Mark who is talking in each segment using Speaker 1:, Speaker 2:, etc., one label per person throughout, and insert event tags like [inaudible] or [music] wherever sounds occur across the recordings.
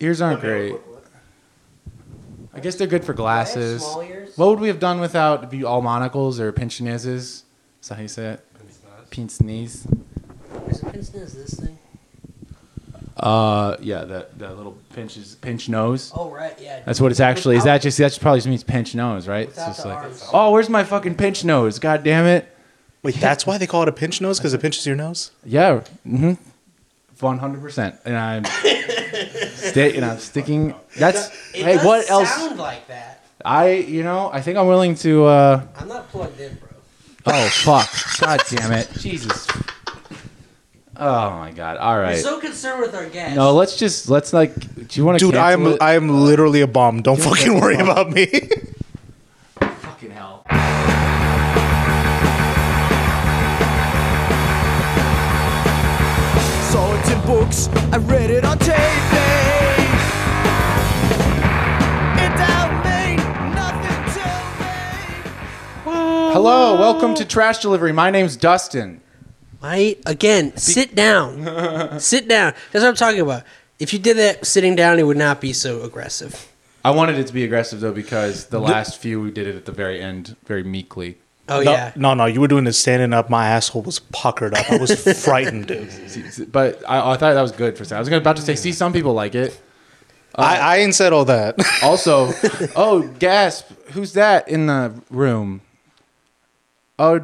Speaker 1: Ears aren't
Speaker 2: Let me have a
Speaker 1: great.
Speaker 2: quick look.
Speaker 1: I guess they're good for glasses.
Speaker 3: small ears?
Speaker 1: What would we have done without be all monocles or pinch noses? Is that how you say it? Pinch knees.
Speaker 3: Is a pince nez this thing?
Speaker 1: Uh, yeah, that that little pinch is pinch nose.
Speaker 3: Oh right, yeah.
Speaker 1: That's what it's actually. Is that just that just probably just means pinch nose, right? It's
Speaker 3: Without
Speaker 1: just
Speaker 3: the
Speaker 1: like,
Speaker 3: arms.
Speaker 1: oh, where's my fucking pinch nose? God damn it!
Speaker 2: Wait, that's why they call it a pinch nose because it pinches your nose.
Speaker 1: Yeah, mm-hmm. one hundred percent. And
Speaker 3: [laughs]
Speaker 1: I'm sti- and I'm sticking. That's
Speaker 3: It
Speaker 1: hey,
Speaker 3: does
Speaker 1: what else?
Speaker 3: Sound like that.
Speaker 1: I you know I think I'm willing to. uh
Speaker 3: I'm not plugged in, bro.
Speaker 1: Oh fuck! God damn it! Jesus. Oh my god! All right.
Speaker 3: You're so concerned with our gas.
Speaker 1: No, let's just let's like. Do you want to?
Speaker 2: Dude, I am I am literally a bomb. Don't
Speaker 1: Dude,
Speaker 2: fucking
Speaker 1: that's
Speaker 2: worry
Speaker 1: a bomb.
Speaker 2: about me.
Speaker 1: fucking hell.
Speaker 4: Saw it in books, I read it on tape. It don't mean nothing to me.
Speaker 1: Hello, welcome to Trash Delivery. My name's Dustin.
Speaker 3: I again
Speaker 1: [laughs]
Speaker 3: sit down. sit down. That's what I'm talking about. If you did that sitting down, it would not be so aggressive.
Speaker 1: I wanted it to be aggressive though because the last few we did it at the very end, very meekly.
Speaker 2: [laughs]
Speaker 3: Oh
Speaker 2: no,
Speaker 3: yeah.
Speaker 2: no, no, you were doing this standing up. My asshole was puckered up. I
Speaker 3: [laughs]
Speaker 2: was frightened, dude.
Speaker 1: But I, I thought that was good for. some- I was about to say, see, some people like it.
Speaker 3: Uh,
Speaker 2: I, I ain't said all that. [laughs]
Speaker 1: [laughs] Also, oh gasp! Who's that in the room? Oh,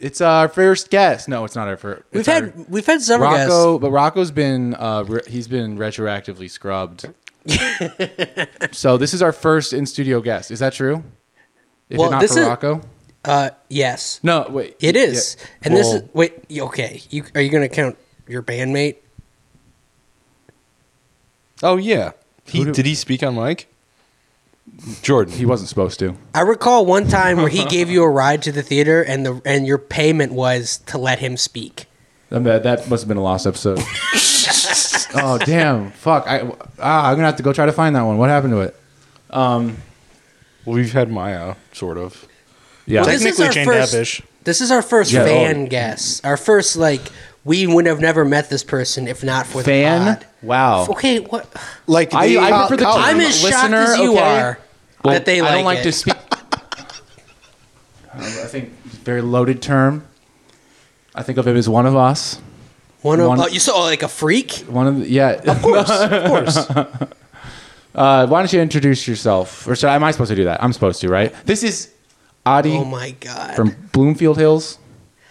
Speaker 1: it's our first guest. No, it's not our first.
Speaker 3: We've had we've had several
Speaker 1: Rocco,
Speaker 3: guests.
Speaker 1: but Rocco's been uh, re- he's been retroactively
Speaker 3: [laughs]
Speaker 1: scrubbed. so this is our first in studio guest. Is that true? If
Speaker 3: Well,
Speaker 1: it not
Speaker 3: this
Speaker 1: for
Speaker 3: is-
Speaker 1: Rocco,
Speaker 3: Uh, yes,
Speaker 1: no. Wait,
Speaker 3: it is. And this
Speaker 1: Well,
Speaker 3: is wait. you- Okay, you are you gonna count your bandmate?
Speaker 5: Oh yeah. He
Speaker 1: Who do-
Speaker 5: did he speak on mic? Jordan.
Speaker 1: he wasn't supposed to.
Speaker 3: I recall one time where
Speaker 1: [laughs]
Speaker 3: he gave you a ride to the theater, and the and your payment was to let him speak.
Speaker 1: Um, That, that must have been a lost
Speaker 3: [laughs]
Speaker 1: episode. oh damn! Fuck! I ah, I'm gonna have to go try to find that one. What happened to it?
Speaker 5: Well, we've had Maya, sort of.
Speaker 1: Yeah.
Speaker 3: Well, this is
Speaker 2: Technically
Speaker 3: our
Speaker 2: Jane
Speaker 3: first-
Speaker 2: Davish.
Speaker 3: This is our first
Speaker 1: Yeah,
Speaker 3: fan guest. Our first like we would have never met this person if not for the
Speaker 1: Fan?
Speaker 3: pod.
Speaker 1: Wow.
Speaker 3: Okay, what?
Speaker 2: Like
Speaker 1: I,
Speaker 2: the-
Speaker 1: I prefer the
Speaker 2: Colin-
Speaker 3: I'm as shocked
Speaker 1: listener,
Speaker 3: as you
Speaker 1: okay?
Speaker 3: are that they like,
Speaker 1: I don't like
Speaker 3: it.
Speaker 1: to
Speaker 3: [laughs]
Speaker 1: speak. I think it's a very loaded term. I think of him as one of us.
Speaker 3: One of
Speaker 1: One-
Speaker 3: oh, you saw like a freak.
Speaker 1: One of the, yeah. Of course,
Speaker 3: [laughs]
Speaker 1: of course. Uh, why don't you introduce yourself? Or should, am I supposed to do that? I'm supposed to, right? This is Adi
Speaker 3: Oh my god!
Speaker 1: from Bloomfield Hills,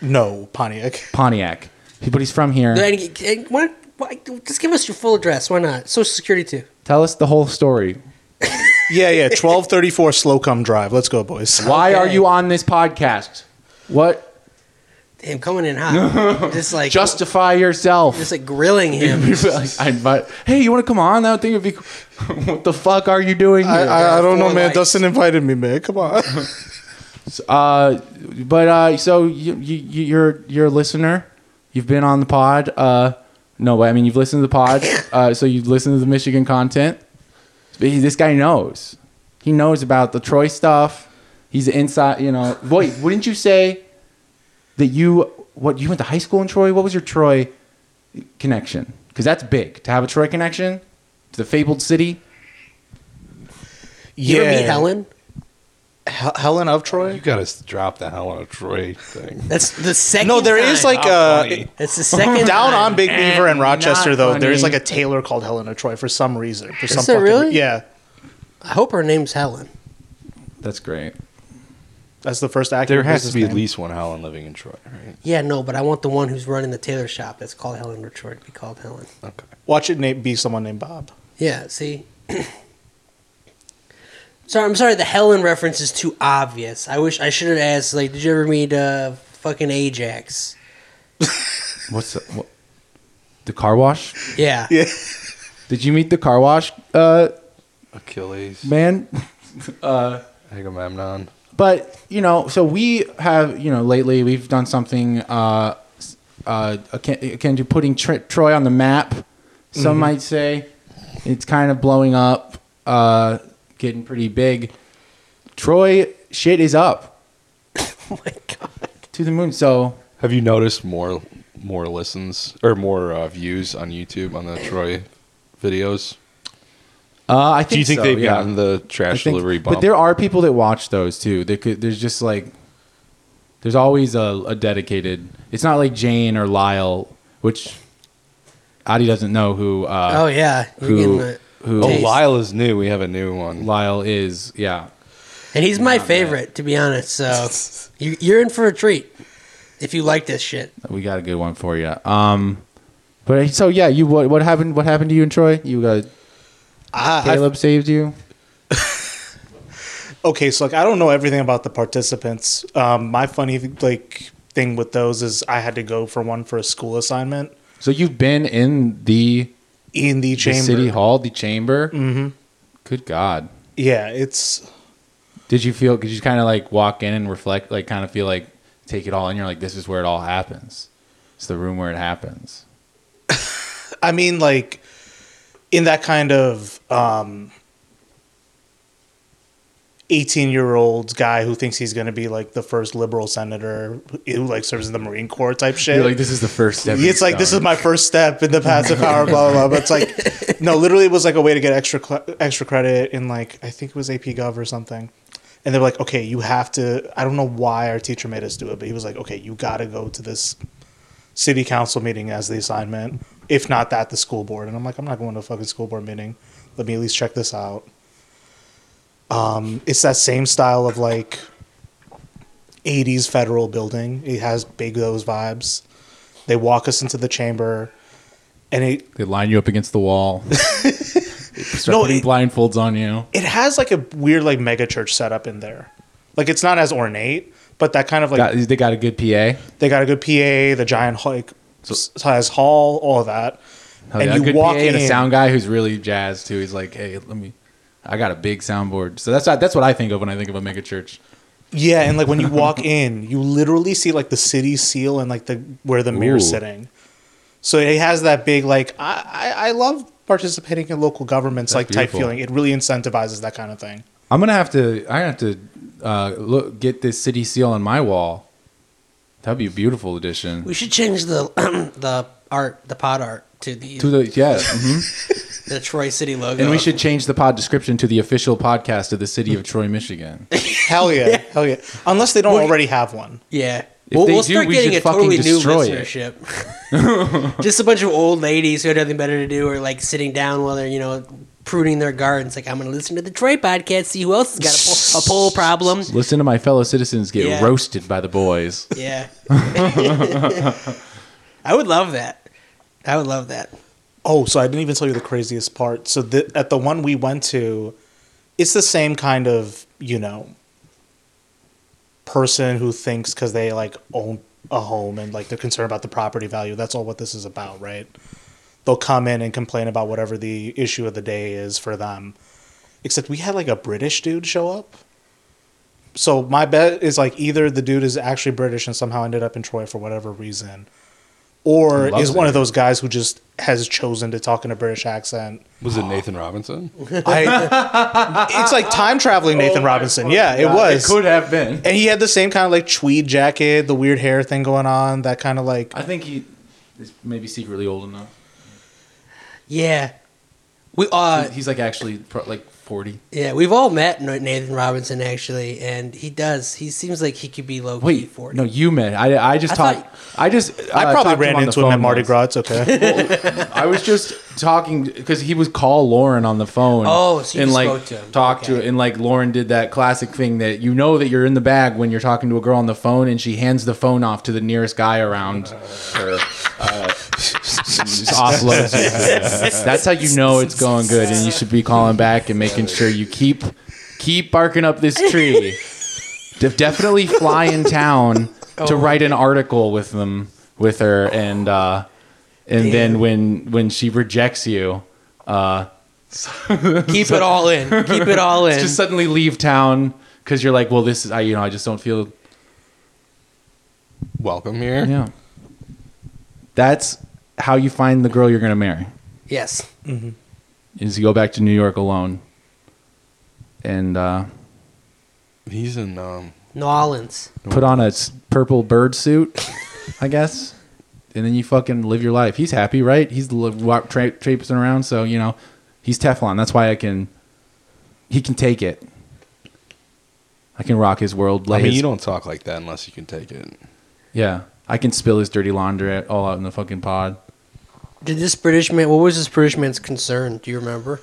Speaker 2: no Pontiac.
Speaker 1: Pontiac. He- But he's from here.
Speaker 3: And- and why- why- just give us your full address. Why not? Social Security too.
Speaker 1: Tell us the whole story.
Speaker 2: Yeah, yeah. Twelve thirty four Slocum Drive. Let's go, boys.
Speaker 1: Why are
Speaker 3: Okay.
Speaker 1: you on this podcast? What?
Speaker 3: Damn, coming in hot.
Speaker 2: [laughs]
Speaker 3: just like
Speaker 1: Justify yourself.
Speaker 3: just like grilling him.
Speaker 1: [laughs] I invite. Hey, you want to come on? I think it'd be. cool." [laughs] what the fuck are you doing?
Speaker 2: I,
Speaker 1: Here?
Speaker 2: [laughs] I, I don't know,
Speaker 3: Four
Speaker 2: man.
Speaker 3: lights.
Speaker 2: Dustin invited me, man. Come on.
Speaker 1: uh, but uh, so you, you you- you're you're a listener. You've been on the pod. Uh, no, but I mean you've listened to the pod. uh, so you've listened to the Michigan content. But he- this guy knows. He knows about the Troy stuff. He's inside. You know. Wait, wouldn't you say that you what you went to high school in Troy? What was your Troy connection? Because that's big to have a Troy connection to the fabled city.
Speaker 3: You ever meet Helen?
Speaker 2: Hel- Helen of
Speaker 5: You
Speaker 2: Troy.
Speaker 5: gotta s- drop the hell out of Troy thing.
Speaker 3: That's the second.
Speaker 2: No, there is
Speaker 3: time.
Speaker 2: like uh,
Speaker 5: Not
Speaker 2: a
Speaker 5: funny.
Speaker 3: that's the second
Speaker 2: [laughs] down
Speaker 3: time.
Speaker 2: on Big Beaver and Rochester
Speaker 1: not
Speaker 2: though. There is
Speaker 1: funny.
Speaker 2: like a tailor called Helen of Troy for some reason. For some
Speaker 3: there
Speaker 2: fucking-
Speaker 3: really?
Speaker 2: Yeah,
Speaker 3: I hope her name's Helen.
Speaker 1: That's great.
Speaker 2: that's the first actor.
Speaker 5: There has to be at least one Helen living in Troy, right?
Speaker 3: Yeah, no, but I want the one who's running the tailor shop that's called Helen Detroit to be called Helen.
Speaker 5: Okay.
Speaker 2: Watch it na- be someone named
Speaker 5: [laughs]
Speaker 2: Bob.
Speaker 3: Yeah, see? [clears throat] sorry, I'm sorry, the Helen reference is too obvious. I wish I should have asked, like, did you ever meet uh, fucking Ajax?
Speaker 1: What's the, what, the car wash?
Speaker 3: Yeah.
Speaker 2: Yeah.
Speaker 1: Did you meet the car wash uh,
Speaker 5: Achilles,
Speaker 1: man?
Speaker 5: Agamemnon.
Speaker 1: But you know, so we have you know lately we've done something uh, s- uh, akin, akin to putting Tr- Troy on the map.
Speaker 5: Mm-hmm.
Speaker 1: Some might say it's kind of blowing up, uh, getting pretty big. Troy shit is up
Speaker 3: [laughs] Oh my God.
Speaker 1: to the moon. So
Speaker 5: Have you noticed more more listens or more uh, views on YouTube on the Troy videos?
Speaker 1: Uh, I think
Speaker 5: Do you think
Speaker 1: so,
Speaker 5: they've
Speaker 1: yeah.
Speaker 5: gotten the
Speaker 1: I
Speaker 5: trash
Speaker 1: think-
Speaker 5: delivery bump?
Speaker 1: But there are people that watch those too. They could, there's just like, there's always a, a dedicated. It's not like Jane or Lyle, which Adi doesn't know who.
Speaker 3: Oh
Speaker 1: Uh,
Speaker 3: yeah, You're getting
Speaker 1: who
Speaker 3: the-
Speaker 1: who
Speaker 5: oh,
Speaker 3: taste.
Speaker 5: Lyle is new. We have a new one.
Speaker 1: Lyle is? Yeah,
Speaker 3: and he's my favorite to be honest. So
Speaker 1: [laughs]
Speaker 3: you, you're in for a treat if you like this shit.
Speaker 1: we got a good one for you. Um, but so yeah, you what what happened? What happened to you and Troy? You got
Speaker 2: Ah, I, I,
Speaker 1: Caleb saved you.
Speaker 2: okay, so like I don't know everything about the participants. Um, my funny like thing with those is I had to go for one for a school assignment
Speaker 1: So you've been in the,
Speaker 2: in
Speaker 1: the
Speaker 2: the chamber.
Speaker 1: city hall, the chamber. Mm-hmm. Good God.
Speaker 2: Yeah, it's
Speaker 1: Did you feel? Could you kind of like walk in and reflect? Like kind of feel like take it all in. You're like, this is where it all happens. It's the room where it happens.
Speaker 2: I mean, like in that kind of um, eighteen-year-old guy who thinks he's going to be like the first liberal senator who like serves in the Marine Corps type shit.
Speaker 1: You're like, this is the first step.
Speaker 2: it's like this is my first step in the path of power, blah blah blah. But it's like, no, literally, it was like a way to get extra cl- extra credit in like I think it was AP Gov or something. And they were like, okay, you have to. I don't know why our teacher made us do it, but he was like, okay, you got to go to this city council meeting as the assignment. If not that, the school board. And I'm like, I'm not going to a fucking school board meeting. Let me at least check this out. Um, it's that same style of like 80s federal building. It has big those vibes. They walk us into the chamber, and it
Speaker 1: They line you up against the wall.
Speaker 2: [laughs]
Speaker 1: They Start
Speaker 2: No,
Speaker 1: putting
Speaker 2: it-
Speaker 1: blindfolds on you.
Speaker 2: it has like a weird like mega church setup in there. Like it's not as ornate, but that kind of like
Speaker 1: Got, they got a good PA.
Speaker 2: they got a good PA, the giant like size hall, all of that.
Speaker 1: Hell
Speaker 2: and
Speaker 1: yeah,
Speaker 2: you
Speaker 1: good
Speaker 2: walk
Speaker 1: PA
Speaker 2: in,
Speaker 1: and a sound guy who's really jazzed too. He's like, hey, let me. I got a big soundboard. So that's that's what I think of when I think of a mega church.
Speaker 2: [laughs] yeah, and like when you walk in, you literally see like the city seal and like the where the mirror's
Speaker 1: Ooh.
Speaker 2: sitting. So it has that big like I I, I love participating in local governments
Speaker 1: That's
Speaker 2: like type
Speaker 1: beautiful.
Speaker 2: feeling. It really incentivizes that kind of thing.
Speaker 1: I'm gonna have to. I have to uh, look get this city seal on my wall. That'd be a beautiful addition.
Speaker 3: We should change the [clears throat] the art, the pod art to the
Speaker 1: To
Speaker 3: the,
Speaker 1: the yeah, mhm.
Speaker 3: Troy City logo.
Speaker 1: and we should change the pod description to the official podcast of the city of Troy,
Speaker 2: [laughs]
Speaker 1: Michigan. If
Speaker 2: Hell
Speaker 1: [laughs]
Speaker 2: yeah, hell yeah. Unless they don't already have one.
Speaker 3: yeah. we'll,
Speaker 1: they
Speaker 3: we'll
Speaker 1: do,
Speaker 3: start
Speaker 1: we
Speaker 3: getting
Speaker 1: should
Speaker 3: a totally
Speaker 1: fucking
Speaker 3: new
Speaker 1: destroy it.
Speaker 3: listenership. [laughs] Just a bunch of old ladies who had nothing better to do, or like sitting down while they're you know pruning their gardens. Like I'm going to listen to the Troy podcast, see who else has got a poll, a poll problem.
Speaker 1: [laughs] Listen to my fellow citizens get
Speaker 3: Yeah.
Speaker 1: roasted by the boys.
Speaker 3: Yeah, [laughs] I would love that. I would love that.
Speaker 2: Oh, so I didn't even tell you the craziest part. So the, at the one we went to, it's the same kind of you know person who thinks because they like own a home and like they're concerned about the property value. That's all what this is about, right? They'll come in and complain about whatever the issue of the day is for them. Except we had like a British dude show up. So my bet is like either the dude is actually British and somehow ended up in Troy for whatever reason, or
Speaker 1: Loves
Speaker 2: is one of
Speaker 1: it.
Speaker 2: those guys who just has chosen to talk in a British accent.
Speaker 5: Was it Nathan [laughs] Robinson?
Speaker 2: I, it's like time traveling Nathan Robinson. Yeah, it was.
Speaker 1: Uh, It could have been.
Speaker 2: and he had the same kind of like tweed jacket, the weird hair thing going on, that kind of like.
Speaker 1: I think he is maybe secretly old enough.
Speaker 3: Yeah, we uh
Speaker 1: He's like actually pro- like forty.
Speaker 3: yeah we've all met Nathan Robinson actually, and he does. He seems like he could be low key
Speaker 1: Wait,
Speaker 3: forty.
Speaker 1: no, you man. I I just
Speaker 3: I
Speaker 1: talked.
Speaker 3: thought-
Speaker 1: I just
Speaker 2: I
Speaker 1: uh,
Speaker 2: probably
Speaker 1: talked
Speaker 2: ran
Speaker 1: on the
Speaker 2: into him
Speaker 1: phone
Speaker 2: at Mardi
Speaker 1: once.
Speaker 2: Gras. It's okay.
Speaker 1: I was just talking because he was call Lauren on the phone.
Speaker 3: Oh, so you
Speaker 1: and
Speaker 3: just
Speaker 1: like
Speaker 3: spoke to him.
Speaker 1: talk to
Speaker 3: Okay.
Speaker 1: and like Lauren did that classic thing that you know that you're in the bag when you're talking to a girl on the phone and she hands the phone off to the nearest guy around her. Uh, just offloads you. That's how you know it's going good, and you should be calling back and making sure you keep keep barking up this tree. De- definitely fly in town
Speaker 3: Oh.
Speaker 1: to write an article with them with her and uh and then when when she rejects you uh
Speaker 3: [laughs] Keep it all in. Keep it
Speaker 2: [laughs]
Speaker 3: all in.
Speaker 1: just suddenly leave town because you're like well this is i you know i just don't feel
Speaker 5: Welcome here.
Speaker 1: yeah that's how you find the girl you're gonna marry
Speaker 3: yes.
Speaker 1: is you go back to new york alone and uh
Speaker 5: He's in. Um,
Speaker 3: New Orleans.
Speaker 5: [laughs]
Speaker 1: put on a s- purple bird suit i guess and then you fucking live your life. He's happy, right? He's li- wa- tra- traipsing around, so you know he's Teflon. That's why I can. He can take it. I can rock his world. lay
Speaker 5: I mean,
Speaker 1: his-
Speaker 5: you don't talk like that unless you can take it.
Speaker 1: Yeah, I can spill his dirty laundry all out in the fucking pod.
Speaker 3: Did this British man? What was this British man's concern? Do you remember?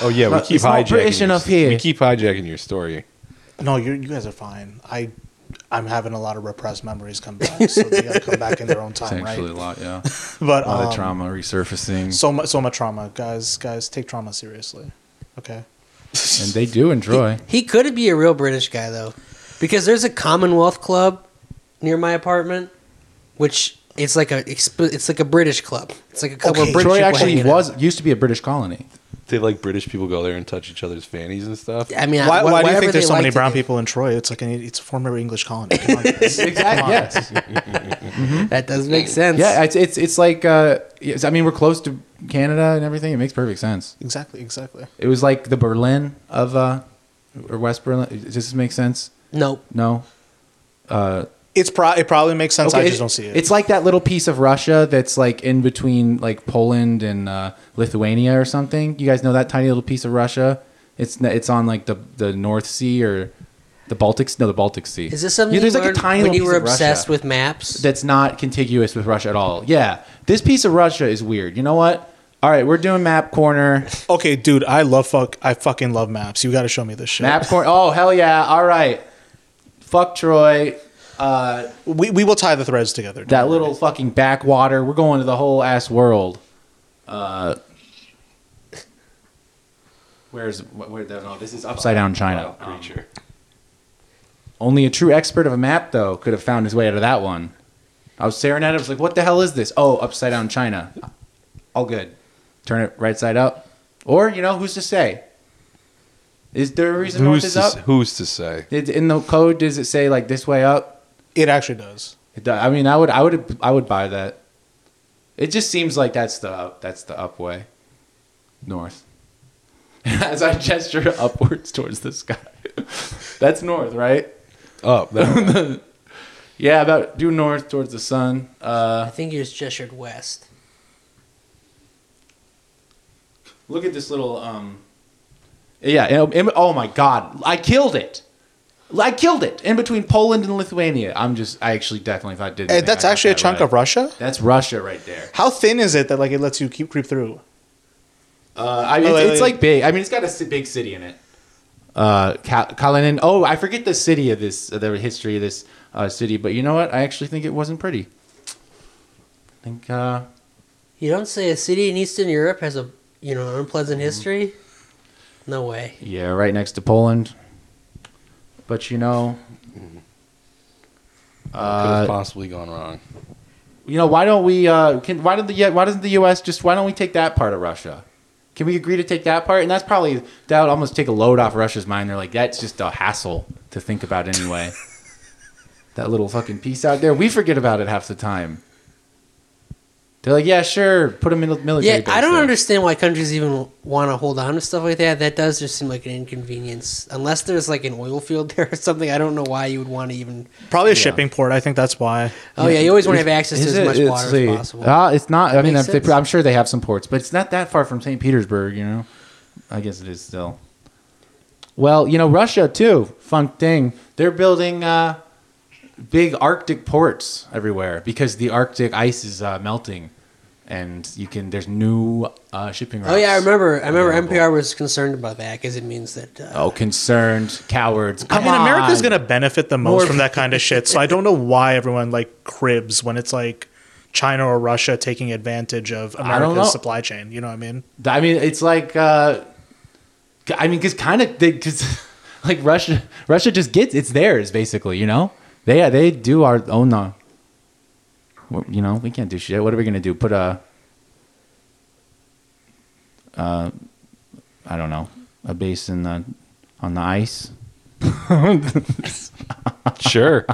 Speaker 5: Oh yeah, we
Speaker 1: But
Speaker 5: keep
Speaker 1: it's not
Speaker 5: hijacking.
Speaker 1: British
Speaker 5: your-
Speaker 1: enough here.
Speaker 5: We keep hijacking your story.
Speaker 2: [laughs] No, you you guys are fine. I I'm having a lot of repressed memories come back, so they gotta come back in their own
Speaker 1: It's
Speaker 2: time,
Speaker 1: actually
Speaker 2: right?
Speaker 1: a lot, [laughs] yeah.
Speaker 2: But
Speaker 1: A lot
Speaker 2: um,
Speaker 1: of trauma resurfacing,
Speaker 2: so much so much trauma, guys. Guys, take trauma seriously, okay?
Speaker 1: and they do enjoy.
Speaker 3: He could be a real British guy though, because there's a Commonwealth Club near my apartment, which it's like a exp- it's like a British club. It's like a couple
Speaker 2: Okay.
Speaker 3: of British.
Speaker 1: Troy
Speaker 3: people
Speaker 1: actually
Speaker 3: hanging out.
Speaker 1: was used to be a British colony.
Speaker 5: They like British people go there and touch each other's fannies and stuff.
Speaker 3: I mean,
Speaker 2: Why,
Speaker 3: I-
Speaker 2: why do you
Speaker 3: whatever
Speaker 2: think there's
Speaker 3: they
Speaker 2: so many
Speaker 3: liked
Speaker 2: brown
Speaker 3: it.
Speaker 2: people in Troy? It's like an, it's a former English colony. Come on, guys.
Speaker 1: Exactly. Yes.
Speaker 3: That does make sense.
Speaker 1: Yeah, it's it's it's like uh, yes, I mean we're close to Canada and everything. It makes perfect sense.
Speaker 2: [laughs] exactly, exactly.
Speaker 1: It was like the Berlin of uh, or West Berlin. Does this make sense?
Speaker 3: Nope.
Speaker 1: No.
Speaker 2: It's pro- it probably makes sense. I
Speaker 1: Okay,
Speaker 2: just don't see it.
Speaker 1: It's like that little piece of Russia that's like in between like Poland and uh, Lithuania or something. You guys know that tiny little piece of Russia? It's n- it's on like the the North Sea or the Baltic. No, the Baltic Sea.
Speaker 3: Is this something
Speaker 1: Yeah,
Speaker 3: you learned when you were obsessed
Speaker 1: Russia
Speaker 3: with maps?
Speaker 1: that's not contiguous with Russia at all. Yeah, this piece of Russia is weird. You know what? All right, we're doing map
Speaker 3: [laughs]
Speaker 1: corner.
Speaker 2: okay, dude. I love fuck. I fucking love maps. You got to show me this shit.
Speaker 1: Map corner. Oh hell yeah! All right. Fuck Troy. Uh,
Speaker 2: We, we will tie the threads together. dude.
Speaker 1: that little fucking backwater. We're going to the whole ass world. Uh, where's wh- where? No, this is upside down China. Um,
Speaker 5: Wild Oh, creature.
Speaker 1: Only a true expert of a map though could have found his way out of that one. I was staring at it. I was like, "What the hell is this?" Oh, upside down China. All good. Turn it right side up. Or you know, who's to say? Is there a reason north
Speaker 5: who's
Speaker 1: is
Speaker 5: to, s-
Speaker 1: up?
Speaker 5: who's to say?
Speaker 1: Did- In the code, does it say like this way up?
Speaker 2: it actually does.
Speaker 1: It does. I mean, I would, I would, I would buy that. It just seems like that's the up, that's the up way, north. [laughs] As I gesture upwards towards the sky, [laughs] that's north, right?
Speaker 5: Up. Oh,
Speaker 1: [laughs]
Speaker 5: that way.
Speaker 1: Yeah, about due north towards the sun.
Speaker 3: I
Speaker 1: Uh,
Speaker 3: think you just gestured west.
Speaker 1: look at this little. Um, yeah. and- and- oh my God! I killed it. I killed it in between Poland and Lithuania. I'm just. I actually definitely thought did.
Speaker 2: And that's actually a chunk of Russia.
Speaker 1: That's Russia right there.
Speaker 2: How thin is it that like it lets you keep creep through?
Speaker 1: Uh, I mean,
Speaker 2: Oh,
Speaker 1: it's,
Speaker 2: wait,
Speaker 1: it's
Speaker 2: wait.
Speaker 1: like big. I mean, it's got a ci- big city in it. Uh, Ka- Kalinin. Oh, I forget the city of this, the history of this uh, city. But you know what? I actually think it wasn't pretty. I think. Uh,
Speaker 3: You don't say a city in Eastern Europe has a you know an
Speaker 1: Mm-hmm.
Speaker 3: unpleasant history. No way.
Speaker 1: Yeah, right next to Poland. But you know,
Speaker 5: Could have possibly gone wrong.
Speaker 1: you know, why don't we? Uh, can why did the yeah, why doesn't the U.S. just why don't we take that part of Russia? Can we agree to take that part? And that's probably that would almost take a load off Russia's mind. They're like, that's just a hassle to think about anyway. that little fucking piece out there, we forget about it half the time. They're like, yeah, sure, put them in the military.
Speaker 3: Yeah,
Speaker 1: base
Speaker 3: I don't
Speaker 1: there."
Speaker 3: understand why countries even want to hold on to stuff like that. That does just seem like an inconvenience. Unless there's like an oil field there or something, I don't know why you would want to even.
Speaker 2: Probably a shipping port. I think that's why.
Speaker 3: Oh yeah, you always want to have access to
Speaker 1: Is
Speaker 3: as
Speaker 1: it-
Speaker 3: much
Speaker 1: it's
Speaker 3: water
Speaker 1: the-
Speaker 3: as possible.
Speaker 1: Uh, it's not. I mean,
Speaker 3: makes
Speaker 1: they,
Speaker 3: sense.
Speaker 1: I'm sure they have some ports, but it's not that far from St. Petersburg. You know, I guess it is still. Well, you know, Russia too. Fun thing, they're building uh, big Arctic ports everywhere because the Arctic ice is uh, melting, and you can. There's new uh, shipping routes.
Speaker 3: oh yeah, I remember. I remember
Speaker 1: Available.
Speaker 3: NPR was concerned about that because it means that. Uh,
Speaker 1: Oh, concerned cowards!
Speaker 2: I
Speaker 1: Come
Speaker 2: mean, America's
Speaker 1: on.
Speaker 2: gonna benefit the most
Speaker 1: More-
Speaker 2: from that kind of shit. So I don't know why everyone like cribs when it's like China or Russia taking advantage of
Speaker 1: I don't know.
Speaker 2: America's supply chain. You know what I mean?
Speaker 1: I mean, it's like, uh, I mean, because kind of they because [laughs] like Russia, Russia just gets it's theirs basically. You know, they they do our own. Uh, wh- you know, we can't do shit. What are we gonna do? Put a, uh, uh, I don't know, a base in the on the ice. [laughs]
Speaker 5: [laughs] Sure.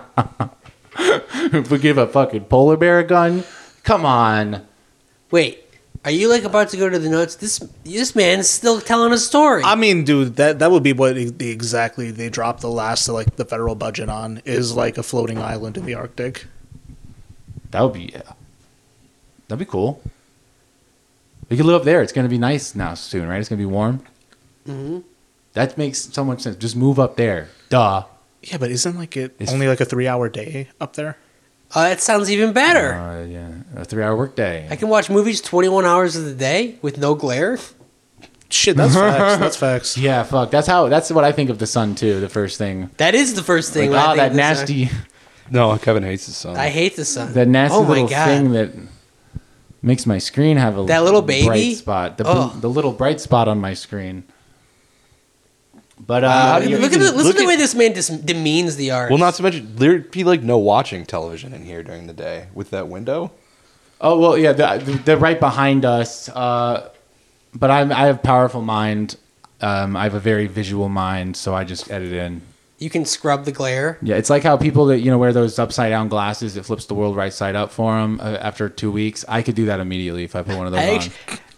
Speaker 1: If we give a fucking polar bear a gun, come on.
Speaker 3: wait, are you like about to go to the notes? This this man's still telling a story.
Speaker 2: I mean, dude, that that would be what e- the exactly they dropped the last of, like the federal budget on is like a floating island in the Arctic.
Speaker 1: That would be That'd be cool. We could live up there. It's gonna be nice now soon, right? It's gonna be warm.
Speaker 3: hmm
Speaker 1: That makes so much sense. Just move up there. Duh.
Speaker 2: Yeah, but isn't like it
Speaker 1: It's-
Speaker 2: only like a three hour day up there?
Speaker 3: Oh, that sounds even better.
Speaker 1: Uh, yeah, a three-hour workday.
Speaker 3: I can watch movies 21 hours of the day with no glare.
Speaker 1: [laughs]
Speaker 2: Shit, that's facts. That's facts.
Speaker 1: yeah, fuck. That's how. That's what I think of the sun too. The first thing.
Speaker 3: That is the first thing.
Speaker 1: Like,
Speaker 3: when I
Speaker 1: ah,
Speaker 3: think
Speaker 1: that
Speaker 3: of the sun.
Speaker 1: nasty,
Speaker 5: No, Kevin hates his son.
Speaker 3: I hate the sun.
Speaker 1: that nasty
Speaker 3: Oh my
Speaker 1: little
Speaker 3: God.
Speaker 1: thing that makes my screen have a
Speaker 3: That little baby? Oh.
Speaker 1: bright spot. The,
Speaker 3: Ugh.
Speaker 1: the little bright spot on my screen. But uh, how do
Speaker 3: Look at,
Speaker 1: you,
Speaker 3: look at the, listen
Speaker 5: look
Speaker 3: to the
Speaker 5: at-
Speaker 3: way this man dis- demeans the art.
Speaker 5: well, not to mention there'd be like no watching television in here during the day with that window.
Speaker 1: Oh well, yeah, the, they're right behind us. Uh, but I'm I have powerful mind. Um, I have a very visual mind, so I just edit in.
Speaker 3: You can scrub the glare.
Speaker 1: Yeah, it's like how people that you know wear those upside down glasses. It flips the world right side up for them uh, after two weeks. I could do that immediately if I put one of those
Speaker 3: I
Speaker 1: on.
Speaker 3: actu-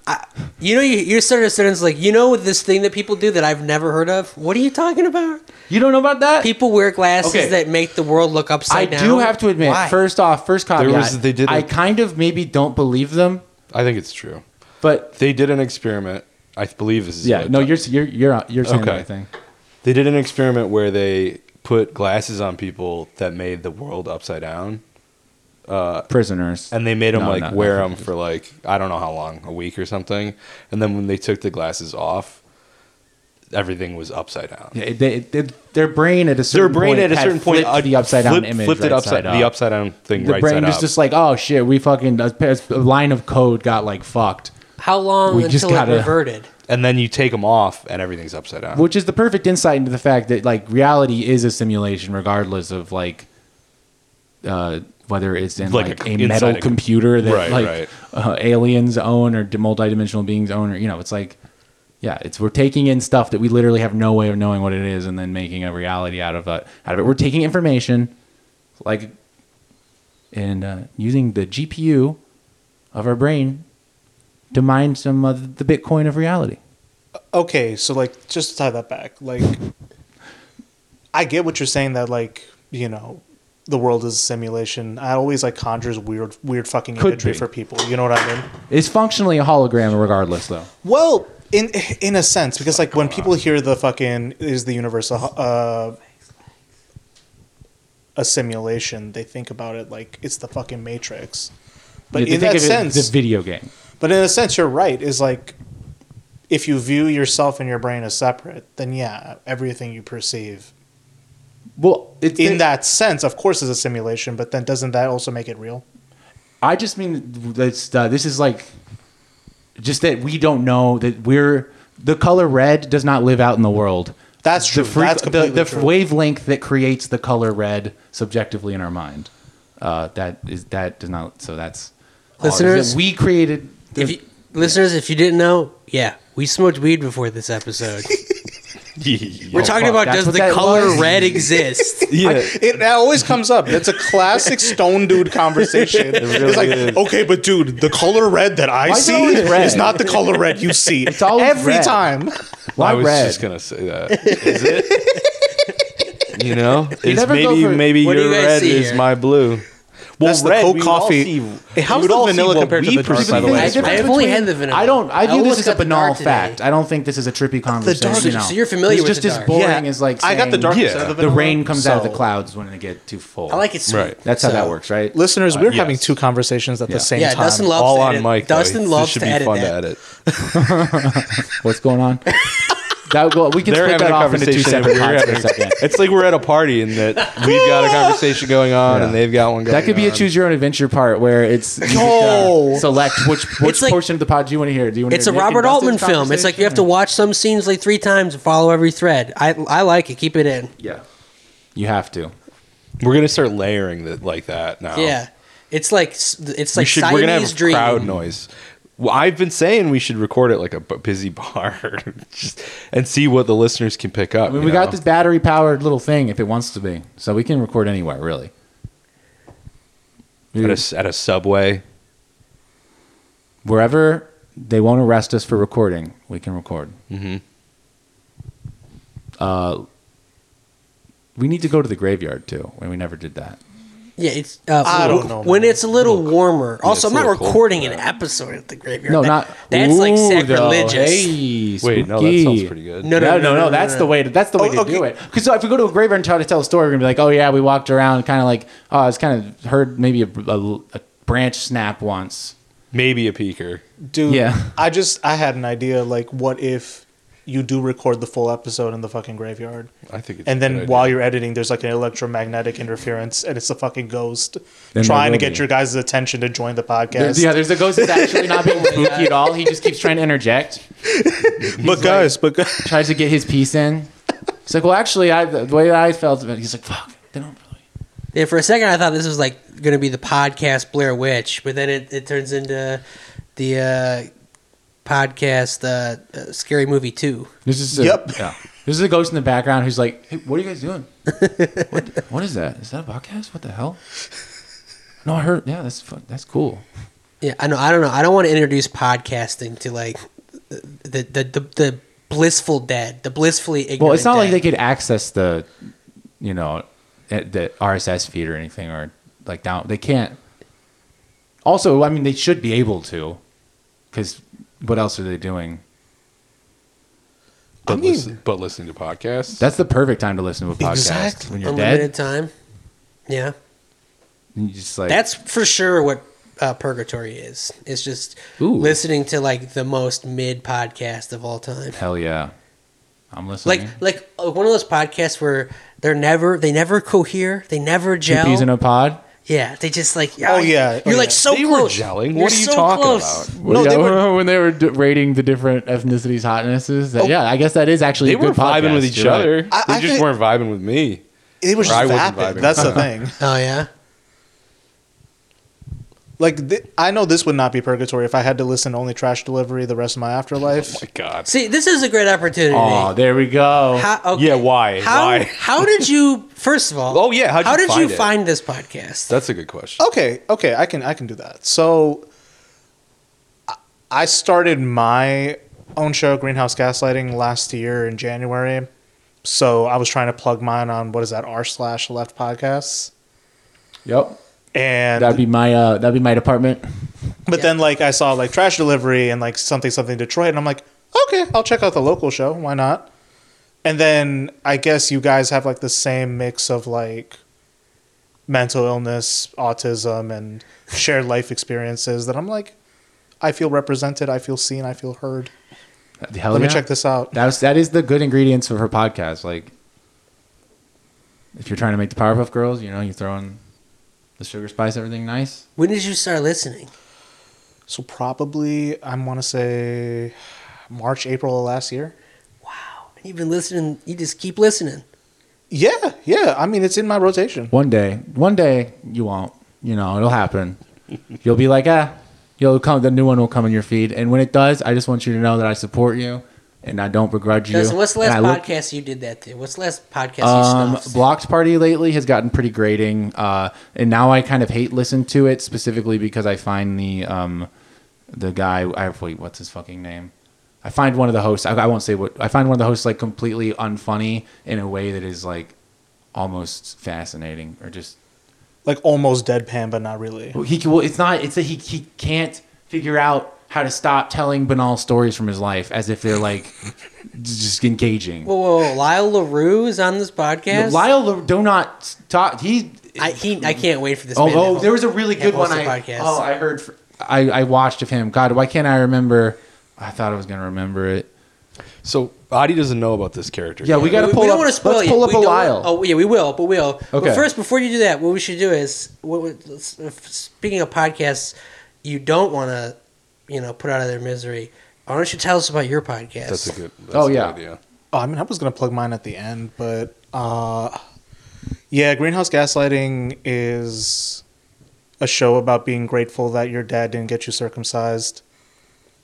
Speaker 3: I- you know, you, you're starting to students like, you know, this thing that people do that I've never heard of. What are you talking about?
Speaker 1: You don't know about that?
Speaker 3: People wear glasses
Speaker 1: Okay.
Speaker 3: that make the world look
Speaker 1: I
Speaker 3: upside down.
Speaker 1: do have to admit.
Speaker 3: Why?
Speaker 1: First off, first caveat.
Speaker 5: was- they did
Speaker 1: I
Speaker 5: a-
Speaker 1: kind of maybe don't believe them,
Speaker 5: I think it's true.
Speaker 1: but
Speaker 5: They did an experiment. I believe this is
Speaker 1: yeah,
Speaker 5: what-
Speaker 1: no, you're you're you're you're saying the
Speaker 5: Okay.
Speaker 1: right thing.
Speaker 5: They did an experiment where they put glasses on people that made the world upside down,
Speaker 1: Prisoners.
Speaker 5: and they made them
Speaker 1: No,
Speaker 5: like
Speaker 1: no, no.
Speaker 5: wear them for like I don't know how long, a week or something. And then when they took the glasses off, everything was upside down.
Speaker 1: Yeah, they, they, their brain at a certain
Speaker 5: Their brain
Speaker 1: point
Speaker 5: at a
Speaker 1: had
Speaker 5: certain point
Speaker 1: flipped
Speaker 5: uh,
Speaker 1: the upside down
Speaker 5: flipped-
Speaker 1: image
Speaker 5: flipped it
Speaker 1: right
Speaker 5: upside
Speaker 1: side up.
Speaker 5: the upside down thing
Speaker 1: the
Speaker 5: right
Speaker 1: brain
Speaker 5: side
Speaker 1: was
Speaker 5: up.
Speaker 1: just like oh shit we fucking a a line of code got like fucked
Speaker 3: How long
Speaker 1: We
Speaker 3: until
Speaker 1: just gotta-
Speaker 3: it reverted?
Speaker 5: and then you take them off and everything's upside down. [laughs]
Speaker 1: which is the perfect insight into the fact that like reality is a simulation regardless of like uh whether it's in
Speaker 5: Like
Speaker 1: like,
Speaker 5: a-
Speaker 1: a,
Speaker 5: inside a
Speaker 1: metal
Speaker 5: com-
Speaker 1: computer that
Speaker 5: Right,
Speaker 1: like
Speaker 5: right.
Speaker 1: Uh, aliens own or d- multidimensional beings own or you know it's like yeah it's we're taking in stuff that we literally have no way of knowing what it is and then making a reality out of it out of it we're taking information like and uh, using the gpu of our brain to mine some of the bitcoin of reality
Speaker 2: Okay, so like just to tie that back, like I get what you're saying that like, you know, the world is a simulation. I always like conjures weird weird fucking
Speaker 1: Could
Speaker 2: imagery
Speaker 1: be.
Speaker 2: for people. You know what I mean?
Speaker 1: It's functionally a hologram, regardless, though.
Speaker 2: Well, in in a sense, because like when people hear the fucking is the universe a, uh, a simulation, they think about it like it's the fucking Matrix. But
Speaker 1: You have to
Speaker 2: in that
Speaker 1: of it as
Speaker 2: sense,
Speaker 1: a video game.
Speaker 2: but in a sense, you're right. Is like if you view yourself and your brain as separate, then yeah, everything you perceive
Speaker 1: Well, it's
Speaker 2: in that sense, of course, is a simulation. But then doesn't that also make it real?
Speaker 1: I just mean that's uh, this is like just that we don't know that we're the color red does not live out in the world.
Speaker 2: That's true.
Speaker 1: The, freq-
Speaker 2: That's completely
Speaker 1: the, the
Speaker 2: true.
Speaker 1: wavelength that creates the color red subjectively in our mind. Uh, that is that does not. So that's
Speaker 3: Listeners,
Speaker 1: we created. The,
Speaker 3: if you, listeners, if you didn't know, yeah, we smoked weed before
Speaker 1: [laughs]
Speaker 3: this episode. We're talking
Speaker 1: fuck,
Speaker 3: about
Speaker 1: that's
Speaker 3: does
Speaker 1: what
Speaker 3: the
Speaker 1: that
Speaker 3: color
Speaker 1: was.
Speaker 3: red exist?
Speaker 5: yeah.
Speaker 2: It always comes up. It's a [laughs] classic stone dude conversation. it's like,
Speaker 5: is.
Speaker 2: okay, but dude, the color red that I
Speaker 1: Why is it
Speaker 2: see
Speaker 1: always
Speaker 2: is,
Speaker 1: red?
Speaker 2: not the color red you see. It's
Speaker 1: always
Speaker 2: every
Speaker 1: red.
Speaker 2: time.
Speaker 1: why
Speaker 5: I was
Speaker 1: red?
Speaker 5: just gonna say that. Is
Speaker 1: [laughs]
Speaker 5: it? you know, it's
Speaker 1: never go
Speaker 5: maybe
Speaker 1: for-
Speaker 5: maybe
Speaker 3: What do
Speaker 5: your
Speaker 3: you guys
Speaker 5: red
Speaker 3: see
Speaker 5: is
Speaker 3: here?
Speaker 5: my blue. Well,
Speaker 2: That's the Coke
Speaker 5: we would all
Speaker 2: coffee.
Speaker 5: see-
Speaker 2: Hey, how's
Speaker 5: we would
Speaker 2: the
Speaker 5: all see
Speaker 2: vanilla
Speaker 5: what
Speaker 2: compared to
Speaker 5: we
Speaker 2: the dark,
Speaker 5: perceive
Speaker 2: by the way?
Speaker 5: as
Speaker 1: The difference
Speaker 5: red.
Speaker 3: I've only
Speaker 1: between-
Speaker 3: had the vanilla.
Speaker 1: I don't. I
Speaker 3: I
Speaker 1: view
Speaker 3: looked
Speaker 1: this as a
Speaker 3: up the
Speaker 1: banal
Speaker 3: dark today.
Speaker 1: fact. I don't think this is a trippy conversation.
Speaker 2: dark-
Speaker 1: you know.
Speaker 3: so you're familiar
Speaker 1: It's
Speaker 3: with
Speaker 1: just
Speaker 3: the
Speaker 1: as
Speaker 3: dark.
Speaker 1: boring as like
Speaker 2: I got the
Speaker 1: saying-
Speaker 2: dark
Speaker 5: Yeah.
Speaker 2: side of the
Speaker 1: the
Speaker 2: vanilla.
Speaker 1: rain comes out of the
Speaker 2: So,
Speaker 1: clouds when they get too full.
Speaker 3: I like it. Sweet.
Speaker 5: Right.
Speaker 1: That's how
Speaker 3: So-
Speaker 1: that works, right?
Speaker 2: Listeners, we're
Speaker 5: yes.
Speaker 2: having two conversations at
Speaker 1: Yeah.
Speaker 2: the same
Speaker 3: Yeah,
Speaker 2: time.
Speaker 3: Dustin loves
Speaker 5: All
Speaker 3: to
Speaker 5: on
Speaker 3: edit.
Speaker 5: mic.
Speaker 3: Dustin
Speaker 5: though.
Speaker 3: loves
Speaker 5: this should
Speaker 3: to
Speaker 5: be
Speaker 3: edit
Speaker 5: fun
Speaker 3: that.
Speaker 5: to edit.
Speaker 1: What's going
Speaker 3: [laughs]
Speaker 1: on? that will- we can
Speaker 5: They're
Speaker 1: split
Speaker 5: having
Speaker 1: that
Speaker 5: a
Speaker 1: off into two
Speaker 5: conversation. and
Speaker 1: separate
Speaker 5: we're
Speaker 1: parts for a [laughs]
Speaker 5: having-
Speaker 1: second.
Speaker 2: [laughs]
Speaker 5: It's like we're at a party
Speaker 3: [laughs]
Speaker 5: and that we've got a conversation going on and they've got one going.
Speaker 1: That could be a
Speaker 5: on.
Speaker 1: choose your own adventure part where it's you could, uh, select which which
Speaker 3: It's like-
Speaker 1: portion of the pod you want to hear. Do you want
Speaker 3: It's a
Speaker 1: hear Nick and
Speaker 3: Robert
Speaker 1: Dustin's
Speaker 3: Altman film. It's like you have to
Speaker 1: conversation,
Speaker 3: watch some scenes like three times and follow every thread. I I like it. Keep it in.
Speaker 1: or- Yeah, you have to.
Speaker 5: We're gonna start layering that like that now.
Speaker 3: Yeah, it's like s- it's like
Speaker 5: Oh. we should.
Speaker 3: Siamese
Speaker 5: We're gonna have
Speaker 3: dream.
Speaker 5: crowd noise. Well, I've been saying we should record it like a bu- busy bar, [laughs] just and see what the listeners can pick up.
Speaker 1: I mean,
Speaker 5: you
Speaker 1: we
Speaker 5: know?
Speaker 1: got this battery powered little thing if it wants to be, so we can record anywhere really.
Speaker 5: at a, s- at a subway.
Speaker 1: Wherever they won't arrest us for recording, we can record.
Speaker 5: Mm-hmm.
Speaker 1: Uh, we need to go to the graveyard too, and we never did that.
Speaker 3: Yeah, it's. Uh,
Speaker 2: I
Speaker 3: w-
Speaker 2: don't know,
Speaker 3: When
Speaker 2: man.
Speaker 3: it's a little warmer. Also,
Speaker 5: it's
Speaker 3: I'm
Speaker 5: a
Speaker 3: not
Speaker 5: little cold.
Speaker 3: recording an episode at the graveyard.
Speaker 1: No,
Speaker 3: That-
Speaker 1: not
Speaker 3: That's like
Speaker 1: Ooh, though.
Speaker 3: sacrilegious.
Speaker 1: Hey,
Speaker 5: Wait, no, that sounds
Speaker 1: spooky.
Speaker 5: pretty good.
Speaker 3: No,
Speaker 1: No, no, no, no, That's the way. To, that's the way
Speaker 2: Oh,
Speaker 1: to do
Speaker 2: okay.
Speaker 1: it. Because if we go to a graveyard and try to tell a story, we're gonna be like, "Oh yeah, we walked around, kind of like, oh, it's kind of heard maybe a, a- a branch snap once."
Speaker 5: Maybe a peaker.
Speaker 2: Dude,
Speaker 1: Yeah.
Speaker 2: I just I had an idea like what if you do record the full episode in the fucking graveyard
Speaker 5: I think it's
Speaker 2: and
Speaker 5: a good
Speaker 2: then
Speaker 5: idea.
Speaker 2: while you're editing there's like an electromagnetic interference and it's a fucking ghost
Speaker 1: Then
Speaker 2: trying
Speaker 1: there
Speaker 2: to
Speaker 1: will
Speaker 2: get
Speaker 1: be.
Speaker 2: your guys' attention to join the podcast.
Speaker 1: There's, yeah, there's a ghost that's actually not being spooky at all. He just keeps trying to interject,
Speaker 2: but guys, [laughs] but guys,
Speaker 1: tries to get his piece in. He's like, "Well, actually, I the way that I felt about," it, he's like, "Fuck, they don't really."
Speaker 3: Yeah, for a second, I thought this was like going to be the podcast Blair Witch, but then it, it turns into the uh, podcast uh, uh, Scary Movie 2.
Speaker 1: This is a,
Speaker 2: Yep.
Speaker 1: Yeah. This is a ghost in the background who's like, "Hey, what are you guys doing?
Speaker 3: [laughs]
Speaker 1: what, what is that? Is that a podcast? What the hell?" No, I heard. Yeah, that's fun. That's cool.
Speaker 3: Yeah, I know. I don't know. I don't want to introduce podcasting to like the the the, the blissful dead, the blissfully ignorant.
Speaker 1: Well, it's not like
Speaker 3: dead.
Speaker 1: they could access the, you know, eh, the RSS feed or anything, or like down. They can't. Also, I mean, they should be able to, because what else are they doing?
Speaker 5: But,
Speaker 2: I mean-
Speaker 5: listen, but listening to podcasts.
Speaker 1: That's the perfect time to listen to a podcast
Speaker 2: Exactly.
Speaker 1: when you're
Speaker 3: unlimited
Speaker 1: dead.
Speaker 3: time. Yeah,
Speaker 1: And you just like
Speaker 3: that's for sure what uh, purgatory is. It's just
Speaker 1: Ooh.
Speaker 3: listening to like the most mid podcast of all time.
Speaker 1: hell yeah, I'm listening.
Speaker 3: Like like uh, one of those podcasts where they're never they never cohere, they never
Speaker 1: two
Speaker 3: gel.
Speaker 1: peas in a pod.
Speaker 3: yeah, they just like
Speaker 2: Oh, yeah.
Speaker 3: you're
Speaker 2: Oh,
Speaker 3: like
Speaker 2: yeah.
Speaker 3: so
Speaker 5: They were
Speaker 3: close.
Speaker 5: gelling.
Speaker 3: You're
Speaker 5: What are you
Speaker 3: so
Speaker 5: talking
Speaker 3: close.
Speaker 5: about?
Speaker 1: No,
Speaker 2: No, they were-
Speaker 1: [laughs] when they were d- rating the different ethnicities hotnesses. That, Yeah, I guess that is actually
Speaker 5: Oh. They
Speaker 1: a good
Speaker 5: were vibing
Speaker 1: podcast.
Speaker 5: with each
Speaker 1: You're right.
Speaker 5: other.
Speaker 2: I-
Speaker 5: they
Speaker 2: I
Speaker 5: just
Speaker 2: think-
Speaker 5: weren't vibing with me.
Speaker 2: it was
Speaker 5: Or I
Speaker 2: just
Speaker 5: wasn't
Speaker 2: vapid.
Speaker 5: vibing.
Speaker 2: That's [laughs] the thing.
Speaker 3: Oh yeah.
Speaker 2: Like th- I know this would not be purgatory if I had to listen to only trash delivery the rest of my afterlife.
Speaker 5: My God.
Speaker 3: See, this is a great opportunity.
Speaker 1: Oh, there we go.
Speaker 3: How- okay.
Speaker 5: Yeah, why?
Speaker 3: How,
Speaker 5: Why?
Speaker 3: how did you? First of all,
Speaker 5: Oh, yeah, how'd you
Speaker 3: how did
Speaker 5: find
Speaker 3: you
Speaker 5: it?
Speaker 3: find this podcast?
Speaker 5: That's a good question.
Speaker 2: Okay, okay, I can I can do that. So I- I started my own show Greenhouse Gaslighting last year in January. So I was trying to plug mine on what is that r slash left podcasts,
Speaker 1: Yep,
Speaker 2: and
Speaker 1: that'd be my uh, that'd be my department.
Speaker 2: but then like I saw like trash delivery and like something something Detroit, and I'm like, okay, I'll check out the local show. Why not? And then I guess you guys have like the same mix of like mental illness, autism, and shared life experiences that I'm like, I feel represented, I feel seen, I feel heard.
Speaker 1: Hell
Speaker 2: Let me
Speaker 1: yeah.
Speaker 2: check this out.
Speaker 1: That's that is the good ingredients of her podcast. Like, if you're trying to make the Powerpuff Girls, you know, you throw in the sugar spice, everything nice.
Speaker 3: when did you start listening?
Speaker 2: So probably I want to say March, April of last year.
Speaker 3: Wow, you've been listening. You just keep listening.
Speaker 2: Yeah, yeah. I mean, it's in my rotation.
Speaker 1: One day, one day you won't. You know, it'll happen. You'll be like, ah, you'll come. The new one will come in your feed, and when it does, I just want you to know that I support you and I don't begrudge you.
Speaker 3: Dustin, what's the last
Speaker 1: And I look-
Speaker 3: podcast you did that to? What's the last podcast
Speaker 1: Um,
Speaker 3: you snuffed?
Speaker 1: Blocked Party lately has gotten pretty grating, uh, and now I kind of hate listen to it specifically because I find the um, the guy. I wait, what's his fucking name? I find one of the hosts. I, I won't say what. I find one of the hosts like completely unfunny in a way that is like almost fascinating, or just
Speaker 2: Like almost deadpan, but not really.
Speaker 1: well, he. Well, it's not. It's that he he can't figure out how to stop telling banal stories from his life as if they're like [laughs] just engaging.
Speaker 3: Whoa, whoa, whoa, Lyle LaRue is on this podcast.
Speaker 1: Lyle, Lo- do not talk. He
Speaker 3: I, he, I can't wait for this.
Speaker 1: Oh,
Speaker 3: man to
Speaker 1: oh
Speaker 3: ho-
Speaker 1: there was a really
Speaker 3: to
Speaker 1: good
Speaker 3: host
Speaker 1: one.
Speaker 3: a
Speaker 1: I,
Speaker 3: podcast.
Speaker 1: oh, I heard. fr I I watched of him. God, why can't I remember? I thought I was gonna remember it.
Speaker 5: So Adi doesn't know about this character.
Speaker 1: Yeah, we got
Speaker 5: yet.
Speaker 1: to
Speaker 3: we,
Speaker 1: pull
Speaker 3: we don't
Speaker 1: up.
Speaker 3: want to spoil
Speaker 1: let's
Speaker 3: you.
Speaker 1: pull up
Speaker 3: We
Speaker 1: a
Speaker 3: don't-
Speaker 1: Lyle.
Speaker 3: Oh, yeah, we will, but we'll. But
Speaker 1: Okay.
Speaker 3: first, before you do that, what we should do is, what, we- let's- if- speaking of podcasts, you don't want to, you know, put out of their misery. Why don't you tell us about your podcast?
Speaker 5: That's a good. That's
Speaker 1: Oh,
Speaker 5: a good
Speaker 1: yeah.
Speaker 5: idea.
Speaker 2: Oh, I mean, I was gonna plug mine at the end, but uh, yeah, greenhouse gaslighting is a show about being grateful that your dad didn't get you circumcised.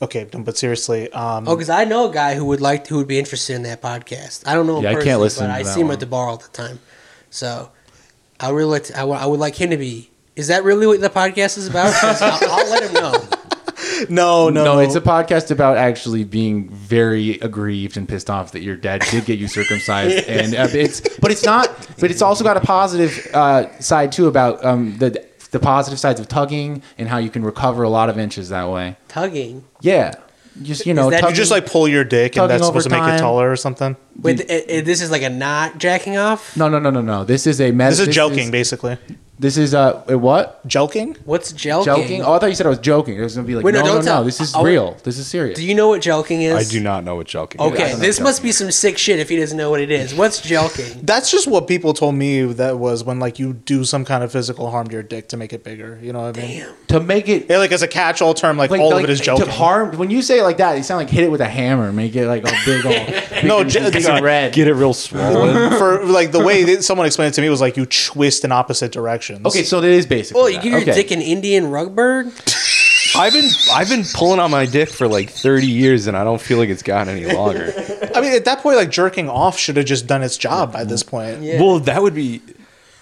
Speaker 2: Okay, no, but seriously, um,
Speaker 3: Oh, because I know a guy who would like who would be interested in that podcast. I don't know him
Speaker 1: Yeah, I can't
Speaker 3: personally,
Speaker 1: listen
Speaker 3: but
Speaker 1: to
Speaker 3: I
Speaker 1: that
Speaker 3: see him
Speaker 1: one.
Speaker 3: at the bar all the time. So I really
Speaker 1: [laughs]
Speaker 3: like to, I, wa- I would like him to be. Is that really what the podcast is about? 'Cause I'll, I'll let him know.
Speaker 2: No, no,
Speaker 1: No, it's a podcast about actually being very aggrieved and pissed off that your dad did get you
Speaker 3: [laughs]
Speaker 1: circumcised, and uh, it's but it's not, but it's also got a positive uh, side too about um, the the positive sides of tugging and how you can recover a lot of inches that way.
Speaker 3: tugging.
Speaker 1: Yeah, just you know,
Speaker 3: Is that-
Speaker 2: you just like pull your dick
Speaker 1: tugging
Speaker 2: and that's supposed
Speaker 1: over
Speaker 2: to make
Speaker 1: time.
Speaker 2: it taller or something.
Speaker 3: Wait, th- i- i- this is like a not jacking off.
Speaker 1: no, no, no, no, no. This is a med-
Speaker 2: This is joking, basically.
Speaker 1: This is uh, a what?
Speaker 2: Joking?
Speaker 3: What's jelking?
Speaker 1: Joking? Oh, I thought you said I was joking. It was gonna be like,
Speaker 3: Wait, no,
Speaker 1: no, no, no,
Speaker 3: don't tell-
Speaker 1: This is
Speaker 3: I- I-
Speaker 1: real. This is serious.
Speaker 3: Do you know what jelking is?
Speaker 5: I do not know what jelking is.
Speaker 3: Okay,
Speaker 5: I don't know
Speaker 3: this
Speaker 5: what
Speaker 3: must
Speaker 5: jelking
Speaker 3: be some sick shit if he doesn't know what it is. What's jelking? [laughs]
Speaker 2: That's just what people told me that was when like you do some kind of physical harm to your dick to make it bigger. You know what I mean?
Speaker 3: Damn.
Speaker 1: to make it
Speaker 2: Yeah, like as a catch-all term, like,
Speaker 1: like,
Speaker 2: all
Speaker 1: like,
Speaker 2: of it is
Speaker 1: to
Speaker 2: joking.
Speaker 1: harm when you say it like that, you sound like hit it with a hammer, make it like a big old
Speaker 2: No,
Speaker 1: big,
Speaker 2: j-
Speaker 1: big
Speaker 2: sorry.
Speaker 1: red.
Speaker 5: Get it real swollen.
Speaker 3: [laughs]
Speaker 2: For like the way that someone explained it to me was like you twist in opposite directions.
Speaker 1: Okay, so that is basically.
Speaker 3: Oh, you
Speaker 1: that.
Speaker 3: give your
Speaker 1: Okay.
Speaker 3: dick an Indian rug bird?
Speaker 5: [laughs] I've [laughs] been I've been pulling on my dick for like 30 years and I don't feel like it's gotten any [laughs] longer.
Speaker 2: I mean at that point, like jerking off should have just done its job by this point.
Speaker 3: Yeah.
Speaker 5: Well, that would be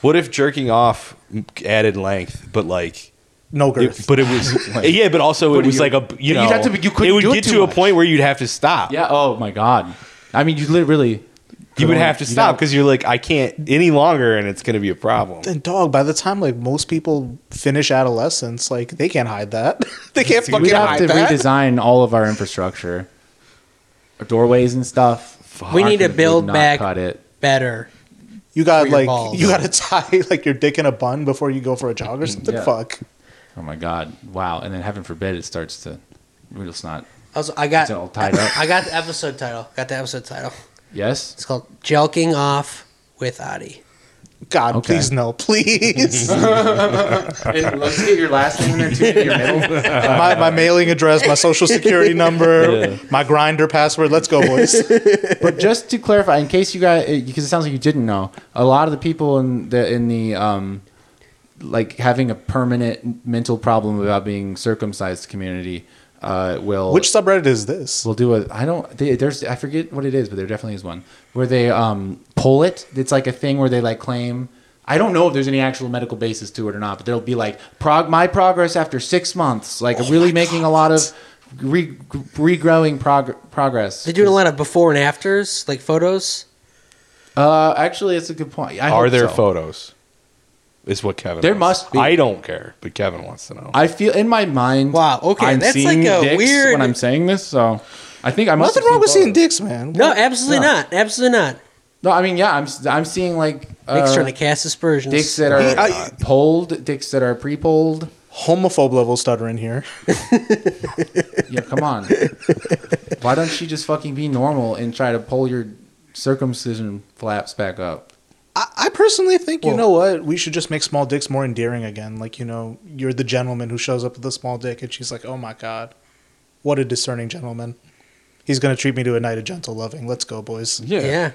Speaker 5: What if jerking off added length but like
Speaker 2: No
Speaker 5: it-
Speaker 2: girth.
Speaker 5: but
Speaker 1: [laughs]
Speaker 5: it was yeah, but also it was
Speaker 1: you-
Speaker 5: like a you know
Speaker 1: you'd have to be- you couldn't
Speaker 5: it would
Speaker 1: do it
Speaker 5: get
Speaker 1: too
Speaker 5: to a
Speaker 1: much.
Speaker 5: point where you'd have to stop.
Speaker 1: Yeah. Oh my God. I mean, you literally.
Speaker 5: you would have to
Speaker 1: you
Speaker 5: stop
Speaker 1: know-
Speaker 5: because you're like I can't any longer and it's gonna be a problem.
Speaker 2: and dog, by the time like most people finish adolescence, like they can't hide that. [laughs] they can't fucking
Speaker 1: We'd have
Speaker 2: hide
Speaker 1: to
Speaker 2: that.
Speaker 1: redesign all of our infrastructure, our doorways and stuff.
Speaker 3: We need to
Speaker 1: Fucking
Speaker 3: build
Speaker 1: would not
Speaker 3: back-
Speaker 1: Cut it.
Speaker 3: Better.
Speaker 2: You
Speaker 3: For
Speaker 2: got
Speaker 3: your
Speaker 2: like
Speaker 3: balls.
Speaker 2: you got to tie like your dick in a bun before you go for a jog or something.
Speaker 1: Yeah.
Speaker 2: Fuck.
Speaker 1: Oh my God! Wow. And then heaven forbid it starts to. We're just not.
Speaker 3: Also, I got
Speaker 1: It's all tied up.
Speaker 3: I got the episode title. Got the episode title.
Speaker 1: Yes.
Speaker 3: It's called Jelking Off with Adi.
Speaker 2: God,
Speaker 1: Okay.
Speaker 2: please no, please.
Speaker 1: [laughs] let's get your last name in there too. Your [laughs] middle.
Speaker 2: my, my mailing address, my
Speaker 3: [laughs]
Speaker 2: social security number, my grinder password. Let's go,
Speaker 1: [laughs]
Speaker 2: boys.
Speaker 1: but just to clarify, in case you guys, eh, because it sounds like you didn't know, a lot of the people in the in the um, like having a permanent mental problem about being circumcised community uh, will
Speaker 2: Which subreddit is this?
Speaker 1: will do a I don't they, there's I forget what it is, but there definitely is one where they um pull it. It's like a thing where they like claim. I don't know if there's any actual medical basis to it or not, but there'll be like prog my progress after six months, like really making a lot of re- regrowing prog- progress.
Speaker 3: They're doing a lot of before and afters, like photos.
Speaker 1: Uh, actually, it's a good point. I
Speaker 5: Are
Speaker 1: hope
Speaker 5: there
Speaker 1: so.
Speaker 5: photos? Is what Kevin.
Speaker 1: There
Speaker 5: wants.
Speaker 1: must be.
Speaker 5: I don't care, but Kevin wants to know.
Speaker 1: I feel in my mind.
Speaker 3: Wow, okay,
Speaker 1: I'm
Speaker 3: that's
Speaker 1: seeing
Speaker 3: like a
Speaker 1: dicks
Speaker 3: weird-
Speaker 1: when I'm saying this. So I think I must.
Speaker 2: Nothing
Speaker 1: have
Speaker 2: wrong with
Speaker 1: seen
Speaker 2: seeing
Speaker 1: photos.
Speaker 2: dicks, man.
Speaker 3: No, absolutely
Speaker 1: No.
Speaker 3: not. Absolutely not.
Speaker 1: No, I mean, yeah, I'm I'm seeing like
Speaker 3: Nick's
Speaker 1: uh,
Speaker 3: trying to cast aspersions.
Speaker 1: dicks that are
Speaker 2: I-
Speaker 1: uh, polled, dicks that are pre-polled.
Speaker 2: homophobe level stutter in here.
Speaker 1: Yeah, come
Speaker 3: [laughs]
Speaker 1: on. Why don't you just fucking be normal and try to pull your circumcision flaps back up?
Speaker 2: I, I personally think you
Speaker 3: Well-
Speaker 2: know what we should just make small dicks more endearing again. Like you know, you're the gentleman who shows up with a small dick, and she's like, "Oh my god, what a discerning gentleman." He's gonna treat me to a night of gentle loving. Let's go, boys.
Speaker 3: yeah.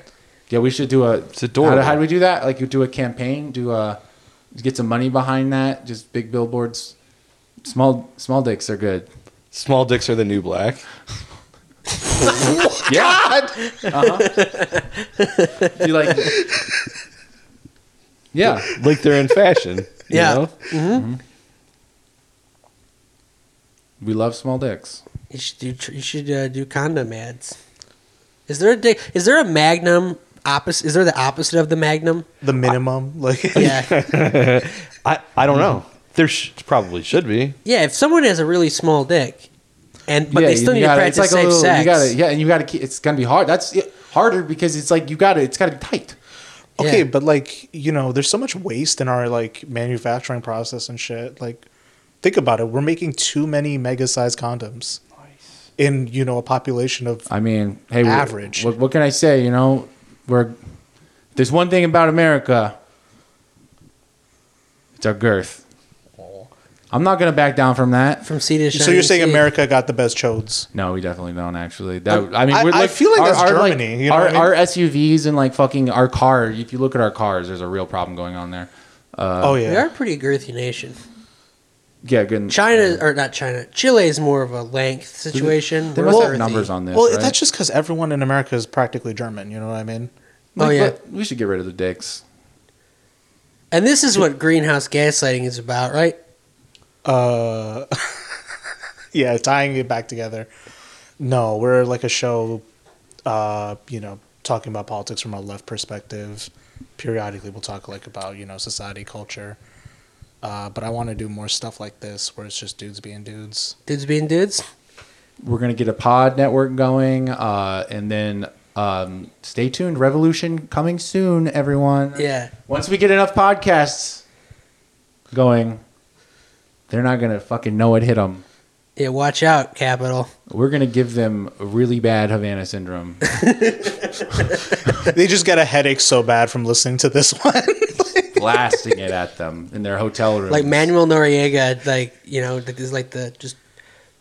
Speaker 1: Yeah, we should do a.
Speaker 5: adorable.
Speaker 1: How, do- how do we do that? Like, you do a campaign, do a, get some money behind that. Just big billboards. Small small dicks are good.
Speaker 5: Small dicks are the new black.
Speaker 1: Yeah. Uh-huh. you like Yeah.
Speaker 5: Like they're in
Speaker 1: [laughs]
Speaker 5: fashion. you
Speaker 3: Yeah.
Speaker 5: know?
Speaker 1: We love small dicks.
Speaker 3: You should do. tr- You should uh, do condom ads. Is there a dick? Is there a Magnum opposite? Is there the opposite of the Magnum?
Speaker 2: The minimum, like
Speaker 3: [laughs] Yeah,
Speaker 5: I, I don't know. There sh- probably should be.
Speaker 3: yeah. If someone has a really small dick, and but
Speaker 1: yeah,
Speaker 3: they still
Speaker 1: you
Speaker 3: need to
Speaker 1: gotta-
Speaker 3: practice safe
Speaker 1: little-
Speaker 3: sex.
Speaker 1: You gotta, yeah, and you gotta keep, it's gonna be hard. That's it, harder because it's like you gotta it's gotta be tight.
Speaker 2: [laughs] okay,
Speaker 3: Yeah.
Speaker 2: but like you know, there's so much waste in our like manufacturing process and shit. Like, think about it. We're making too many mega-sized condoms in you know a population of
Speaker 1: I mean, hey, wh-
Speaker 2: Average.
Speaker 1: What, what can I say? You know, we're there's one thing about America. It's our girth. I'm not gonna back down from that.
Speaker 3: From sea to shining
Speaker 2: So you're saying
Speaker 3: sea.
Speaker 2: America got the best chodes?
Speaker 1: No, we definitely don't actually. That I, mean,
Speaker 2: I-
Speaker 1: we're,
Speaker 2: I
Speaker 1: like,
Speaker 2: feel like that's Germany, you know
Speaker 1: our,
Speaker 2: what I mean?
Speaker 1: our SUVs and like fucking our car. If you look at our cars, there's a real problem going on there.
Speaker 2: oh
Speaker 3: We are a
Speaker 2: yeah,
Speaker 3: pretty girthy nation.
Speaker 1: Yeah, good.
Speaker 3: China or not China? Chile is more of a length situation.
Speaker 1: They
Speaker 3: We're
Speaker 1: must have
Speaker 3: girthy.
Speaker 1: numbers on this.
Speaker 2: well
Speaker 1: right?
Speaker 2: that's just because everyone in America is practically German. You know what I mean?
Speaker 3: Oh, yeah.
Speaker 1: but we should get rid of the dicks.
Speaker 3: And this is what greenhouse gaslighting is about, right?
Speaker 2: Uh, [laughs] yeah, tying it back together. No, we're like a show, uh, you know, talking about politics from a left perspective. Periodically, we'll talk like about you know society, culture. Uh, but I want to do more stuff like this, where it's just dudes being
Speaker 1: [laughs]
Speaker 2: dudes.
Speaker 3: Dudes being dudes.
Speaker 1: We're gonna get a pod network going, uh, and then um, stay tuned. Revolution coming soon, everyone.
Speaker 3: Yeah.
Speaker 1: Once we get enough podcasts going, they're not gonna fucking know it hit them.
Speaker 3: Yeah, watch out, Capital.
Speaker 1: We're gonna give them really bad Havana syndrome.
Speaker 2: they just got a headache so bad from listening to this [laughs] one.
Speaker 1: blasting it at them in their hotel room.
Speaker 3: Like Manuel Noriega, like you know, like, is like the just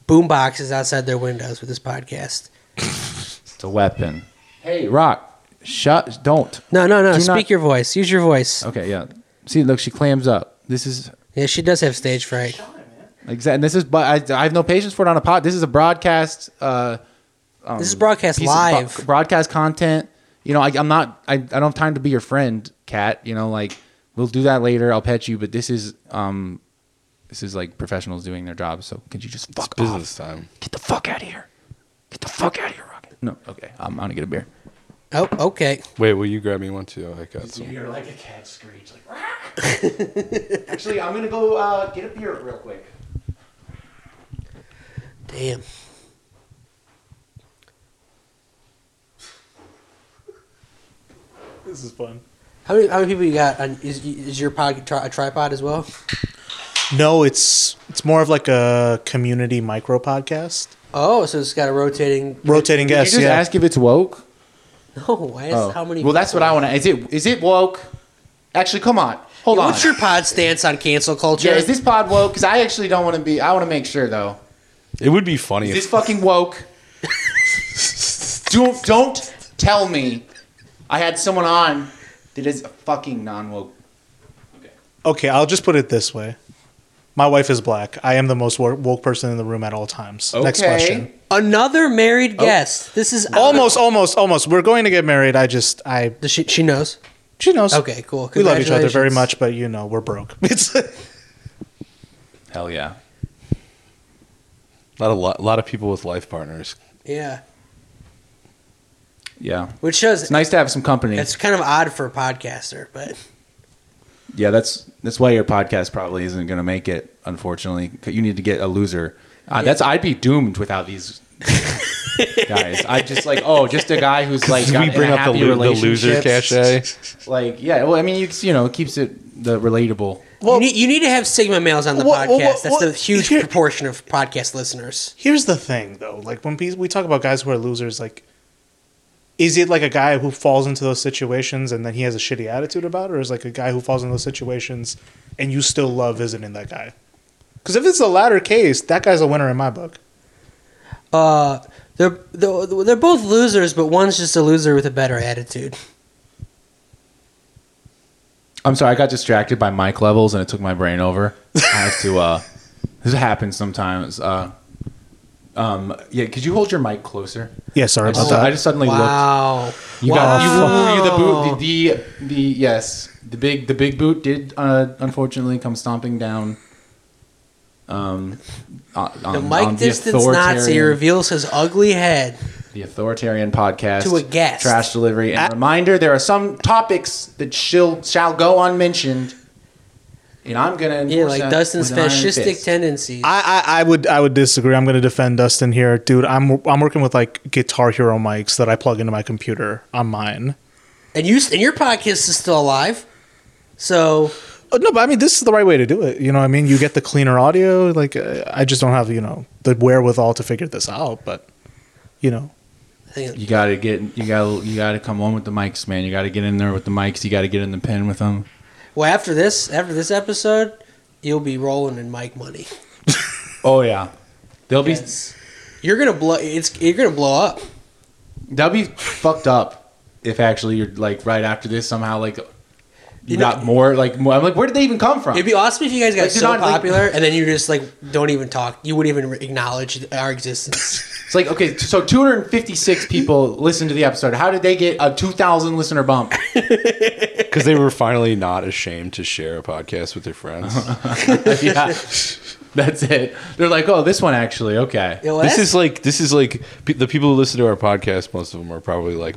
Speaker 3: boom boxes outside their windows with this podcast.
Speaker 1: it's a weapon. Hey, Rock, shut! Don't.
Speaker 3: No, no, no.
Speaker 1: Do
Speaker 3: Speak
Speaker 1: not- Oh.
Speaker 3: your voice. Use your voice.
Speaker 1: Okay, yeah. See, look, she clams up. This is
Speaker 3: Yeah, she does have stage fright.
Speaker 1: exactly. This is, but I, I have no patience for it on a pod. This is a broadcast. Uh, um,
Speaker 3: This is broadcast
Speaker 1: piece of bo-
Speaker 3: live.
Speaker 1: broadcast content. You know, I, I'm not. I, I don't have time to be your friend, Cat. You know, like we'll do that later. I'll pet you, but this is um, this is like professionals doing their job. So could you just fuck off?
Speaker 5: Business time.
Speaker 1: Get the fuck out of here. Get the fuck out of here, Rocket. No, okay. I'm gonna get a beer.
Speaker 3: Oh, okay.
Speaker 5: Wait, will you grab me one too? I got some.
Speaker 1: You're like a cat screech, like. [laughs] Actually, I'm gonna go uh, get a beer real quick.
Speaker 3: Damn.
Speaker 2: this is fun.
Speaker 3: How many, how many people you got? On, is, is your pod tri- a tripod as well?
Speaker 2: No, it's it's more of like a community micro podcast.
Speaker 3: Oh, so it's got a rotating. [laughs]
Speaker 2: Rotating
Speaker 1: Did you
Speaker 2: guests,
Speaker 1: just
Speaker 2: yeah.
Speaker 1: ask if it's woke?
Speaker 3: No, I asked
Speaker 1: Oh.
Speaker 3: how many.
Speaker 1: Well, that's what I want to. Is it is it woke? Actually, come on. Hold on.
Speaker 3: What's your pod stance on cancel culture?
Speaker 1: yeah, is this pod woke? Because I actually don't want to be. I want to make sure though.
Speaker 5: It would be funny
Speaker 1: Is this
Speaker 5: if
Speaker 1: fucking woke? [laughs] don't don't tell me. I had someone on that is a fucking non woke.
Speaker 2: Okay, I'll just put it this way. My wife is black. I am the most wo- woke person in the room at all times. Next
Speaker 1: Okay.
Speaker 2: question.
Speaker 3: Another married
Speaker 1: Oh.
Speaker 3: guest. This is
Speaker 2: Almost, almost, almost. We're going to get married. I just, I,
Speaker 3: Does She, she knows.
Speaker 2: she knows.
Speaker 3: Okay, cool.
Speaker 2: We love each other very
Speaker 3: Congratulations.
Speaker 2: much, but you know, we're broke. [laughs] It's
Speaker 1: Hell yeah.
Speaker 5: not a lot, a lot of people with life partners.
Speaker 3: Yeah,
Speaker 1: Yeah.
Speaker 3: which shows
Speaker 1: It's nice to have some company.
Speaker 3: it's kind of odd for a podcaster, but
Speaker 1: yeah, that's that's why your podcast probably isn't going to make it. Unfortunately, 'Cause you need to get a loser. Uh, That's I'd be doomed without
Speaker 5: [laughs]
Speaker 1: these guys. I just like oh, just a guy
Speaker 5: [laughs]
Speaker 1: who's [laughs] like got
Speaker 5: we bring
Speaker 1: in a
Speaker 5: up the,
Speaker 1: happy
Speaker 5: lo- the loser
Speaker 1: relationship. [laughs]
Speaker 5: cachet.
Speaker 1: Like yeah, well, I mean, you, you know, it keeps it the relatable.
Speaker 2: Well-
Speaker 3: you, need, you need to have sigma males on the
Speaker 2: Well,
Speaker 3: podcast.
Speaker 2: well, well,
Speaker 3: That's
Speaker 2: well,
Speaker 3: the huge
Speaker 2: [laughs] here-
Speaker 3: proportion of podcast listeners.
Speaker 2: Here's the thing, though. Like when pe- we talk about guys who are losers, like, is it like a guy who falls into those situations and then he has a shitty attitude about, it, or is like a guy who falls in those situations and you still love visiting that guy? Because if it's the latter case, that guy's a winner in my book.
Speaker 3: Uh, they're they're they're both losers, but one's just a loser with a better attitude.
Speaker 1: I'm sorry, I got distracted by mic levels and it took my brain over. I have to. uh [laughs] This happens sometimes. Uh, um, yeah, could you hold your mic closer?
Speaker 2: Yeah, sorry
Speaker 1: I
Speaker 2: about
Speaker 1: just,
Speaker 2: that.
Speaker 1: I just suddenly looked.
Speaker 3: Wow.
Speaker 1: You
Speaker 3: Wow.
Speaker 1: got you, you, the boot the, the the yes the big the big boot did uh, unfortunately come stomping down. Um, on,
Speaker 3: The
Speaker 1: on-
Speaker 3: Mike
Speaker 1: on
Speaker 3: Distance Nazi
Speaker 1: um, authoritarian-
Speaker 3: reveals his ugly head.
Speaker 1: the authoritarian podcast
Speaker 3: To a guest. Ah.
Speaker 1: trash delivery and reminder there are some topics that shall shall go unmentioned, and I'm gonna
Speaker 3: Yeah,
Speaker 1: enforce
Speaker 3: like
Speaker 1: that
Speaker 3: Dustin's
Speaker 1: with an iron
Speaker 3: fascistic
Speaker 1: fist.
Speaker 3: tendencies.
Speaker 2: I, I, I would I would disagree. I'm going to defend Dustin here, dude. I'm I'm working with like Guitar Hero mics that I plug into my computer on mine.
Speaker 3: and you and your podcast is still alive. So
Speaker 2: Oh, no, but I mean this is the right way to do it. You know, what I mean, you get the cleaner audio. Like uh, I just don't have you know the wherewithal to figure this out. But you know,
Speaker 3: I think
Speaker 1: You gotta get you gotta you gotta come on with the mics, man. You gotta get in there with the mics. You gotta get in the pen with them.
Speaker 3: Well, after this, after this episode, you'll be rolling in Mike money.
Speaker 1: Oh yeah, they'll be
Speaker 3: Yes. You're gonna blow. It's you're gonna blow up.
Speaker 1: That'd be fucked up if actually you're like right after this somehow like you,
Speaker 3: You know-
Speaker 1: got more like more. I'm like, where did they even come from?
Speaker 3: It'd be awesome if you guys got
Speaker 1: Like, you're
Speaker 3: so
Speaker 1: not, like-
Speaker 3: popular, and then you just like don't even talk. You wouldn't even acknowledge our existence.
Speaker 1: it's like okay, so 256 people listened to the episode. How did they get a 2,000 listener
Speaker 3: [laughs]
Speaker 1: bump? [laughs]
Speaker 5: Because they were finally not ashamed to share a podcast with their friends.
Speaker 1: yeah, That's it. They're like, oh, this one actually. Okay.
Speaker 3: You know,
Speaker 5: this
Speaker 3: that's-
Speaker 5: is like this is like pe- the people who listen to our podcast. Most of them are probably like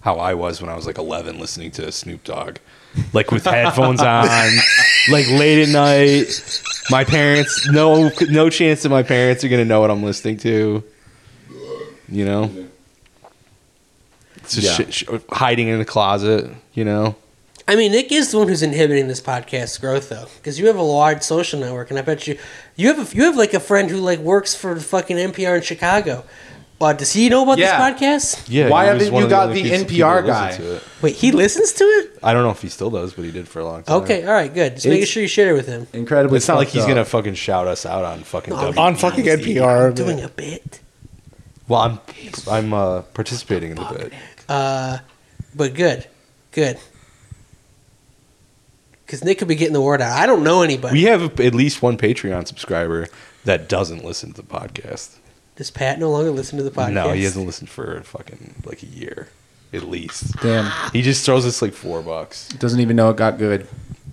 Speaker 5: how I was when I was like 11, listening to Snoop Dogg, like with [laughs] headphones on, like late at night. My parents, no, no chance that my parents are gonna know what I'm listening to. You know, it's just
Speaker 1: Yeah.
Speaker 5: shit, sh- hiding in the closet. You know,
Speaker 3: I mean, Nick is the one who's inhibiting this podcast's growth, though, because you have a large social network, and I bet you, you have a, you have like a friend who like works for fucking NPR in Chicago. Uh, does he know about
Speaker 1: Yeah.
Speaker 3: this podcast?
Speaker 5: yeah.
Speaker 1: Why
Speaker 5: he was
Speaker 1: haven't
Speaker 5: one
Speaker 1: you
Speaker 5: of the
Speaker 1: got
Speaker 5: only
Speaker 1: the
Speaker 5: few people
Speaker 1: NPR
Speaker 5: that listened
Speaker 1: guy?
Speaker 5: to it.
Speaker 3: Wait, he listens to it?
Speaker 5: I don't know if he still does, but he did for a long time.
Speaker 3: Okay, all right, good. Just making
Speaker 1: It's-
Speaker 3: sure you share it with him.
Speaker 1: Incredibly.
Speaker 5: It's not like
Speaker 1: fucked
Speaker 5: he's
Speaker 1: up.
Speaker 5: gonna fucking shout us out on fucking
Speaker 3: No,
Speaker 5: W.
Speaker 2: on fucking
Speaker 3: I'm
Speaker 2: NPR. but-
Speaker 3: doing a bit,
Speaker 5: Well, I'm I'm uh, participating in the bit.
Speaker 3: uh, but good, good. Because Nick could be getting the word out. I don't know anybody.
Speaker 5: We have at least one Patreon subscriber that doesn't listen to the podcast.
Speaker 3: does Pat no longer listen to the podcast?
Speaker 5: No, he hasn't listened for fucking like a year, at least.
Speaker 1: Damn.
Speaker 5: He just throws us like four bucks.
Speaker 1: Doesn't even know it got good.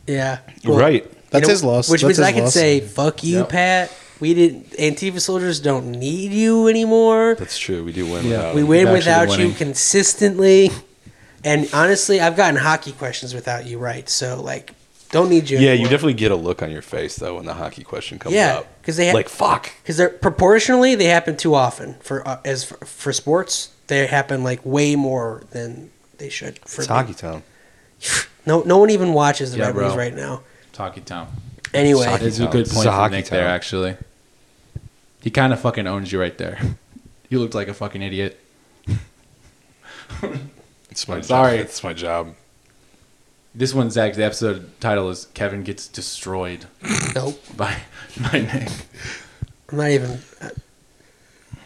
Speaker 3: Yeah, Well,
Speaker 5: Right.
Speaker 2: That's
Speaker 3: You know,
Speaker 2: his loss.
Speaker 3: Which
Speaker 2: That's
Speaker 3: means
Speaker 2: his
Speaker 3: I can
Speaker 2: loss.
Speaker 3: say, "Fuck you,
Speaker 1: Yep.
Speaker 3: Pat. We didn't. Antifa soldiers don't need you anymore.
Speaker 5: That's true. We do win
Speaker 1: Yeah.
Speaker 5: without.
Speaker 3: We
Speaker 5: him.
Speaker 3: win
Speaker 1: actually
Speaker 3: without you
Speaker 1: winning.
Speaker 3: consistently." And honestly, I've gotten hockey questions without you, right? So like, don't need you.
Speaker 5: yeah, you
Speaker 3: anymore.
Speaker 5: definitely get a look on your face though when the hockey question comes
Speaker 3: Yeah,
Speaker 5: up.
Speaker 3: 'cause they ha-
Speaker 5: like fuck.
Speaker 3: because they're proportionally they happen too often for uh, as for, for sports they happen like way more than they should. For
Speaker 5: It's
Speaker 3: me.
Speaker 5: hockey town.
Speaker 3: No, no one even watches the
Speaker 1: Yeah,
Speaker 3: Red Wings
Speaker 1: bro.
Speaker 3: right now.
Speaker 1: Talkie Town.
Speaker 3: Anyway,
Speaker 5: Hockey
Speaker 1: It's a
Speaker 5: town.
Speaker 1: good
Speaker 5: This is
Speaker 1: point
Speaker 5: a
Speaker 1: from
Speaker 5: hockey
Speaker 1: Nick
Speaker 5: town.
Speaker 1: there, actually. He kind of fucking owns you right there. [laughs] You looked like a fucking idiot.
Speaker 5: It's my
Speaker 1: I'm
Speaker 5: job.
Speaker 1: sorry.
Speaker 5: It's my job.
Speaker 1: This one, Zach, the episode title is Kevin Gets Destroyed
Speaker 3: nope.
Speaker 1: by, [laughs] by Nick.
Speaker 3: I'm not even. Uh,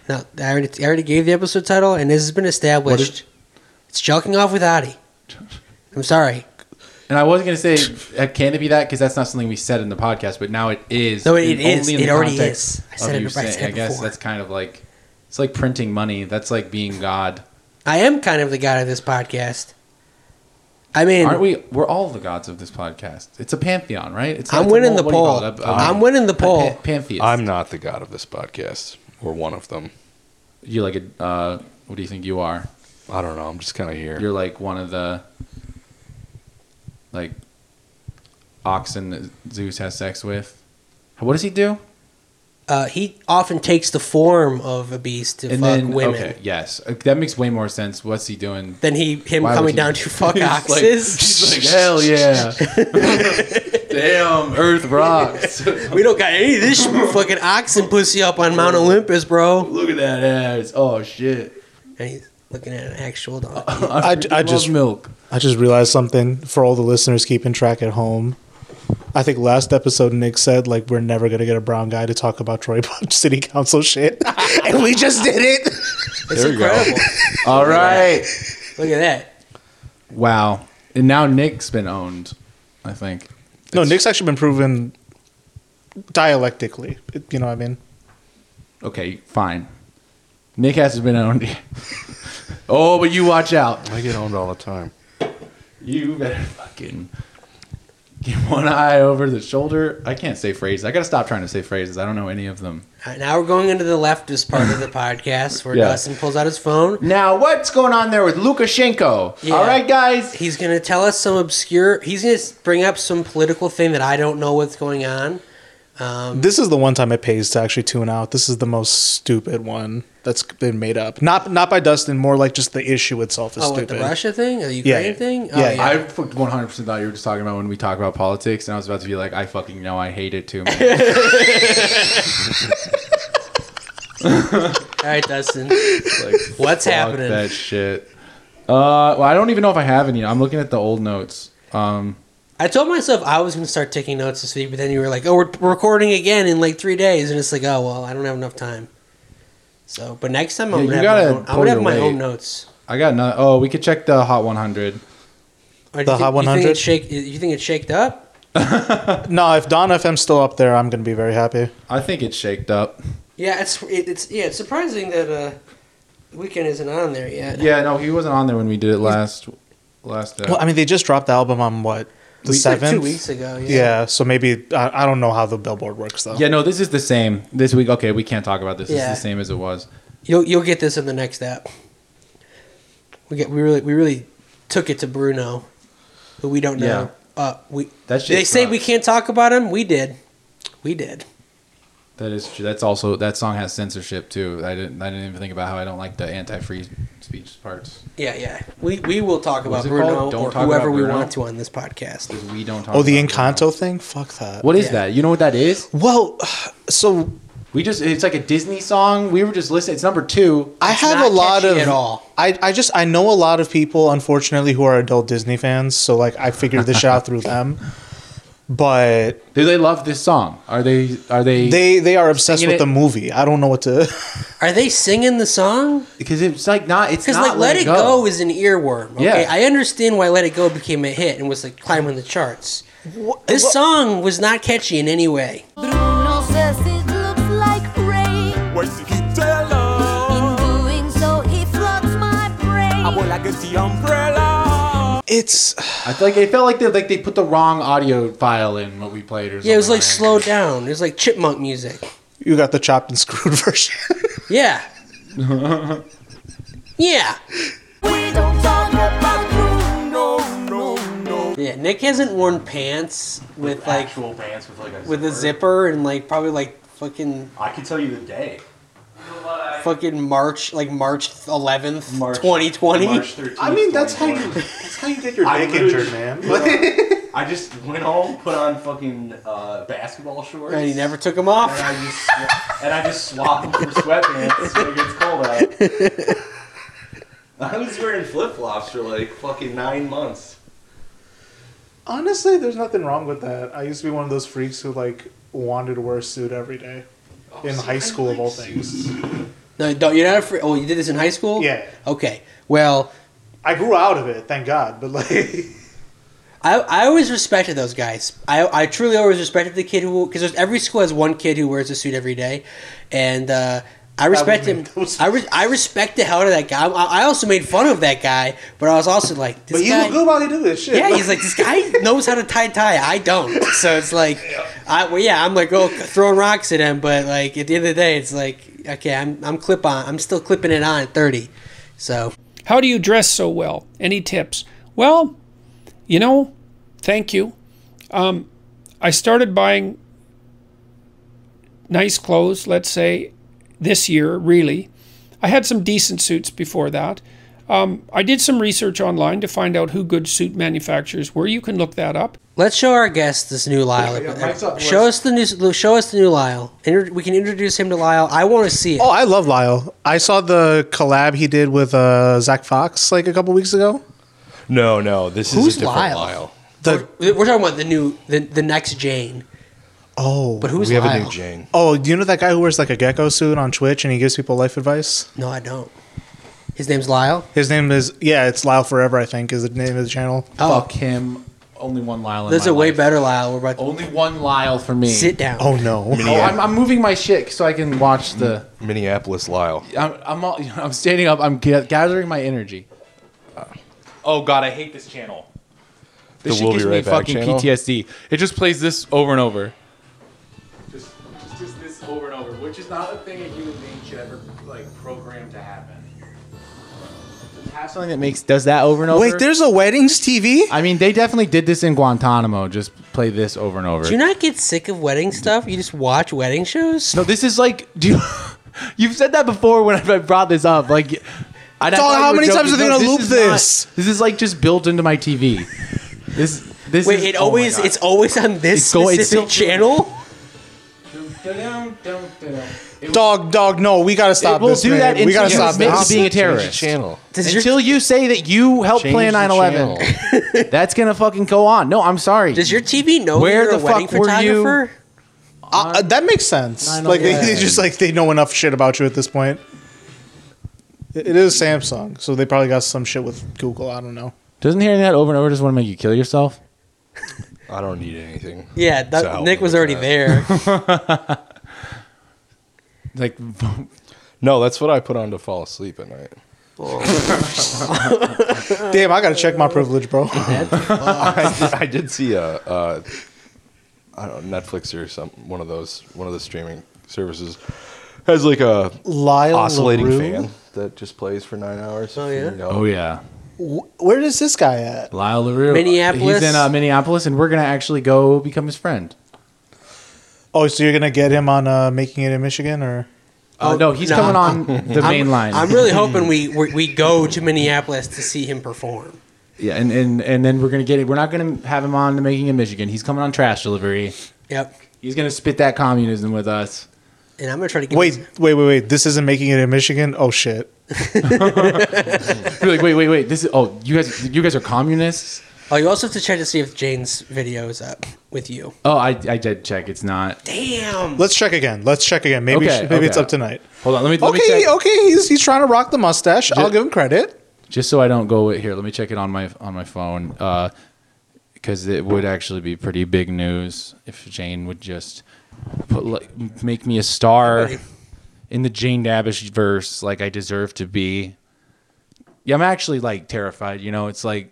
Speaker 3: no, I already, I already gave the episode title, and this has been established. it's joking off
Speaker 1: [laughs]
Speaker 3: with Adi. I'm sorry.
Speaker 1: And I was going to say, uh, can it be that? Because that's not something we said in the podcast, but now it is.
Speaker 3: No, it
Speaker 1: And
Speaker 3: is.
Speaker 1: only in
Speaker 3: It
Speaker 1: the
Speaker 3: already
Speaker 1: context
Speaker 3: is. I
Speaker 1: of
Speaker 3: said it
Speaker 1: you
Speaker 3: before. I
Speaker 1: saying-
Speaker 3: said it
Speaker 1: I guess
Speaker 3: before.
Speaker 1: that's kind of like, it's like printing money. That's like being God.
Speaker 3: I am kind of the god of this podcast. I mean,
Speaker 1: Aren't we? We're all the gods of this podcast. It's a pantheon, right? It's
Speaker 3: I'm
Speaker 1: it's a
Speaker 3: winning
Speaker 1: whole-
Speaker 3: the
Speaker 1: what do you call
Speaker 3: poll.
Speaker 1: it? uh, A- a-
Speaker 3: I'm winning the
Speaker 1: a
Speaker 3: poll.
Speaker 1: pan- pantheist.
Speaker 5: I'm not the god of this podcast or one of them.
Speaker 1: you like a uh, what do you think you are
Speaker 5: I don't know. I'm just kind of here.
Speaker 1: you're like one of the like oxen that zeus has sex with what does he do
Speaker 3: uh, he often takes the form of a beast to fuck women.
Speaker 1: yes Uh, that makes way more sense what's he [laughs] doing
Speaker 3: Then he, him
Speaker 1: Why would
Speaker 3: coming
Speaker 1: he- [laughs]
Speaker 3: down to fuck
Speaker 1: He's like- [laughs]
Speaker 3: oxes.
Speaker 1: like hell [laughs] yeah damn earth rocks
Speaker 3: we don't got any of this [laughs] fucking oxen pussy up on Mount Olympus, bro.
Speaker 1: [laughs] look at that ass oh shit
Speaker 3: And he's looking at an actual dog.
Speaker 1: [laughs] i,
Speaker 2: I just-
Speaker 1: milk
Speaker 2: I just realized something for all the listeners keeping track at home. I think last episode Nick said like we're never gonna get a brown guy to talk about Troy Pub [laughs] City Council shit, [laughs] and we just did it.
Speaker 3: It's
Speaker 5: There you go.
Speaker 3: incredible.
Speaker 1: all right
Speaker 3: Look at that.
Speaker 1: wow and now nick's been owned i think
Speaker 2: No, Nick's actually been proven dialectically. You know what I mean?
Speaker 1: Okay, fine. Nick hasn't been owned. [laughs] oh, but you watch out.
Speaker 5: I get owned all the time.
Speaker 1: You better fucking get one eye over the shoulder. I can't say phrases. I gotta stop trying to say phrases. I don't know any of them.
Speaker 3: All right, Uh, now we're going into the leftist part
Speaker 1: [laughs]
Speaker 3: of the podcast where
Speaker 1: Yeah.
Speaker 3: Dustin pulls out his phone
Speaker 1: Now, what's going on there with Lukashenko?
Speaker 3: Yeah.
Speaker 1: All right, guys.
Speaker 3: He's going to tell us some obscure. He's going to bring up some political thing that I don't know what's going on. Um,
Speaker 2: This is the one time it pays to actually tune out. This is the most stupid one that's been made up. Not not by Dustin, more like just the issue itself is
Speaker 3: oh, what,
Speaker 2: stupid.
Speaker 3: the Russia thing, the Ukraine
Speaker 2: yeah.
Speaker 3: thing.
Speaker 2: Yeah,
Speaker 3: oh,
Speaker 2: yeah.
Speaker 1: I fuck- 100% thought you were just talking about when we talk about politics, and I was about to be like, I fucking know, I hate it too.
Speaker 3: [laughs]
Speaker 1: much.
Speaker 3: All right,
Speaker 1: [laughs]
Speaker 3: Dustin,
Speaker 1: like,
Speaker 3: what's
Speaker 1: fuck
Speaker 3: happening?
Speaker 1: That shit. Uh, well, I don't even know if I have any. I'm looking at the old notes. Um,
Speaker 3: I told myself I was going to start taking notes this week, but then you were like, "Oh, we're recording again in like three days," and it's like, "Oh, well, I don't have enough time." So, but next time I'm
Speaker 1: Yeah,
Speaker 3: going
Speaker 1: you
Speaker 3: to have,
Speaker 1: gotta
Speaker 3: my own, I'm
Speaker 1: pull
Speaker 3: gonna have
Speaker 1: your
Speaker 3: my
Speaker 1: weight.
Speaker 3: own notes.
Speaker 1: I got another. Oh, we could check the Hot 100.
Speaker 3: Or do you
Speaker 2: The
Speaker 3: think-
Speaker 2: Hot
Speaker 3: You think
Speaker 2: 100?
Speaker 3: it's shake? You think it's shaked up?
Speaker 2: no, if Don FM's still up there, I'm gonna be very happy.
Speaker 1: I think it's shaked up.
Speaker 3: Yeah, it's it, it's yeah, it's surprising that uh, weekend isn't on there yet.
Speaker 1: Yeah, no, he wasn't on there when we did it last. Last. Uh,
Speaker 2: Well, I mean, they just dropped the album on what the
Speaker 3: It's like
Speaker 2: seventh.
Speaker 3: two weeks ago. Yeah.
Speaker 2: Yeah. so maybe I, I don't know how the billboard works though.
Speaker 1: Yeah, no, this is the same. This week, okay, we can't talk about this.
Speaker 3: Yeah.
Speaker 1: It's the same as it was.
Speaker 3: You'll you'll get this in the next app. We get we really we really took it to Bruno, who we don't know. Uh, we
Speaker 1: That shit
Speaker 3: they say
Speaker 1: sucks.
Speaker 3: we can't talk about him. We did, we did.
Speaker 1: That is true. That's also that song has censorship too. I didn't. I didn't even think about how I don't like the anti-free speech parts.
Speaker 3: Yeah, yeah. We we will talk about
Speaker 1: What's it
Speaker 3: Bruno
Speaker 1: called? Don't
Speaker 3: or
Speaker 1: talk
Speaker 3: whoever
Speaker 1: about
Speaker 3: we
Speaker 1: Bruno?
Speaker 3: want to on this podcast.
Speaker 1: We don't talk.
Speaker 2: Oh, the
Speaker 1: about it right
Speaker 2: Encanto thing? Fuck that.
Speaker 1: now. What is
Speaker 3: Yeah.
Speaker 1: that? You know what that is?
Speaker 2: Well, so
Speaker 1: We just. It's like a Disney song. We were just listening. It's number two.
Speaker 2: I
Speaker 3: It's
Speaker 2: have
Speaker 3: not
Speaker 2: a lot
Speaker 3: catchy
Speaker 2: of
Speaker 3: at all.
Speaker 2: I, I just I know a lot of people unfortunately who are adult Disney fans, so like I figured this shit out through them. But
Speaker 1: Do they love this song? Are they? Are they?
Speaker 2: they they are obsessed
Speaker 1: Singing
Speaker 2: with the
Speaker 1: it-
Speaker 2: movie. I don't know what to
Speaker 3: Are they singing the song?
Speaker 1: Because it's like not. It's
Speaker 3: Because
Speaker 1: not
Speaker 3: like Let It Go. is an earworm. Okay,
Speaker 1: Yeah.
Speaker 3: I understand why Let It Go became a hit and was like climbing the charts.
Speaker 2: [laughs]
Speaker 3: This song was not catchy in any way.
Speaker 6: Bruno says it looks like rain.
Speaker 4: Pues quítela.
Speaker 6: In doing so, he floods my brain.
Speaker 4: Abuela que si umbrella.
Speaker 2: It's
Speaker 1: I feel like it felt like they like they put the wrong audio file in what we played or something.
Speaker 3: Yeah, it was like
Speaker 1: slow
Speaker 3: slowed down. It was like chipmunk music.
Speaker 2: you got the chopped and screwed [laughs] version.
Speaker 7: [laughs]
Speaker 3: Yeah. yeah.
Speaker 6: We don't talk about Bruno.
Speaker 4: No, no, no.
Speaker 3: Yeah. Nick hasn't worn pants with, like
Speaker 7: actual pants with like a
Speaker 3: with a zipper and like probably like fucking
Speaker 7: I can tell you the day.
Speaker 3: fucking March like March eleventh,
Speaker 7: March-
Speaker 3: twenty twenty.
Speaker 7: March 13th,
Speaker 2: I mean, that's how you
Speaker 7: 2020.
Speaker 2: that's how you get your
Speaker 7: I
Speaker 2: dick
Speaker 7: literally-
Speaker 2: injured, man.
Speaker 7: I just went home, put on fucking uh, basketball shorts.
Speaker 3: And he never took them off.
Speaker 7: And I just and I just swapped them for sweatpants when it gets cold out. I was wearing flip flops for like fucking nine months.
Speaker 2: Honestly, there's nothing wrong with that. I used to be one of those freaks who like wanted to wear a suit every day
Speaker 3: Oh,
Speaker 2: in high school of all things.
Speaker 3: No, don't, you're not a free. Oh, you did this in high school?
Speaker 2: Yeah.
Speaker 3: Okay. Well,
Speaker 2: I grew out of it, thank God. But like,
Speaker 3: I, I always respected those guys. I, I truly always respected the kid who because every school has one kid who wears a suit every day, and uh, I respect
Speaker 2: me. [laughs]
Speaker 3: him.
Speaker 2: That was-
Speaker 3: I, re- I respect the hell out of that guy. I, I also made fun of that guy, but I was also like, this
Speaker 2: but [laughs] you
Speaker 3: guy.
Speaker 2: look good while you do this shit.
Speaker 3: Yeah, he's like this guy knows how to tie tie. I don't, so it's like, I well, yeah, I'm like oh throwing rocks at him, but like at the end of the day, it's like okay, I'm I'm clip on, I'm still clipping it on at thirty, so
Speaker 8: How do you dress so well? Any tips? Well, you know, thank you. Um, I started buying nice clothes, let's say, this year, really. I had some decent suits before that. Um, I did some research online to find out who good suit manufacturers were. You can look that up.
Speaker 3: Let's show our guest this new Lyle.
Speaker 1: mic's up,
Speaker 3: show us the new. Show us the new Lyle. Inter- we can introduce him to Lyle. I want to see it.
Speaker 2: Oh, I love Lyle. I saw the collab he did with uh, Zach Fox like a couple weeks ago.
Speaker 5: No, no, this
Speaker 3: Who's
Speaker 5: is a different
Speaker 3: Lyle?
Speaker 5: Lyle.
Speaker 2: The
Speaker 3: We're talking about the new, the, the next Jane.
Speaker 2: oh,
Speaker 3: But who's
Speaker 5: We have
Speaker 3: Lyle?
Speaker 5: a new Jane.
Speaker 2: oh, do you know that guy who wears like a gecko suit on Twitch and he gives people life advice?
Speaker 3: No, I don't. His name's Lyle.
Speaker 2: His name is yeah, it's Lyle Forever. I think is the name of the channel.
Speaker 3: Oh,
Speaker 1: Fuck him. Only one Lyle. in
Speaker 3: there's
Speaker 1: my
Speaker 3: a way
Speaker 1: life.
Speaker 3: better Lyle. We're about to
Speaker 1: Only one Lyle for me.
Speaker 3: sit down.
Speaker 2: Oh no,
Speaker 1: Oh, I'm, I'm moving my shit so I can watch the.
Speaker 5: Minneapolis Lyle.
Speaker 1: I'm I'm, all, [laughs] I'm standing up. I'm ga- gathering my energy.
Speaker 7: Oh god, I hate this channel.
Speaker 1: This
Speaker 5: The
Speaker 1: shit
Speaker 5: We'll
Speaker 1: gives
Speaker 5: Be
Speaker 1: me
Speaker 5: Right Back
Speaker 1: fucking
Speaker 5: channel?
Speaker 1: PTSD. It just plays this over and over. Just, just, just this over and over, which is not a thing a human being should ever like program to happen. Have something that makes does that over and over.
Speaker 2: wait, there's a weddings TV.
Speaker 1: I mean, they definitely did this in Guantanamo. Just play this over and over.
Speaker 3: Do you not get sick of wedding stuff? You just watch wedding shows?
Speaker 1: no, this is like do you. [laughs] You've said that before when I brought this up. Like, I I
Speaker 2: all-
Speaker 1: thought you
Speaker 2: how
Speaker 1: were
Speaker 2: many times are they gonna
Speaker 1: this
Speaker 2: loop
Speaker 1: is not-
Speaker 2: this?
Speaker 1: this is like just built into my TV. This, this.
Speaker 3: Wait,
Speaker 1: is,
Speaker 3: it
Speaker 1: oh my
Speaker 3: always
Speaker 1: God.
Speaker 3: it's always on this
Speaker 1: It's go- it's
Speaker 3: specific
Speaker 1: still-
Speaker 3: channel.
Speaker 2: Dog, dog, no,
Speaker 3: Oh,
Speaker 2: we gotta stop
Speaker 1: It will
Speaker 2: this.
Speaker 1: do
Speaker 2: man.
Speaker 1: that
Speaker 2: we gotta
Speaker 1: until
Speaker 2: stop
Speaker 1: you admit
Speaker 2: this.
Speaker 1: to being a terrorist.
Speaker 5: Change the channel.
Speaker 3: Does your
Speaker 1: Until you say that you helped
Speaker 5: Change
Speaker 1: plan
Speaker 5: the
Speaker 1: 9/11, [laughs] that's gonna fucking go on. No, I'm sorry.
Speaker 3: does your TV know
Speaker 1: Where
Speaker 3: you're a
Speaker 1: the
Speaker 3: wedding
Speaker 1: fuck were you?
Speaker 3: photographer?
Speaker 2: Uh, uh, that makes sense.
Speaker 1: Nine
Speaker 2: Like they,
Speaker 1: eleven.
Speaker 2: they just like they know enough shit about you at this point. It it is Samsung, so they probably got some shit with Google. I don't know.
Speaker 1: Doesn't hearing that over and over just want to make you kill yourself?
Speaker 5: I don't need anything.
Speaker 3: Yeah, that,
Speaker 5: So I'll
Speaker 3: Nick was
Speaker 5: look
Speaker 3: already
Speaker 1: [laughs]
Speaker 5: at
Speaker 3: there.
Speaker 1: Like,
Speaker 5: No, that's what I put on to fall asleep at night.
Speaker 3: people.
Speaker 1: Uh,
Speaker 2: Damn, I gotta check my privilege, bro.
Speaker 1: [laughs]
Speaker 5: [laughs] I, did, I did see a, a I don't know, Netflix or some one of those one of the streaming services has like a
Speaker 2: Lyle
Speaker 5: oscillating
Speaker 2: LaRue?
Speaker 5: fan that just plays for nine hours.
Speaker 3: Oh, yeah?
Speaker 1: Oh yeah,
Speaker 2: Wh- Where is this guy at?
Speaker 1: Lyle Larue.
Speaker 3: Minneapolis.
Speaker 1: He's in uh, Minneapolis, and we're gonna actually go become his friend.
Speaker 2: Oh, so you're gonna get him on uh, making it in Michigan, or
Speaker 1: Uh,
Speaker 3: Oh,
Speaker 1: no, he's
Speaker 3: no,
Speaker 1: coming
Speaker 3: [laughs] I'm-
Speaker 1: on the
Speaker 3: I'm-
Speaker 1: main line.
Speaker 3: I'm really hoping we, we we go to Minneapolis to see him perform.
Speaker 1: yeah, and, and and then we're gonna get it. We're not gonna have him on the Making in Michigan. He's coming on Trash Delivery.
Speaker 3: Yep.
Speaker 1: He's gonna spit that communism with us.
Speaker 3: And I'm gonna try to get
Speaker 2: wait, wait, wait, wait. This isn't making it in Michigan. Oh shit.
Speaker 1: We're like, wait, wait, wait. This is oh, you guys, you guys are communists.
Speaker 3: Oh, you also have to check to see if Jane's video is up with you.
Speaker 1: Oh, I, I did check. It's not.
Speaker 3: Damn.
Speaker 2: Let's check again. Let's check again. Maybe
Speaker 1: Okay,
Speaker 2: maybe it's
Speaker 1: okay.
Speaker 2: up tonight.
Speaker 1: Hold on, let me let me
Speaker 2: Okay,
Speaker 1: check.
Speaker 2: okay. He's he's trying to rock the mustache. I'll give him credit.
Speaker 1: Just so I don't go with- here, let me check it on my on my phone. Uh, because it would actually be pretty big news if Jane would just put like, make me a star in the Jane Dabish verse, like I deserve to be. Yeah, I'm actually like terrified. You know, it's like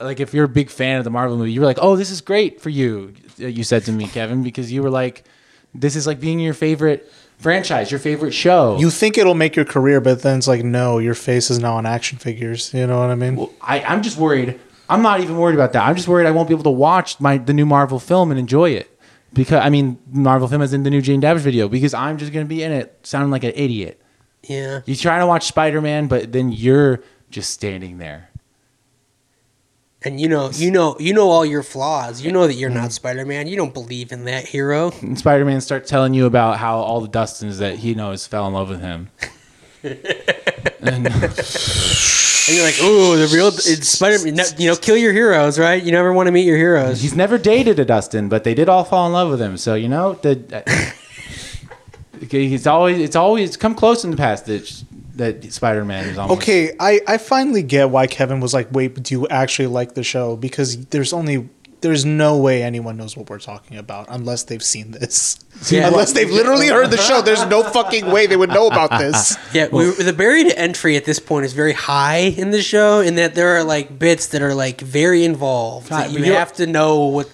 Speaker 1: like if you're a big fan of the Marvel movie, you were like, "Oh, this is great for you." uh, You said to me, Kevin, because you were like, "This is like being your favorite franchise, your favorite show."
Speaker 2: You think it'll make your career, but then it's like, no, your face is now on action figures. You know what I mean?
Speaker 1: I, I'm just worried. I'm not even worried about that. I'm just worried I won't be able to watch my the new Marvel film and enjoy it because I mean Marvel film is in the new Jane Davis video because I'm just gonna be in it sounding like an idiot.
Speaker 3: Yeah.
Speaker 1: You're trying to watch Spider Man, but then you're just standing there.
Speaker 3: And you know, you know, you know all your flaws. You know that you're not Spider-Man. You don't believe in that hero.
Speaker 1: And Spider Man starts telling you about how all the Dustins that he knows fell in love with him.
Speaker 3: And you're like, ooh, the real it's Spider-Man. No, You know, kill your heroes, right? You never want to meet your heroes.
Speaker 1: He's never dated a Dustin, but they did all fall in love with him. So you know the. Okay, he's always [laughs] it's always come close in the past that that Spider Man is almost
Speaker 2: Okay, I, I finally get why Kevin was like, wait, do you actually like the show? Because there's only there's no way anyone knows what we're talking about unless they've seen this.
Speaker 3: Yeah.
Speaker 2: [laughs] Unless they've literally heard the show, there's no fucking way they would know about this.
Speaker 3: Yeah, we, the barrier to entry at this point is very high in the show, in that there are like bits that are like very involved.
Speaker 1: God,
Speaker 3: that
Speaker 1: but
Speaker 3: you
Speaker 1: you're-
Speaker 3: have to know what's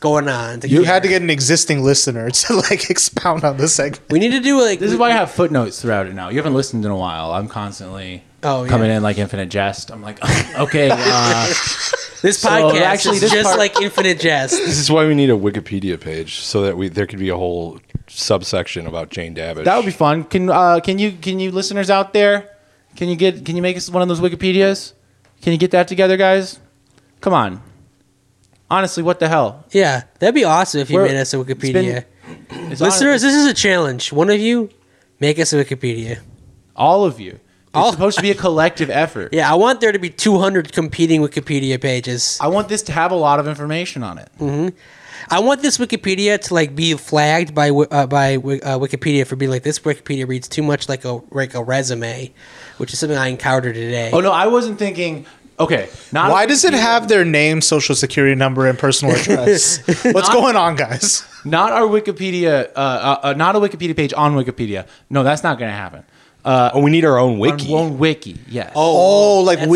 Speaker 3: going on. to
Speaker 2: You
Speaker 3: care.
Speaker 2: had to get an existing listener to like [laughs] expound on this segment.
Speaker 3: We need to do like
Speaker 1: This is why I have footnotes throughout it now. You haven't listened in a while. I'm constantly
Speaker 3: Oh, yeah.
Speaker 1: coming in like Infinite Jest. I'm like, [laughs] okay, uh,
Speaker 3: this
Speaker 1: So,
Speaker 3: podcast
Speaker 1: actually,
Speaker 3: is
Speaker 1: this
Speaker 3: just
Speaker 1: part-
Speaker 3: like Infinite Jest.
Speaker 5: This is why we need a Wikipedia page so that we there could be a whole subsection about Jane
Speaker 1: [laughs]
Speaker 5: Davish.
Speaker 1: that would be fun. Can uh, can you can you listeners out there? Can you get can you make us one of those Wikipedias? Can you get that together, guys? Come on. Honestly, what the hell?
Speaker 3: Yeah, that'd be awesome if you
Speaker 1: We're-
Speaker 3: made us a
Speaker 1: it's
Speaker 3: Wikipedia.
Speaker 1: been- It's
Speaker 3: Listeners,
Speaker 1: hon-
Speaker 3: this is a challenge. One of you, make us a Wikipedia.
Speaker 1: all of you. It's
Speaker 3: All-
Speaker 1: supposed to be a collective effort.
Speaker 3: [laughs] Yeah, I want there to be 200 competing Wikipedia pages.
Speaker 1: I want this to have a lot of information on it.
Speaker 3: I want this Wikipedia to like be flagged by Wi- uh, by Wi- uh, Wikipedia for being like this Wikipedia reads too much like a like a resume, which is something I encountered today.
Speaker 1: Oh no, I wasn't thinking. Okay, not
Speaker 2: Why does it have their name, social security number, and personal address? What's going on, guys?
Speaker 1: not our Wikipedia, uh, uh, uh, not a Wikipedia page on Wikipedia. No, that's not going to happen.
Speaker 5: oh, we need our own
Speaker 1: Wiki.
Speaker 5: wiki.
Speaker 1: On one wiki, yes.
Speaker 2: Oh, like
Speaker 3: that's-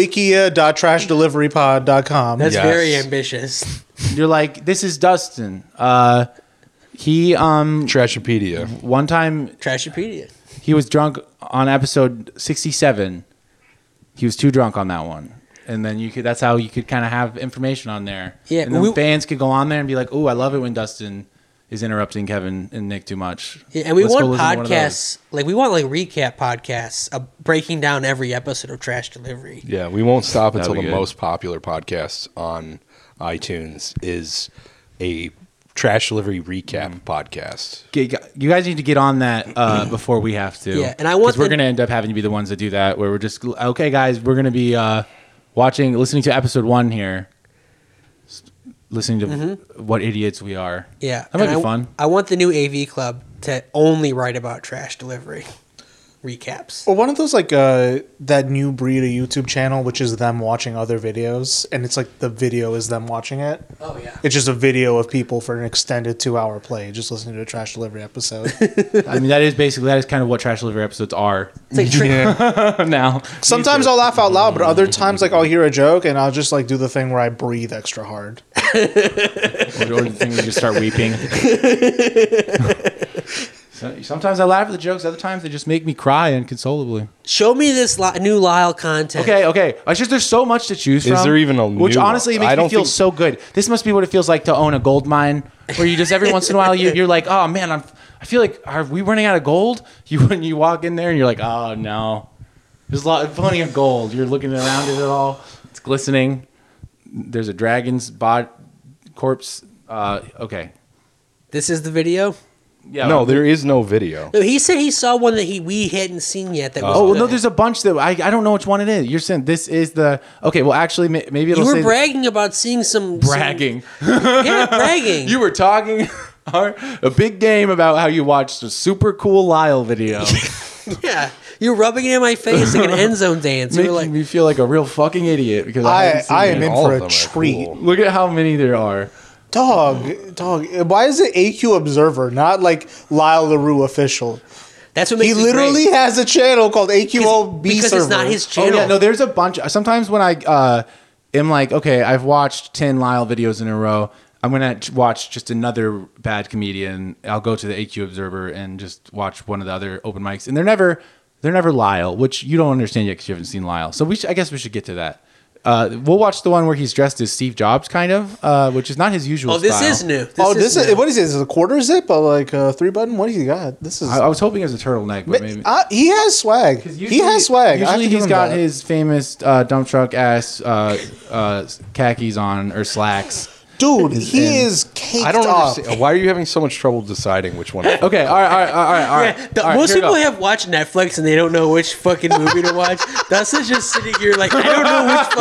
Speaker 2: wikia.trashdeliverypod.com.
Speaker 3: That's
Speaker 5: yes.
Speaker 3: very ambitious.
Speaker 1: you're like this is Dustin. Uh, he um
Speaker 5: Trashopedia.
Speaker 1: one time
Speaker 3: Trashopedia.
Speaker 1: he was drunk on episode 67. He was too drunk on that one. And then you could that's how you could kind of have information on there.
Speaker 3: Yeah,
Speaker 1: and then
Speaker 3: we-
Speaker 1: fans could go on there and be like, "Oh, I love it when Dustin is interrupting Kevin and Nick too much."
Speaker 3: Yeah, and we
Speaker 1: Let's go
Speaker 3: want
Speaker 1: listen to one of those.
Speaker 3: podcasts like we want like recap podcasts uh, breaking down every episode of Trash Delivery.
Speaker 5: Yeah, we won't stop until
Speaker 1: be
Speaker 5: the
Speaker 1: good.
Speaker 5: most popular podcast on iTunes is a trash delivery
Speaker 1: Mm.
Speaker 5: recap podcast.
Speaker 1: Get- you guys need to get on that
Speaker 3: [clears throat]
Speaker 1: uh, before we have to.
Speaker 3: Yeah, and I want
Speaker 1: 'Cause we're
Speaker 3: the-
Speaker 1: going to end up having to be the ones that do that, where we're just okay, guys. We're going to be uh, watching, listening to episode one here, s- listening to what idiots we are.
Speaker 3: Mm-hmm. Yeah,
Speaker 1: that might
Speaker 3: and
Speaker 1: be
Speaker 3: I-
Speaker 1: fun.
Speaker 3: I want the new AV Club to only write about trash delivery. recaps.
Speaker 2: Or one of those like uh that new breed of YouTube channel, which is them watching other videos, and it's like the video is them watching it.
Speaker 3: Oh yeah.
Speaker 2: It's just a video of people for an extended two-hour play, just listening to a trash delivery
Speaker 3: [laughs]
Speaker 2: episode.
Speaker 1: I mean, that is basically that is kind of what trash delivery episodes are [laughs]
Speaker 3: It's like trick-
Speaker 1: now. [laughs]
Speaker 2: Sometimes I'll laugh out loud, but other times like I'll hear a joke and I'll just like do the thing where I breathe extra hard.
Speaker 1: or, or the thing where you just start
Speaker 3: [laughs]
Speaker 1: weeping. So- Sometimes I laugh at the jokes. Other times they just make me cry inconsolably.
Speaker 3: [laughs] Show me this li- new Lyle content.
Speaker 1: Okay, okay. It's just there's so much to choose
Speaker 5: Is
Speaker 1: from.
Speaker 5: there even a
Speaker 1: which
Speaker 5: new
Speaker 1: honestly
Speaker 5: one?
Speaker 1: makes
Speaker 5: I
Speaker 1: me
Speaker 5: don't
Speaker 1: feel
Speaker 5: think-
Speaker 1: so good. This must be what it feels like to own a gold mine, where you just every once in a while you, you're like, oh man, I'm I feel like are we running out of gold? You when you walk in there and you're like, oh no, there's a lot plenty of gold. You're looking around at it all. It's glistening. There's a dragon's bod corpse. Uh, okay.
Speaker 3: This is the video.
Speaker 1: Yeah.
Speaker 5: no, there is no video.
Speaker 3: No, he said he saw one that he we hadn't seen yet. That was
Speaker 1: Oh well,
Speaker 3: good.
Speaker 1: no, there's a bunch that I, I don't know which one it is. You're saying this is the okay. Well, actually, may- maybe it'll
Speaker 3: You were
Speaker 1: say
Speaker 3: bragging about seeing some some-
Speaker 1: bragging.
Speaker 3: [laughs] yeah, bragging.
Speaker 1: You were talking [laughs] a big game about how you watched a super cool Lyle video,
Speaker 3: yeah, you're rubbing it in my face like an
Speaker 1: [laughs]
Speaker 3: end zone dance. You
Speaker 1: making
Speaker 3: were like,
Speaker 1: me feel like a real fucking idiot because I,
Speaker 2: I
Speaker 1: hadn't seen
Speaker 2: I
Speaker 1: it.
Speaker 2: am in
Speaker 5: All
Speaker 2: for
Speaker 5: of
Speaker 2: a
Speaker 5: them are
Speaker 2: treat.
Speaker 5: cool.
Speaker 1: Look at how many there are.
Speaker 2: Dog, dog. Why is it AQ Observer, not like Lyle Larue official?
Speaker 3: that's what makes
Speaker 2: He
Speaker 3: it great.
Speaker 2: literally has a channel called AQOB
Speaker 3: because
Speaker 2: server.
Speaker 3: it's not his
Speaker 1: Oh
Speaker 3: channel.
Speaker 1: yeah, no, there's a bunch. Sometimes when I uh, am like, okay, I've watched ten Lyle videos in a row. I'm gonna ch- watch just another bad comedian. I'll go to the AQ Observer and just watch one of the other open mics, and they're never they're never Lyle, which you don't understand yet because you haven't seen Lyle. So we should, I guess we should get to that. Uh, we'll watch the one where he's dressed as Steve Jobs, kind of, uh, which is not his usual.
Speaker 3: oh, this
Speaker 1: style.
Speaker 3: is new.
Speaker 2: oh, this is,
Speaker 3: new.
Speaker 2: what is it? Is it a quarter zip or like a three button? What do you got? This is.
Speaker 1: I, I was hoping it was a turtleneck, but maybe.
Speaker 2: Uh, he has swag.
Speaker 1: 'Cause
Speaker 2: he has swag. I have
Speaker 1: Usually
Speaker 2: to give
Speaker 1: he's
Speaker 2: him
Speaker 1: got
Speaker 2: that.
Speaker 1: his famous uh, dump truck ass uh, uh, khakis on or slacks.
Speaker 2: dude. he
Speaker 1: in.
Speaker 2: is caked
Speaker 5: I don't
Speaker 2: up.
Speaker 5: understand. Why are you having so much trouble deciding which
Speaker 1: [laughs]
Speaker 5: one?
Speaker 1: Okay, all right, all right, all right, all right.
Speaker 3: The-
Speaker 1: all right,
Speaker 3: most
Speaker 1: here we
Speaker 3: people
Speaker 1: go.
Speaker 3: have watched Netflix and they don't know which fucking movie to watch. Dustin's just sitting here like, I don't know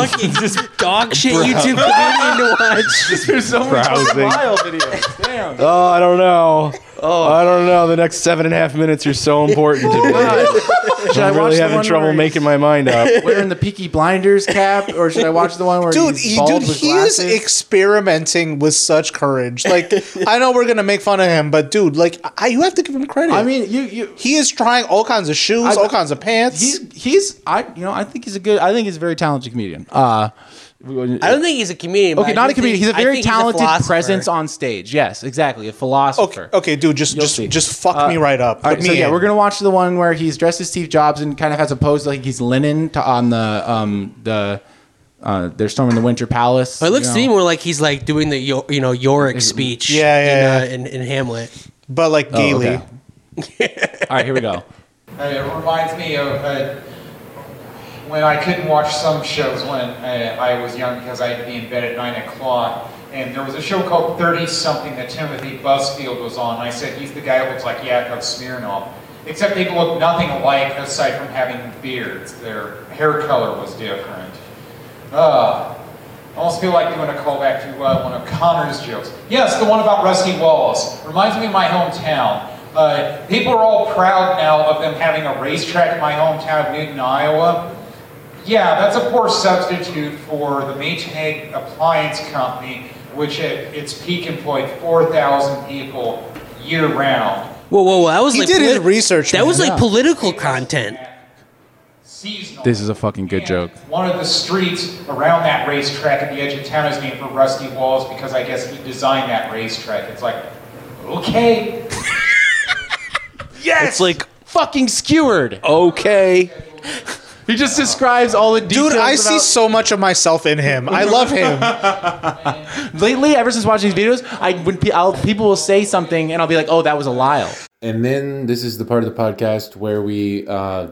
Speaker 1: [laughs]
Speaker 3: which fucking dog shit YouTube comedian to
Speaker 1: [laughs]
Speaker 3: watch.
Speaker 1: There's so
Speaker 5: Browsing.
Speaker 1: Lyle
Speaker 5: [laughs]
Speaker 1: videos. Damn.
Speaker 5: Oh, I don't know. Oh, I don't know. The next seven and a half minutes are so
Speaker 1: [laughs]
Speaker 5: important to me.
Speaker 1: Should I
Speaker 5: I'm
Speaker 1: watch
Speaker 5: really
Speaker 1: the
Speaker 5: having
Speaker 1: one
Speaker 5: trouble
Speaker 1: where
Speaker 5: making my mind up.
Speaker 1: [laughs] he's wearing the Peaky Blinders cap, or should I watch the one where
Speaker 2: Dude,
Speaker 1: he's
Speaker 2: he,
Speaker 1: bald
Speaker 2: dude,
Speaker 1: with
Speaker 2: he is
Speaker 1: glasses?
Speaker 2: experimenting with such courage.
Speaker 1: [laughs]
Speaker 2: Like, I know we're gonna make fun of him, but dude, like, I, you have to give him credit.
Speaker 1: I mean, you you
Speaker 2: he is trying all kinds of shoes,
Speaker 1: I've-
Speaker 2: all kinds of pants.
Speaker 1: he's he's I you know I think he's a good I think he's a very talented comedian. Uh,
Speaker 3: I don't think he's a comedian. but
Speaker 1: okay,
Speaker 3: I
Speaker 1: not
Speaker 3: do
Speaker 1: a comedian.
Speaker 3: think-
Speaker 1: He's a
Speaker 3: I
Speaker 1: very
Speaker 3: think he's a
Speaker 1: talented
Speaker 3: philosopher.
Speaker 1: presence on stage. Yes, exactly, a
Speaker 2: okay,
Speaker 1: philosopher.
Speaker 2: okay, dude, just just
Speaker 1: see.
Speaker 2: just fuck
Speaker 1: Uh,
Speaker 2: me right up.
Speaker 1: All
Speaker 2: Put
Speaker 1: right,
Speaker 2: me
Speaker 1: so yeah,
Speaker 2: in.
Speaker 1: we're gonna watch the one where he's dressed as Steve Jobs and kind of has a pose like he's linen to, on the um the uh, they're storming the Winter Palace.
Speaker 3: But it looks
Speaker 1: you
Speaker 3: to me
Speaker 1: know.
Speaker 3: more like he's like doing the Yo- you know Yorick speech.
Speaker 2: Yeah, yeah,
Speaker 3: in, uh, in, in Hamlet.
Speaker 2: but like
Speaker 1: Oh,
Speaker 2: gaily.
Speaker 1: okay. [laughs] All right, here we go.
Speaker 9: Uh, It reminds me of uh, when I couldn't watch some shows when uh, I was young because I had to be in bed at 9 o'clock. And there was a show called 30 Something that Timothy Busfield was on. I said, he's the guy who looks like Yakov Smirnoff. Except they looked nothing alike aside from having beards. Their hair color was different. Uh, I almost feel like doing a callback to uh, one of Connor's jokes. Yes, the one about Rusty Wallace. Reminds me of my hometown. Uh, people are all proud now of them having a racetrack in my hometown of Newton, Iowa. Yeah, that's a poor substitute for the Maytag Appliance Company, which at its peak employed 4,000 people year round.
Speaker 3: Whoa, whoa, whoa! That was
Speaker 2: He
Speaker 3: like
Speaker 2: did his research,
Speaker 3: That
Speaker 2: man.
Speaker 3: was like political content.
Speaker 9: Seasonal.
Speaker 1: This is a fucking good
Speaker 9: And
Speaker 1: joke.
Speaker 9: One of the streets around that racetrack at the edge of town is named for Rusty Walls because I guess he designed that racetrack. It's like, okay,
Speaker 5: It's like
Speaker 1: Fucking skewered.
Speaker 5: okay.
Speaker 1: He just describes all the details.
Speaker 2: Dude, I see
Speaker 1: about-
Speaker 2: so much of myself
Speaker 1: [laughs]
Speaker 2: in him. I love him.
Speaker 1: lately ever since watching these videos. I when pe- I'll, people will say something and I'll be like, "Oh, that was a Lyle."
Speaker 10: and then this is the part of the podcast where we uh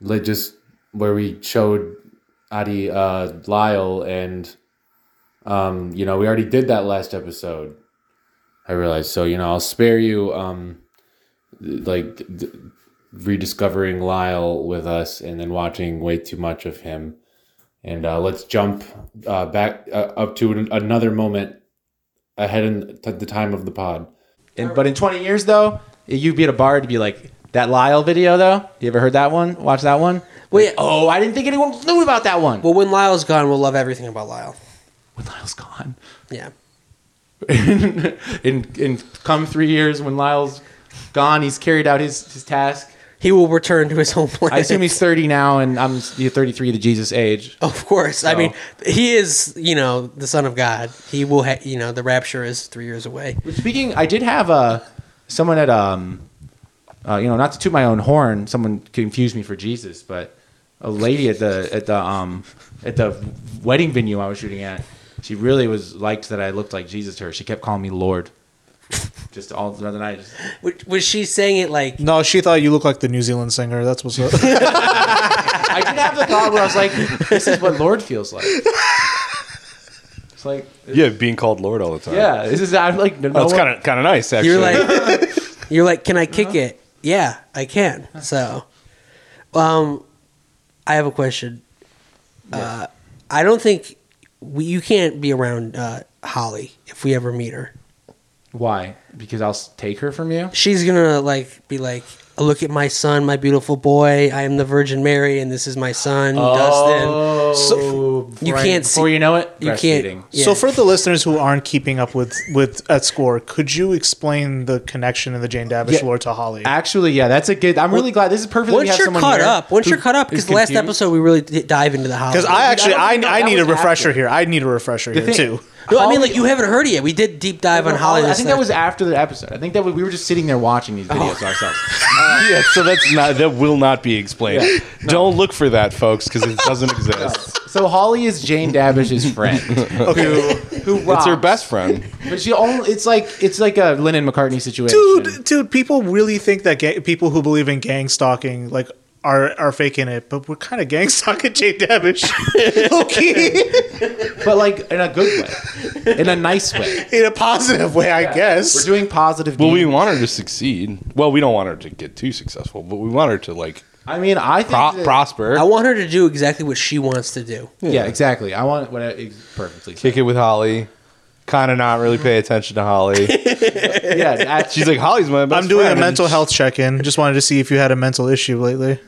Speaker 10: like just where we showed Adi uh Lyle and um you know we already did that last episode I realized so you know I'll spare you um like th- rediscovering Lyle with us and then watching way too much of him and uh, let's jump uh, back uh, up to an- another moment ahead in t- the time of the pod
Speaker 1: And, but in 20 years though, you'd be at a bar to be like, That Lyle video though, you ever heard that one? Watch that one.
Speaker 3: Well, yeah.
Speaker 1: Oh, I didn't think anyone knew about that one.
Speaker 3: Well, when Lyle's gone, we'll love everything about Lyle.
Speaker 1: When Lyle's gone,
Speaker 3: Yeah.
Speaker 1: in in come three years when Lyle's gone, he's carried out his his task.
Speaker 3: He will return to his home planet.
Speaker 1: I assume he's thirty now, and I'm thirty three, the Jesus age.
Speaker 3: Of course. I
Speaker 1: So-
Speaker 3: mean, he is, you know, the son of God. He will, ha- you know, the rapture is three years away.
Speaker 1: But Speaking, I did have uh, someone at um, uh, you know, not to toot my own horn, someone confused me for Jesus, but a lady at the at the um at the wedding venue I was shooting at, she really was liked that I looked like Jesus to her. She kept calling me Lord, just all the other night. Just,
Speaker 3: Was- Was she saying it
Speaker 1: [laughs]
Speaker 3: like,
Speaker 2: No, she thought you looked like the New Zealand singer. That's what's up.
Speaker 1: I did have the thought where I was like, this is what Lord feels like. It's like,
Speaker 5: Yeah, being called Lord all the time.
Speaker 1: yeah, this is I'm like, no,
Speaker 5: That's
Speaker 1: one-
Speaker 5: kind of kind of nice actually.
Speaker 3: you're like, you're like, can I kick
Speaker 1: Uh-huh.
Speaker 3: it? Yeah, I can. So, um, I have a question. Uh, I don't think we, you can't be around uh, Holly if we ever meet her.
Speaker 1: why? Because I'll s- take her from you.
Speaker 3: She's gonna like be like, "Oh, look at my son, my beautiful boy. I am the Virgin Mary, and this is my son, Dustin.
Speaker 1: so,
Speaker 3: you can't see-
Speaker 1: Before you know it,
Speaker 3: You can't.
Speaker 1: Oh. breastfeeding.
Speaker 3: yeah.
Speaker 2: So for the listeners who aren't keeping up with with at score, could you explain the connection in the Jane Davish
Speaker 1: Yeah.
Speaker 2: lore to Holly?
Speaker 1: Actually, yeah, that's a good. I'm really glad this is perfect. that we
Speaker 3: once
Speaker 1: have
Speaker 3: you're
Speaker 1: someone
Speaker 3: caught
Speaker 1: here
Speaker 3: up, once
Speaker 1: who
Speaker 3: you're caught up, because
Speaker 1: is
Speaker 3: the last
Speaker 1: confused.
Speaker 3: episode we really did dive into the Holly.
Speaker 2: Because I actually, I,
Speaker 1: don't know,
Speaker 2: I
Speaker 1: that
Speaker 2: need a
Speaker 1: was
Speaker 2: refresher
Speaker 1: after.
Speaker 2: here. I need a refresher here
Speaker 1: thing-
Speaker 2: too.
Speaker 3: no, I mean like you haven't heard it yet. We did deep dive on Holly. Oh.
Speaker 1: I
Speaker 3: this
Speaker 1: think that
Speaker 3: last-
Speaker 1: was after the episode. I think that we we were just sitting there watching these videos ourselves.
Speaker 5: [laughs] yeah, so that's not that will not be explained. [laughs] Don't look for that, folks, because it
Speaker 1: [laughs]
Speaker 5: doesn't exist.
Speaker 1: So Holly is Jane Davish's friend, [laughs]
Speaker 3: [laughs]
Speaker 1: who who rocks.
Speaker 5: It's her best friend.
Speaker 1: But she only it's like it's like a Lennon McCartney situation.
Speaker 2: Dude, dude, people really think that ga- people who believe in gang stalking like are are faking it, but we're kind of gang stalking [laughs] Jane Davish, okay,
Speaker 1: but like in a good way, in a nice way.
Speaker 2: in a positive way, I
Speaker 1: We're
Speaker 2: guess.
Speaker 1: doing positive.
Speaker 5: Well, we
Speaker 1: deeds.
Speaker 5: want her to succeed. Well, we don't want her to get too successful, but we want her to like
Speaker 1: I mean, I think
Speaker 5: pro-
Speaker 1: that-
Speaker 5: prosper.
Speaker 3: I want her to do exactly what she wants to do.
Speaker 1: Yeah, exactly. I want what I, perfectly.
Speaker 5: Kick it with Holly. Kind of not really pay attention to Holly.
Speaker 1: Yeah, that-
Speaker 5: She's like, Holly's my best
Speaker 2: I'm doing a
Speaker 5: friend," and
Speaker 2: mental health check-in. Just wanted to see if you had a mental issue lately.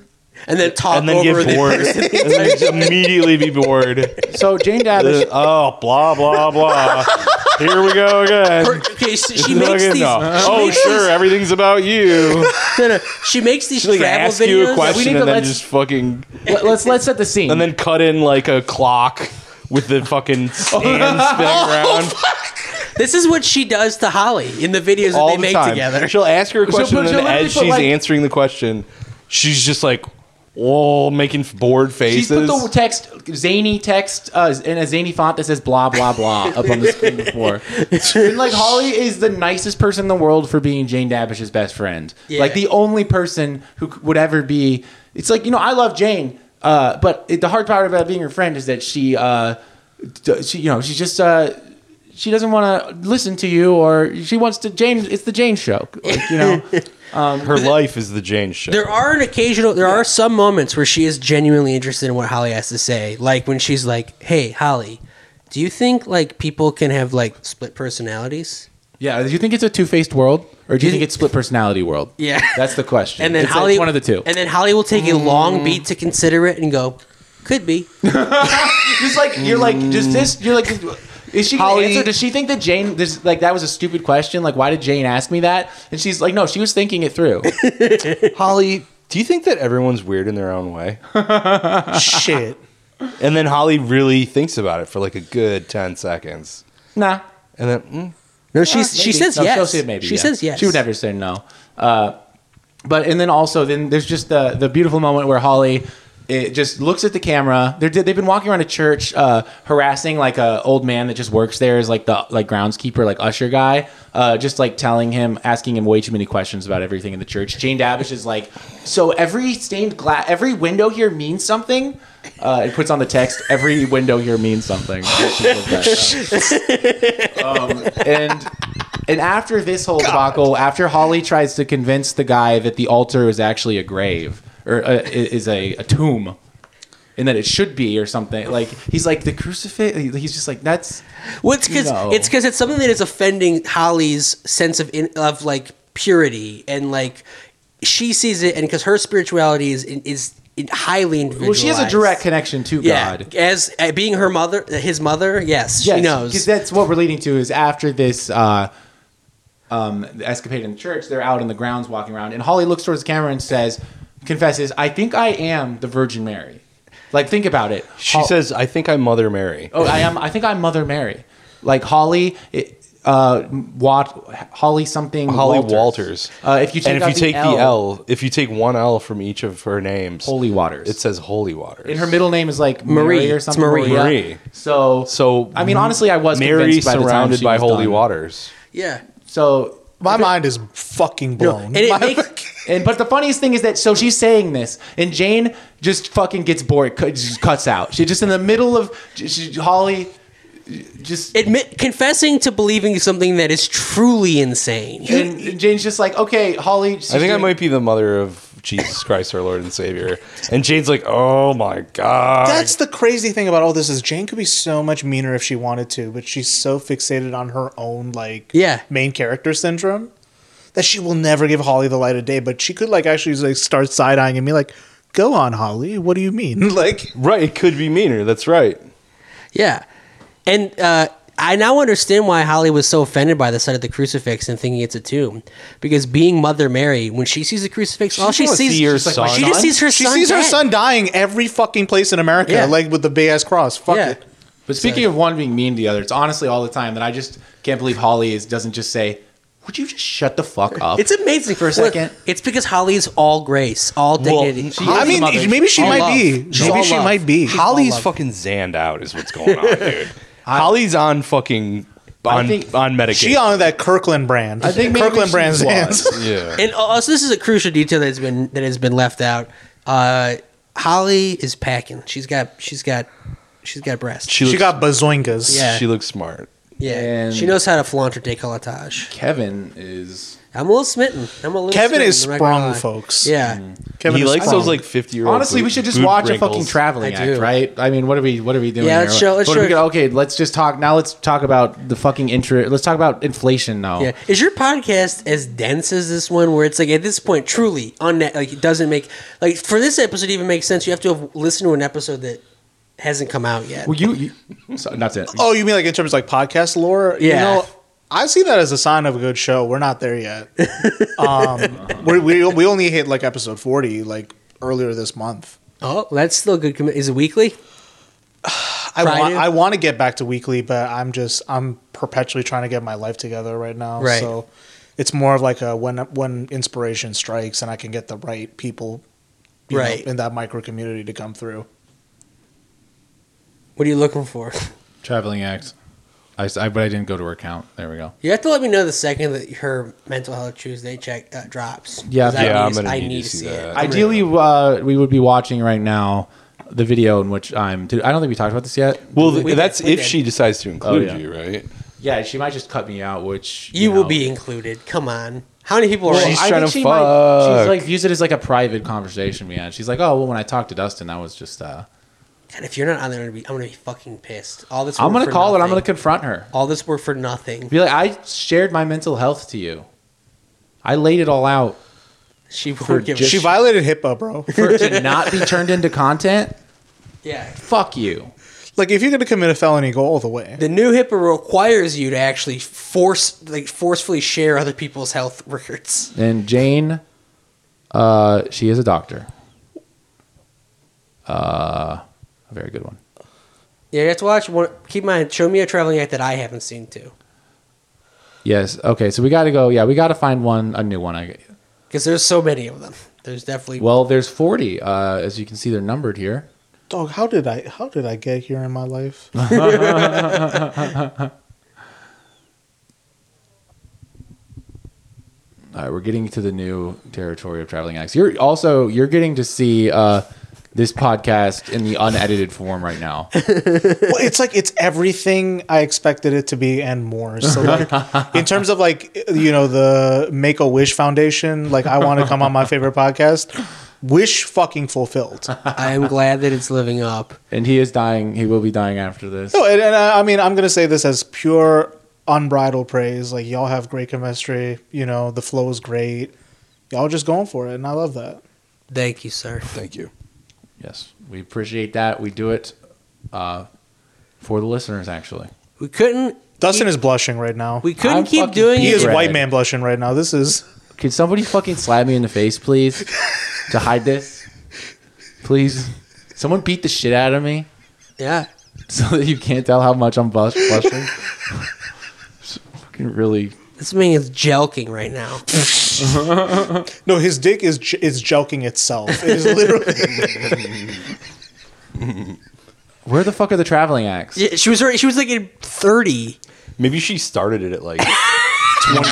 Speaker 3: And then talk
Speaker 5: and then
Speaker 3: over
Speaker 5: get
Speaker 3: the
Speaker 5: bored, [laughs] and then just immediately be bored.
Speaker 1: [laughs] so Jane
Speaker 5: Uh,
Speaker 1: Davish.
Speaker 5: oh, blah blah blah. Here we go
Speaker 3: Her-
Speaker 5: again.
Speaker 3: [laughs] okay, so she
Speaker 5: Look
Speaker 3: makes
Speaker 5: at-
Speaker 3: these.
Speaker 5: [laughs] no.
Speaker 3: she
Speaker 5: oh,
Speaker 3: makes
Speaker 5: sure, everything's about you.
Speaker 3: These, no, no, she makes these
Speaker 5: She like
Speaker 3: travel
Speaker 5: ask
Speaker 3: videos.
Speaker 5: you a
Speaker 1: We
Speaker 5: question
Speaker 1: need to
Speaker 5: and then
Speaker 1: let's-
Speaker 5: just fucking
Speaker 1: let- let's let's set the scene.
Speaker 5: and then cut in like a clock with the fucking stand spinning around
Speaker 3: This is what she does to Holly in the videos that
Speaker 5: all
Speaker 3: they
Speaker 5: the
Speaker 3: make
Speaker 5: time.
Speaker 3: together.
Speaker 5: [laughs] She'll ask her a question
Speaker 1: but
Speaker 5: and
Speaker 1: she'll
Speaker 5: then
Speaker 1: literally
Speaker 5: as
Speaker 1: put,
Speaker 5: she's
Speaker 1: like-
Speaker 5: answering the question, she's just like, "Oh, making bored
Speaker 1: She's
Speaker 5: faces."
Speaker 1: put the text, zany text, uh, in a zany font that says blah, blah, blah up on the screen before. And, like, Holly is the nicest person in the world for being Jane Davish's best friend.
Speaker 3: Yeah.
Speaker 1: Like, the only person who c- would ever be. It's like, you know, I love Jane, uh, but it, the hard part about being her friend is that she, uh, d- she you know, she's just. Uh, she doesn't want to listen to you, or she wants to Jane. It's the Jane show, like, you know.
Speaker 5: her life is the Jane show.
Speaker 3: There are an occasional. There are some moments where she is genuinely interested in what Holly has to say, like when she's like, "Hey, Holly, do you think like people can have like split personalities?"
Speaker 1: yeah, do you think it's a two-faced world, or do you
Speaker 3: You-
Speaker 1: think it's split personality world?
Speaker 3: Yeah.
Speaker 1: that's the question.
Speaker 3: And then
Speaker 1: It's, like,
Speaker 3: Holly,
Speaker 1: one of the two.
Speaker 3: And then Holly will take a long beat to consider it and go, "Could be."
Speaker 1: just like you're like just this you're like is she gonna
Speaker 5: Holly-
Speaker 1: answer? Does she think that Jane? This like that was a stupid question. Like, why did Jane ask me that? And she's like, no, she was thinking it through.
Speaker 5: Holly, do you think that everyone's weird in their
Speaker 1: [laughs]
Speaker 5: own way?
Speaker 2: Shit.
Speaker 5: And then Holly really thinks about it for like a good ten seconds,
Speaker 1: nah,
Speaker 5: and then mm,
Speaker 3: Ah, No, she's she
Speaker 1: maybe.
Speaker 3: says
Speaker 1: No, she'll
Speaker 3: yes.
Speaker 1: say maybe,
Speaker 3: she
Speaker 1: yeah.
Speaker 3: says yes.
Speaker 1: She would never say no. Uh, but and then also then there's just the the beautiful moment where Holly. It just looks at the camera. They're, they've been walking around a church, uh, harassing like a old man that just works there as like the like groundskeeper, like usher guy, uh, just like telling him, asking him way too many questions about everything in the church. Jane Davish is like, so every stained glass, every window here means something. Uh, it puts on the text, every window here means something. Um, and and after this whole debacle, after Holly tries to convince the guy that the altar is actually a grave or uh, i- is a, a tomb, and that it should be or something, like he's like the crucifix. He's just like that's
Speaker 3: Well, it's because
Speaker 1: No.
Speaker 3: it's because it's something that is offending Holly's sense of in, of like purity and like she sees it, and because her spirituality is is highly individualized.
Speaker 1: Well, she has a direct connection to
Speaker 3: yeah,
Speaker 1: God.
Speaker 3: as uh, being her mother, his mother. Yes, she knows.
Speaker 1: 'cause that's what we're leading to is after this uh, um, the escapade in the church, they're out in the grounds walking around, and Holly looks towards the camera and says, confesses, "I think I am the Virgin Mary." Like, think about it.
Speaker 5: She
Speaker 1: Hol-
Speaker 5: says, "I think I'm Mother Mary."
Speaker 1: "Oh, I am. I think I'm Mother Mary." Like Holly. It, uh, Wat, Holly something
Speaker 5: Holly
Speaker 1: Walters.
Speaker 5: Walters.
Speaker 1: Uh, if you take
Speaker 5: and if
Speaker 1: out
Speaker 5: you
Speaker 1: the
Speaker 5: take
Speaker 1: L-
Speaker 5: the L, if you take one L from each of her names,
Speaker 1: Holy Waters.
Speaker 5: it says Holy Waters.
Speaker 1: And her middle name is like
Speaker 3: Marie.
Speaker 1: Marie, or
Speaker 3: It's
Speaker 1: something.
Speaker 3: Marie.
Speaker 1: Maria.
Speaker 5: Marie.
Speaker 1: So,
Speaker 5: So
Speaker 1: I mean, honestly, I was
Speaker 5: Mary
Speaker 1: convinced by the time
Speaker 5: surrounded
Speaker 1: she
Speaker 5: by
Speaker 1: was
Speaker 5: holy
Speaker 1: done.
Speaker 5: waters.
Speaker 3: yeah,
Speaker 1: So
Speaker 2: My mind is
Speaker 1: [laughs]
Speaker 2: fucking blown.
Speaker 3: and it
Speaker 2: My-
Speaker 3: makes
Speaker 1: And but the funniest thing is that so she's saying this, and Jane just fucking gets bored, cu- just cuts out. She just in the middle of she- she, Holly, just
Speaker 3: admit confessing to believing something that is truly insane.
Speaker 1: and, and Jane's just like, okay, Holly.
Speaker 5: I think I might be the mother of Jesus Christ, our Lord and Savior. And Jane's like, "Oh my God!"
Speaker 2: That's the crazy thing about all this is Jane could be so much meaner if she wanted to, but she's so fixated on her own like
Speaker 3: Yeah.
Speaker 2: main character syndrome that she will never give Holly the light of day. But she could like actually like start side eyeing and be like, "Go on, Holly. What do you mean?" [laughs] Like
Speaker 5: right. It could be meaner. That's right.
Speaker 3: Yeah. And uh, I now understand why Holly was so offended by the sight of the crucifix and thinking it's a tomb. Because being Mother Mary, when she sees the crucifix, all she
Speaker 5: wanna
Speaker 3: sees
Speaker 5: see your
Speaker 3: she's like,
Speaker 5: son.
Speaker 3: she just sees her
Speaker 2: she
Speaker 3: son.
Speaker 2: sees her
Speaker 3: dead.
Speaker 2: son dying every fucking place in America,
Speaker 3: Yeah.
Speaker 2: like with the big ass cross. Fuck
Speaker 3: Yeah.
Speaker 2: it.
Speaker 1: But speaking of one being mean to the other, it's honestly all the time that I just can't believe Holly is doesn't just say, "Would you just shut the fuck up?"
Speaker 3: It's amazing
Speaker 1: for a
Speaker 3: Look,
Speaker 1: second.
Speaker 3: it's because Holly's all grace, all dignity.
Speaker 1: she-
Speaker 2: I
Speaker 1: Holly's
Speaker 2: mean,
Speaker 1: a mother.
Speaker 2: maybe she
Speaker 1: All
Speaker 2: might
Speaker 1: love.
Speaker 2: be.
Speaker 1: She's
Speaker 2: maybe
Speaker 1: all
Speaker 2: she
Speaker 1: love.
Speaker 2: might be.
Speaker 5: Holly's fucking zanned out is what's going on, dude. Holly's on fucking
Speaker 1: [laughs] I
Speaker 5: on
Speaker 1: think-
Speaker 5: on medication.
Speaker 2: She on that Kirkland brand.
Speaker 1: I think maybe
Speaker 2: Kirkland
Speaker 1: she
Speaker 2: brand's
Speaker 1: was.
Speaker 2: hands.
Speaker 5: yeah.
Speaker 3: and also, this is a crucial detail that's been that has been left out. Uh, Holly is packing. She's got she's got she's got breasts.
Speaker 5: She, looks,
Speaker 2: She got bazoingas.
Speaker 3: Yeah.
Speaker 5: She looks smart.
Speaker 3: yeah,
Speaker 1: And-
Speaker 3: she knows how to flaunt her décolletage.
Speaker 1: Kevin is
Speaker 3: I'm a little smitten. I'm a little
Speaker 2: Kevin is
Speaker 3: smitten, I'm not gonna
Speaker 2: sprung,
Speaker 3: lie.
Speaker 2: folks.
Speaker 3: Yeah,
Speaker 2: Kevin
Speaker 5: he
Speaker 2: is
Speaker 5: likes
Speaker 2: sprung.
Speaker 5: those like fifty year old.
Speaker 1: honestly. we should just watch a fucking traveling
Speaker 3: I do.
Speaker 1: act, right? I mean, what are we? What are we doing?
Speaker 3: Yeah,
Speaker 1: here?
Speaker 3: let's show- let's
Speaker 1: What are we
Speaker 3: show-
Speaker 1: gonna- okay, let's just talk now. Let's talk about the fucking intro. Let's talk about inflation now.
Speaker 3: Yeah. Is your podcast as dense as this one where it's like at this point truly unne- like it doesn't make like for this episode to even make sense, you have to have listened to an episode that hasn't come out yet.
Speaker 1: Well, you, you so, that's it.
Speaker 2: Oh, you mean like in terms of like podcast lore? You
Speaker 3: Yeah.
Speaker 2: know, I see that as a sign of a good show. We're not
Speaker 3: [laughs]
Speaker 2: there yet. um, we we we only hit like episode forty like earlier this month.
Speaker 3: oh, that's still a good commit. Is it weekly?
Speaker 2: I want
Speaker 3: Friday?
Speaker 2: I want to get back to weekly, but I'm just I'm perpetually trying to get my life together right now.
Speaker 3: Right.
Speaker 2: So it's more of like a when when inspiration strikes and I can get the right people you know,
Speaker 3: Right.
Speaker 2: in that micro community to come through.
Speaker 3: What are you looking for?
Speaker 1: Traveling act. I, s- I- but I didn't go to her account. There we go.
Speaker 3: You have to let me know the second that her mental health Tuesday check uh, drops.
Speaker 1: Yeah.
Speaker 3: 'Cause I
Speaker 5: Yeah,
Speaker 3: need
Speaker 5: I'm
Speaker 3: to-
Speaker 5: gonna
Speaker 3: I
Speaker 5: need
Speaker 3: need
Speaker 5: to
Speaker 3: to
Speaker 5: see
Speaker 3: see
Speaker 5: that.
Speaker 3: it.
Speaker 1: Ideally, uh, we would be watching right now the video in which I'm. Dude, I don't think we talked about this yet.
Speaker 5: Well, th-
Speaker 3: We did,
Speaker 5: that's
Speaker 3: we
Speaker 5: if
Speaker 3: did.
Speaker 5: she decides to include
Speaker 1: Oh, yeah.
Speaker 5: you, right?
Speaker 1: Yeah, she might just cut me out, which
Speaker 3: You will
Speaker 1: know.
Speaker 3: be included. Come on. How many people are
Speaker 1: Well,
Speaker 5: She's
Speaker 1: I
Speaker 5: trying
Speaker 1: think
Speaker 5: to
Speaker 1: she Might,
Speaker 5: fuck.
Speaker 1: she's like views it as like a private conversation we had. She's like, oh well, when I talked to Dustin, that was just. uh
Speaker 3: God, if you're not on there, I'm gonna be, I'm gonna be fucking pissed. All this.
Speaker 1: I'm
Speaker 3: work
Speaker 1: gonna
Speaker 3: for
Speaker 1: call her. I'm
Speaker 3: nothing.
Speaker 1: gonna confront her.
Speaker 3: All this work for nothing.
Speaker 1: Be like, I shared my mental health to you. I laid it all out
Speaker 3: She
Speaker 1: for
Speaker 3: won't give. a
Speaker 1: just-
Speaker 2: She
Speaker 3: shit.
Speaker 2: violated HIPAA, bro.
Speaker 3: [laughs]
Speaker 1: for it to not be turned into content.
Speaker 3: yeah.
Speaker 1: Fuck you.
Speaker 2: like if you're gonna commit a felony, go all the way.
Speaker 3: The new HIPAA requires you to actually force, like, forcefully share other people's health [laughs] records.
Speaker 1: And Jane, uh, she is a doctor. Uh, a very good one.
Speaker 3: Yeah, you have to watch. One, keep in mind, show me a traveling act that I haven't seen too,
Speaker 1: Yes. Okay. So we got to go. Yeah, we got to find one, a new one. I,
Speaker 3: because there's so many of them. There's definitely.
Speaker 1: well, there's 40. Uh, as you can see, they're numbered here.
Speaker 2: Dog, how did I how did I get here in my life?
Speaker 1: All right, we're getting to the new territory of traveling acts. You're also you're getting to see uh, this podcast in the unedited form right now.
Speaker 2: well, it's like it's everything I expected it to be and more. So like in terms of like you know the Make a Wish Foundation, like I want to come on my favorite podcast. Wish fucking fulfilled.
Speaker 3: I am glad that it's living up.
Speaker 1: And he is dying. He will be dying after this.
Speaker 2: No, and, and I, I mean I'm gonna say this as pure unbridled praise. Like y'all have great chemistry. You know the flow is great. Y'all just going for it, and I love that.
Speaker 3: Thank you, sir.
Speaker 5: Thank you.
Speaker 1: Yes, we appreciate that. We do it uh, for the listeners, actually.
Speaker 3: We couldn't.
Speaker 2: Dustin is blushing right now.
Speaker 3: We couldn't
Speaker 1: I'm
Speaker 3: keep
Speaker 1: fucking
Speaker 3: doing
Speaker 2: he
Speaker 3: it.
Speaker 2: is
Speaker 1: Right.
Speaker 2: white man blushing right now. This is
Speaker 1: Could somebody fucking slap me in the face, please, to hide this? Please, someone beat the shit out of me
Speaker 3: Yeah.
Speaker 1: [laughs] so that you can't tell how much I'm blush- blushing. It's fucking really.
Speaker 3: This man is jelking right now. [laughs]
Speaker 2: no. His dick is j- is jelking itself. It is literally.
Speaker 1: Where the fuck are the traveling acts?
Speaker 3: Yeah, she was already, she was like in thirty.
Speaker 5: Maybe she started it
Speaker 1: [laughs]
Speaker 5: at like 20.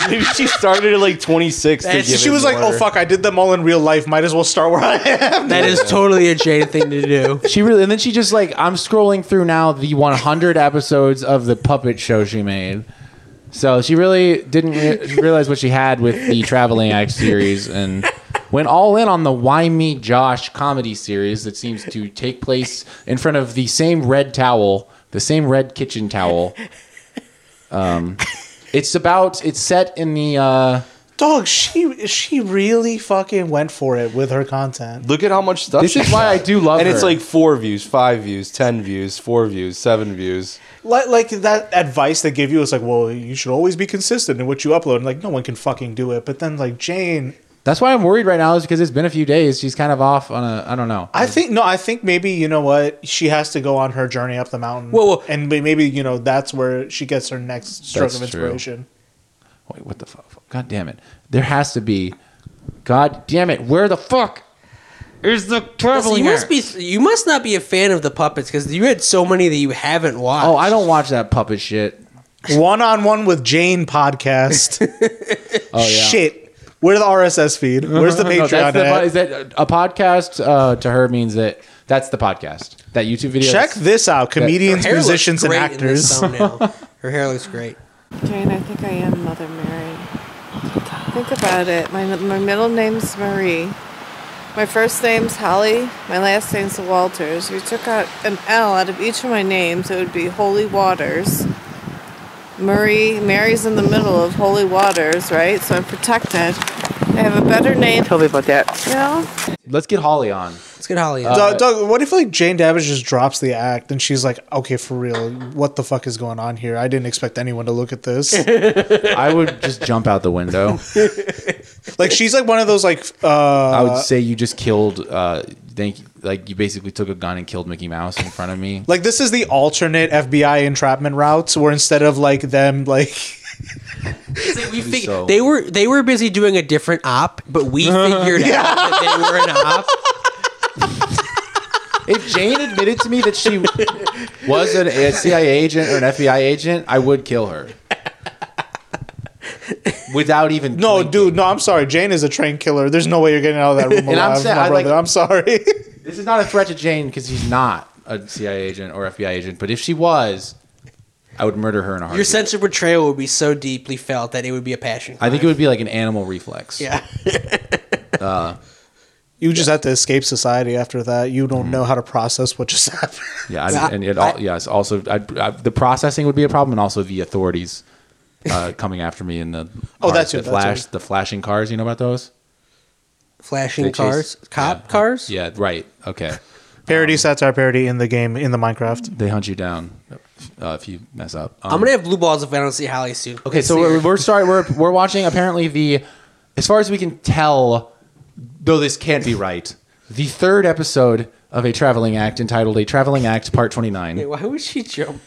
Speaker 5: [laughs] Maybe she started at like 26. to
Speaker 3: That's-
Speaker 5: give
Speaker 2: she
Speaker 5: it
Speaker 2: was like, "Oh
Speaker 5: more."
Speaker 2: fuck, I did them all in real life. Might as well start where I am."
Speaker 3: That is totally a Jade thing
Speaker 1: [laughs]
Speaker 3: to do.
Speaker 1: She really, and then she just like I'm scrolling through now the 100 episodes of the puppet show she made. So she really didn't re- realize what she had with the traveling act series, and went all in on the "Why Me Josh" comedy series that seems to take place in front of the same red towel, the same red kitchen towel. Um, it's about it's set in the uh,
Speaker 2: [laughs] Dog, she she really fucking went for it with her content.
Speaker 5: Look at how much stuff.
Speaker 1: This
Speaker 5: she
Speaker 1: is why
Speaker 5: got.
Speaker 1: I do love
Speaker 5: And it's
Speaker 1: her.
Speaker 5: like four views, five views, ten views, four views, seven views.
Speaker 2: Like like that advice they give you is like, well, you should always be consistent in what you upload. And like, no one can fucking do it. But then like Jane,
Speaker 1: that's why I'm worried right now is because it's been a few days. She's kind of off on a I don't know.
Speaker 2: I think no, I think maybe you know what she has to go on her journey up the mountain.
Speaker 3: Whoa, whoa.
Speaker 2: and may- maybe you know that's where she gets her next stroke
Speaker 1: That's
Speaker 2: of
Speaker 1: true.
Speaker 2: inspiration.
Speaker 1: Wait, what the fuck? God damn it. There has to be. God damn it. Where the fuck is the
Speaker 3: So
Speaker 1: traveling
Speaker 3: you must
Speaker 1: act?
Speaker 3: be you must not be a fan of the puppets because you had so many that you haven't watched.
Speaker 1: Oh, I don't watch that puppet shit.
Speaker 2: One on one with Jane [laughs] podcast.
Speaker 1: Oh, yeah.
Speaker 2: Shit, where's the RSS [laughs] feed? Where's the
Speaker 1: No,
Speaker 2: Patreon?
Speaker 1: that's the,
Speaker 2: at?
Speaker 1: po- is that a podcast uh, to her means that that's the podcast. That YouTube video.
Speaker 2: Check
Speaker 1: is-
Speaker 2: this out: comedians,
Speaker 3: Her hair looks
Speaker 2: musicians, and
Speaker 3: great in this
Speaker 1: [laughs]
Speaker 2: actors.
Speaker 3: thumbnail. Her hair looks great.
Speaker 11: Jane, I think I am Mother Mary. Think about it. My, my middle name's Marie. My first name's Holly. My last name's Walters. If you took out an L out of each of my names, it would be Holy Waters. Marie, Mary's in the middle of Holy Waters, right? So I'm protected. I have a better name. Tell me about that. You know?
Speaker 1: Let's get Holly on.
Speaker 3: Let's get Holly.
Speaker 1: Uh,
Speaker 3: in.
Speaker 2: Doug, Doug, what if like Jane Davis just drops the act and she's like, "Okay, for real, what the fuck is going on here? I didn't expect anyone to look
Speaker 1: [laughs]
Speaker 2: at this."
Speaker 1: I would just jump out the window.
Speaker 2: like she's like one of those like uh,
Speaker 1: I would say you just killed. Uh, thank Like you basically took a gun and killed Mickey Mouse in front of me.
Speaker 2: like this is the alternate FBI entrapment routes where instead of like them like [laughs]
Speaker 3: we fig-
Speaker 1: so.
Speaker 3: They were they were busy doing a different op, but
Speaker 1: [laughs]
Speaker 3: we figured out that they were an op.
Speaker 1: If Jane admitted to me that she was an, a CIA agent or an FBI agent, I would kill her. Without even
Speaker 2: no
Speaker 1: blinking.
Speaker 2: dude no I'm sorry Jane is a train killer there's no way you're getting out
Speaker 1: [laughs]
Speaker 2: of that room
Speaker 1: And I'm
Speaker 2: alive
Speaker 1: saying,
Speaker 2: my
Speaker 1: I, like-
Speaker 2: brother I'm sorry [laughs]
Speaker 1: This is not a threat to Jane because she's not a CIA agent or FBI agent. But if she was, I would murder her in a [laughs]
Speaker 3: Your
Speaker 1: heartbeat.
Speaker 3: sense of betrayal would be so deeply felt that it would be a passion.
Speaker 1: I think it would be like an animal reflex.
Speaker 3: Yeah.
Speaker 2: you just have to escape society after that you
Speaker 1: Mm-hmm.
Speaker 2: don't know how to process what just [laughs] happened
Speaker 1: yeah. I'd,
Speaker 3: Yeah,
Speaker 1: and it
Speaker 3: I-
Speaker 1: all, yes, also I'd, I, the processing would be a problem, and also the authorities uh, coming after me in the
Speaker 2: Oh,
Speaker 1: cars
Speaker 2: that too,
Speaker 1: that
Speaker 2: that
Speaker 1: flash
Speaker 2: too.
Speaker 1: the flashing cars. You know about those?
Speaker 3: Flashing
Speaker 1: They
Speaker 3: cars,
Speaker 1: chase-
Speaker 3: cop cars.
Speaker 1: Yeah. Right. Okay.
Speaker 2: parody satire parody in the game in the Minecraft
Speaker 1: They hunt you down uh, if you mess up. Um,
Speaker 3: I'm gonna have blue balls if I don't see Holly soon.
Speaker 1: Okay, so we're, we're sorry. We're we're watching apparently the, as far as we can tell, though this can't be right, the third episode of a traveling act entitled "A Traveling Act" Part Twenty Nine.
Speaker 3: Why would she jump?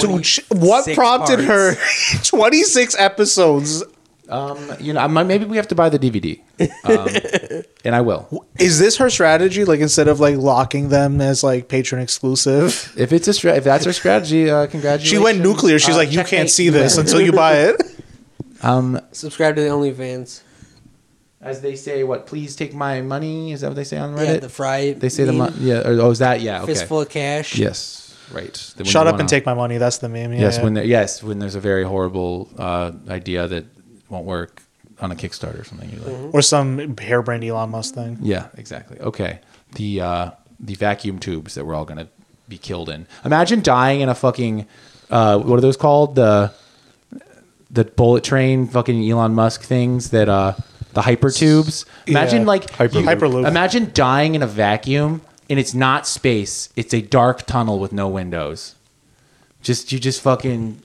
Speaker 2: dude sh- what
Speaker 3: Six
Speaker 2: prompted
Speaker 3: parts.
Speaker 2: her [laughs] 26 episodes
Speaker 1: Um, you know, I might, maybe we have to buy the DVD,
Speaker 2: [laughs]
Speaker 1: um, and I will.
Speaker 2: is this her strategy like instead of like locking them as like patron exclusive
Speaker 1: [laughs] If it's a stra- if that's our strategy, uh, congratulations.
Speaker 2: She went nuclear. She's
Speaker 1: Uh,
Speaker 2: like, you can't
Speaker 1: checkmate. [laughs]
Speaker 2: see this until you buy it.
Speaker 3: Subscribe to the OnlyFans.
Speaker 1: As they say, what? Please take my money. Is that what they say on Reddit?
Speaker 3: Yeah, the fry.
Speaker 1: they say the
Speaker 3: meme,
Speaker 1: money. Yeah. Or, oh, is that yeah? Okay.
Speaker 3: fistful of cash.
Speaker 1: Yes. Right. Then when
Speaker 2: Shut
Speaker 1: you
Speaker 2: up and
Speaker 1: wanna-
Speaker 2: take my money. That's the meme. Yeah.
Speaker 1: Yes, when there, yes, when there's a very horrible uh, idea that won't work on a Kickstarter or something. You're like,
Speaker 2: or some harebrained Elon Musk thing.
Speaker 1: yeah, exactly. Okay, the uh, the vacuum tubes that we're all gonna be killed in. Imagine dying in a fucking uh, what are those called? The the bullet train, fucking Elon Musk things that uh, the hyper tubes. Imagine
Speaker 2: Yeah.
Speaker 1: like
Speaker 2: Hyperloop. Hyperloop.
Speaker 1: Imagine dying in a vacuum, and it's not space; it's a dark tunnel with no windows. Just you just fucking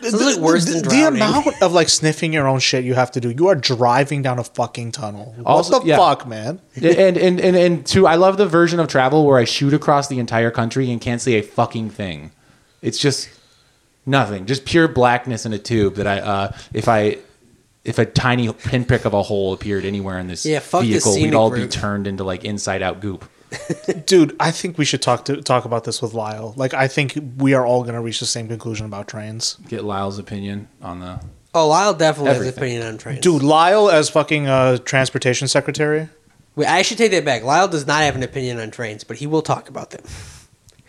Speaker 3: This is like worse
Speaker 2: the,
Speaker 3: than
Speaker 2: the
Speaker 3: drowning.
Speaker 2: amount of like sniffing your own shit you have to do. You are driving down a fucking tunnel. What
Speaker 1: Also-
Speaker 2: the
Speaker 1: yeah.
Speaker 2: fuck, man?
Speaker 1: and and and and two. I love the version of travel where I shoot across the entire country and can't see a fucking thing. It's just nothing, just pure blackness in a tube. That I uh, if I if a tiny pinprick of a hole appeared anywhere in this
Speaker 3: Yeah, fuck the
Speaker 1: vehicle, we'd
Speaker 3: scenic
Speaker 1: all be
Speaker 3: route.
Speaker 1: turned into like inside out goop.
Speaker 2: Dude, I think we should talk to talk about this with Lyle. Like, I think we are all gonna reach the same conclusion about trains.
Speaker 1: Get Lyle's opinion on the.
Speaker 3: Oh, Lyle definitely has
Speaker 1: Everything.
Speaker 3: an opinion on trains.
Speaker 2: Dude, Lyle as fucking uh, transportation secretary.
Speaker 3: Wait, I should take that back. Lyle does not have an opinion on trains, but he will talk about them.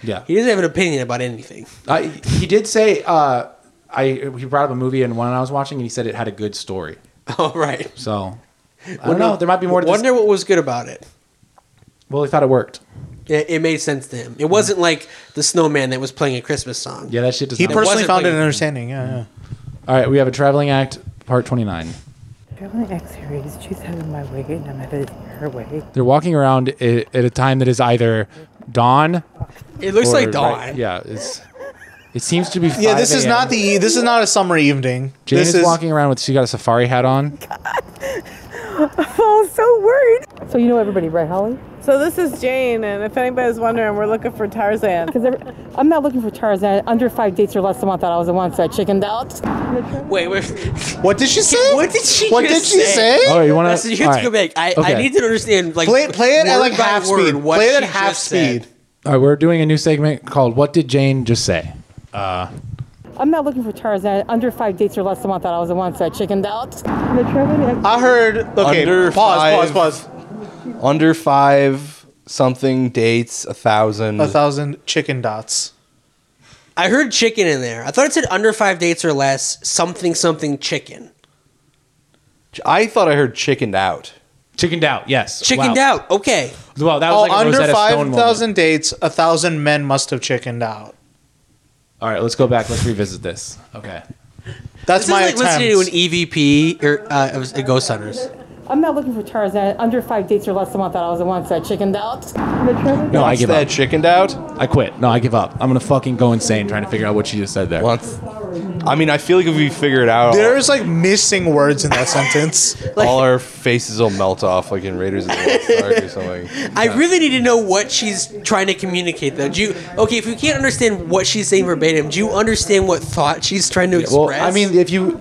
Speaker 1: Yeah.
Speaker 3: He doesn't have an opinion about anything.
Speaker 2: [laughs]
Speaker 1: I, he did say uh, I he brought up a movie and one I was watching and he said it had a good story.
Speaker 3: All right.
Speaker 1: So I don't know. There might be more. To
Speaker 3: Wonder
Speaker 1: this.
Speaker 3: what was good about it.
Speaker 1: Well, he thought it worked.
Speaker 3: It, it made sense to him. It wasn't like the snowman that was playing a Christmas song.
Speaker 1: Yeah, that shit does.
Speaker 2: He
Speaker 1: not
Speaker 2: personally
Speaker 3: wasn't
Speaker 2: found it
Speaker 3: like-
Speaker 2: understanding. Yeah, yeah.
Speaker 1: All right, we have a traveling act part twenty nine.
Speaker 12: Traveling X series, she's having my way and I'm headed her way.
Speaker 1: They're walking around i- at a time that is either dawn.
Speaker 3: It looks
Speaker 1: or
Speaker 3: like
Speaker 1: right-
Speaker 3: dawn.
Speaker 1: yeah, it's. It seems to be.
Speaker 2: Yeah, this
Speaker 1: 5
Speaker 2: is
Speaker 1: a.m..
Speaker 2: not the this is not a summer evening.
Speaker 1: Jane
Speaker 2: this
Speaker 1: is, walking around with. She got a safari hat on.
Speaker 12: [laughs] Oh, I'm all so worried. So you know everybody, right, Holly?
Speaker 11: So this is Jane, and if anybody's wondering, we're looking for Tarzan.
Speaker 12: Because I'm not looking for Tarzan. Under five dates or less, someone thought I was the one, so I chickened out.
Speaker 3: Wait, wait.
Speaker 2: What did she say?
Speaker 3: What did she?
Speaker 2: What
Speaker 3: just
Speaker 2: did she say?
Speaker 1: Oh, you want
Speaker 3: [laughs] Listen, you have to go back. I, I need to understand. Like
Speaker 2: Play, play it at
Speaker 3: word
Speaker 2: like
Speaker 3: by
Speaker 2: half
Speaker 3: word
Speaker 2: speed.
Speaker 3: what
Speaker 2: Play it at
Speaker 3: she
Speaker 2: half
Speaker 3: just said.
Speaker 2: speed.
Speaker 1: All right, we're doing a new segment called "What Did Jane Just Say." Uh,
Speaker 12: I'm not looking for Tarzan. Under five dates or less, someone thought I was the one, so I chickened out. The traveling
Speaker 2: I heard. Okay,
Speaker 7: Under
Speaker 2: pause,
Speaker 7: five-
Speaker 2: pause, pause.
Speaker 7: Under five something dates a thousand.
Speaker 2: A thousand chicken dots.
Speaker 3: I heard chicken in there. I thought it said under five dates or less. Something something chicken.
Speaker 7: I thought I heard chickened out.
Speaker 1: chickened out. Yes.
Speaker 3: Chickened
Speaker 1: Wow.
Speaker 3: out. Okay.
Speaker 1: Well, that
Speaker 2: Oh,
Speaker 1: was like a
Speaker 2: under
Speaker 1: Rosetta Stone
Speaker 2: five
Speaker 1: moment.
Speaker 2: thousand dates, a thousand men must have chickened out.
Speaker 1: All right, let's go back. Let's revisit this. Okay.
Speaker 2: That's
Speaker 3: This is
Speaker 2: my
Speaker 3: like listening to an
Speaker 2: attempt.
Speaker 3: EVP or uh, it was- it Ghost Hunters.
Speaker 12: I'm not looking for Tarzan. Under five dates or less, someone thought I was the one, so I chickened out. The traveling
Speaker 1: No, I give
Speaker 7: that
Speaker 1: up.
Speaker 7: chickened out?
Speaker 1: I quit. No, I give up. I'm gonna fucking go insane trying to figure out what you just said there.
Speaker 7: Once. I mean, I feel like if we figure it
Speaker 3: e-
Speaker 7: out,
Speaker 2: There's like missing words in that [laughs] sentence.
Speaker 7: all our faces will melt off, like in Raiders of the Lost Ark or
Speaker 1: [laughs]
Speaker 7: something.
Speaker 3: I really need to know what she's trying to communicate, though. Do you okay? If you can't understand what she's saying verbatim, do you understand what thought she's trying to express?
Speaker 1: Well, I mean, if you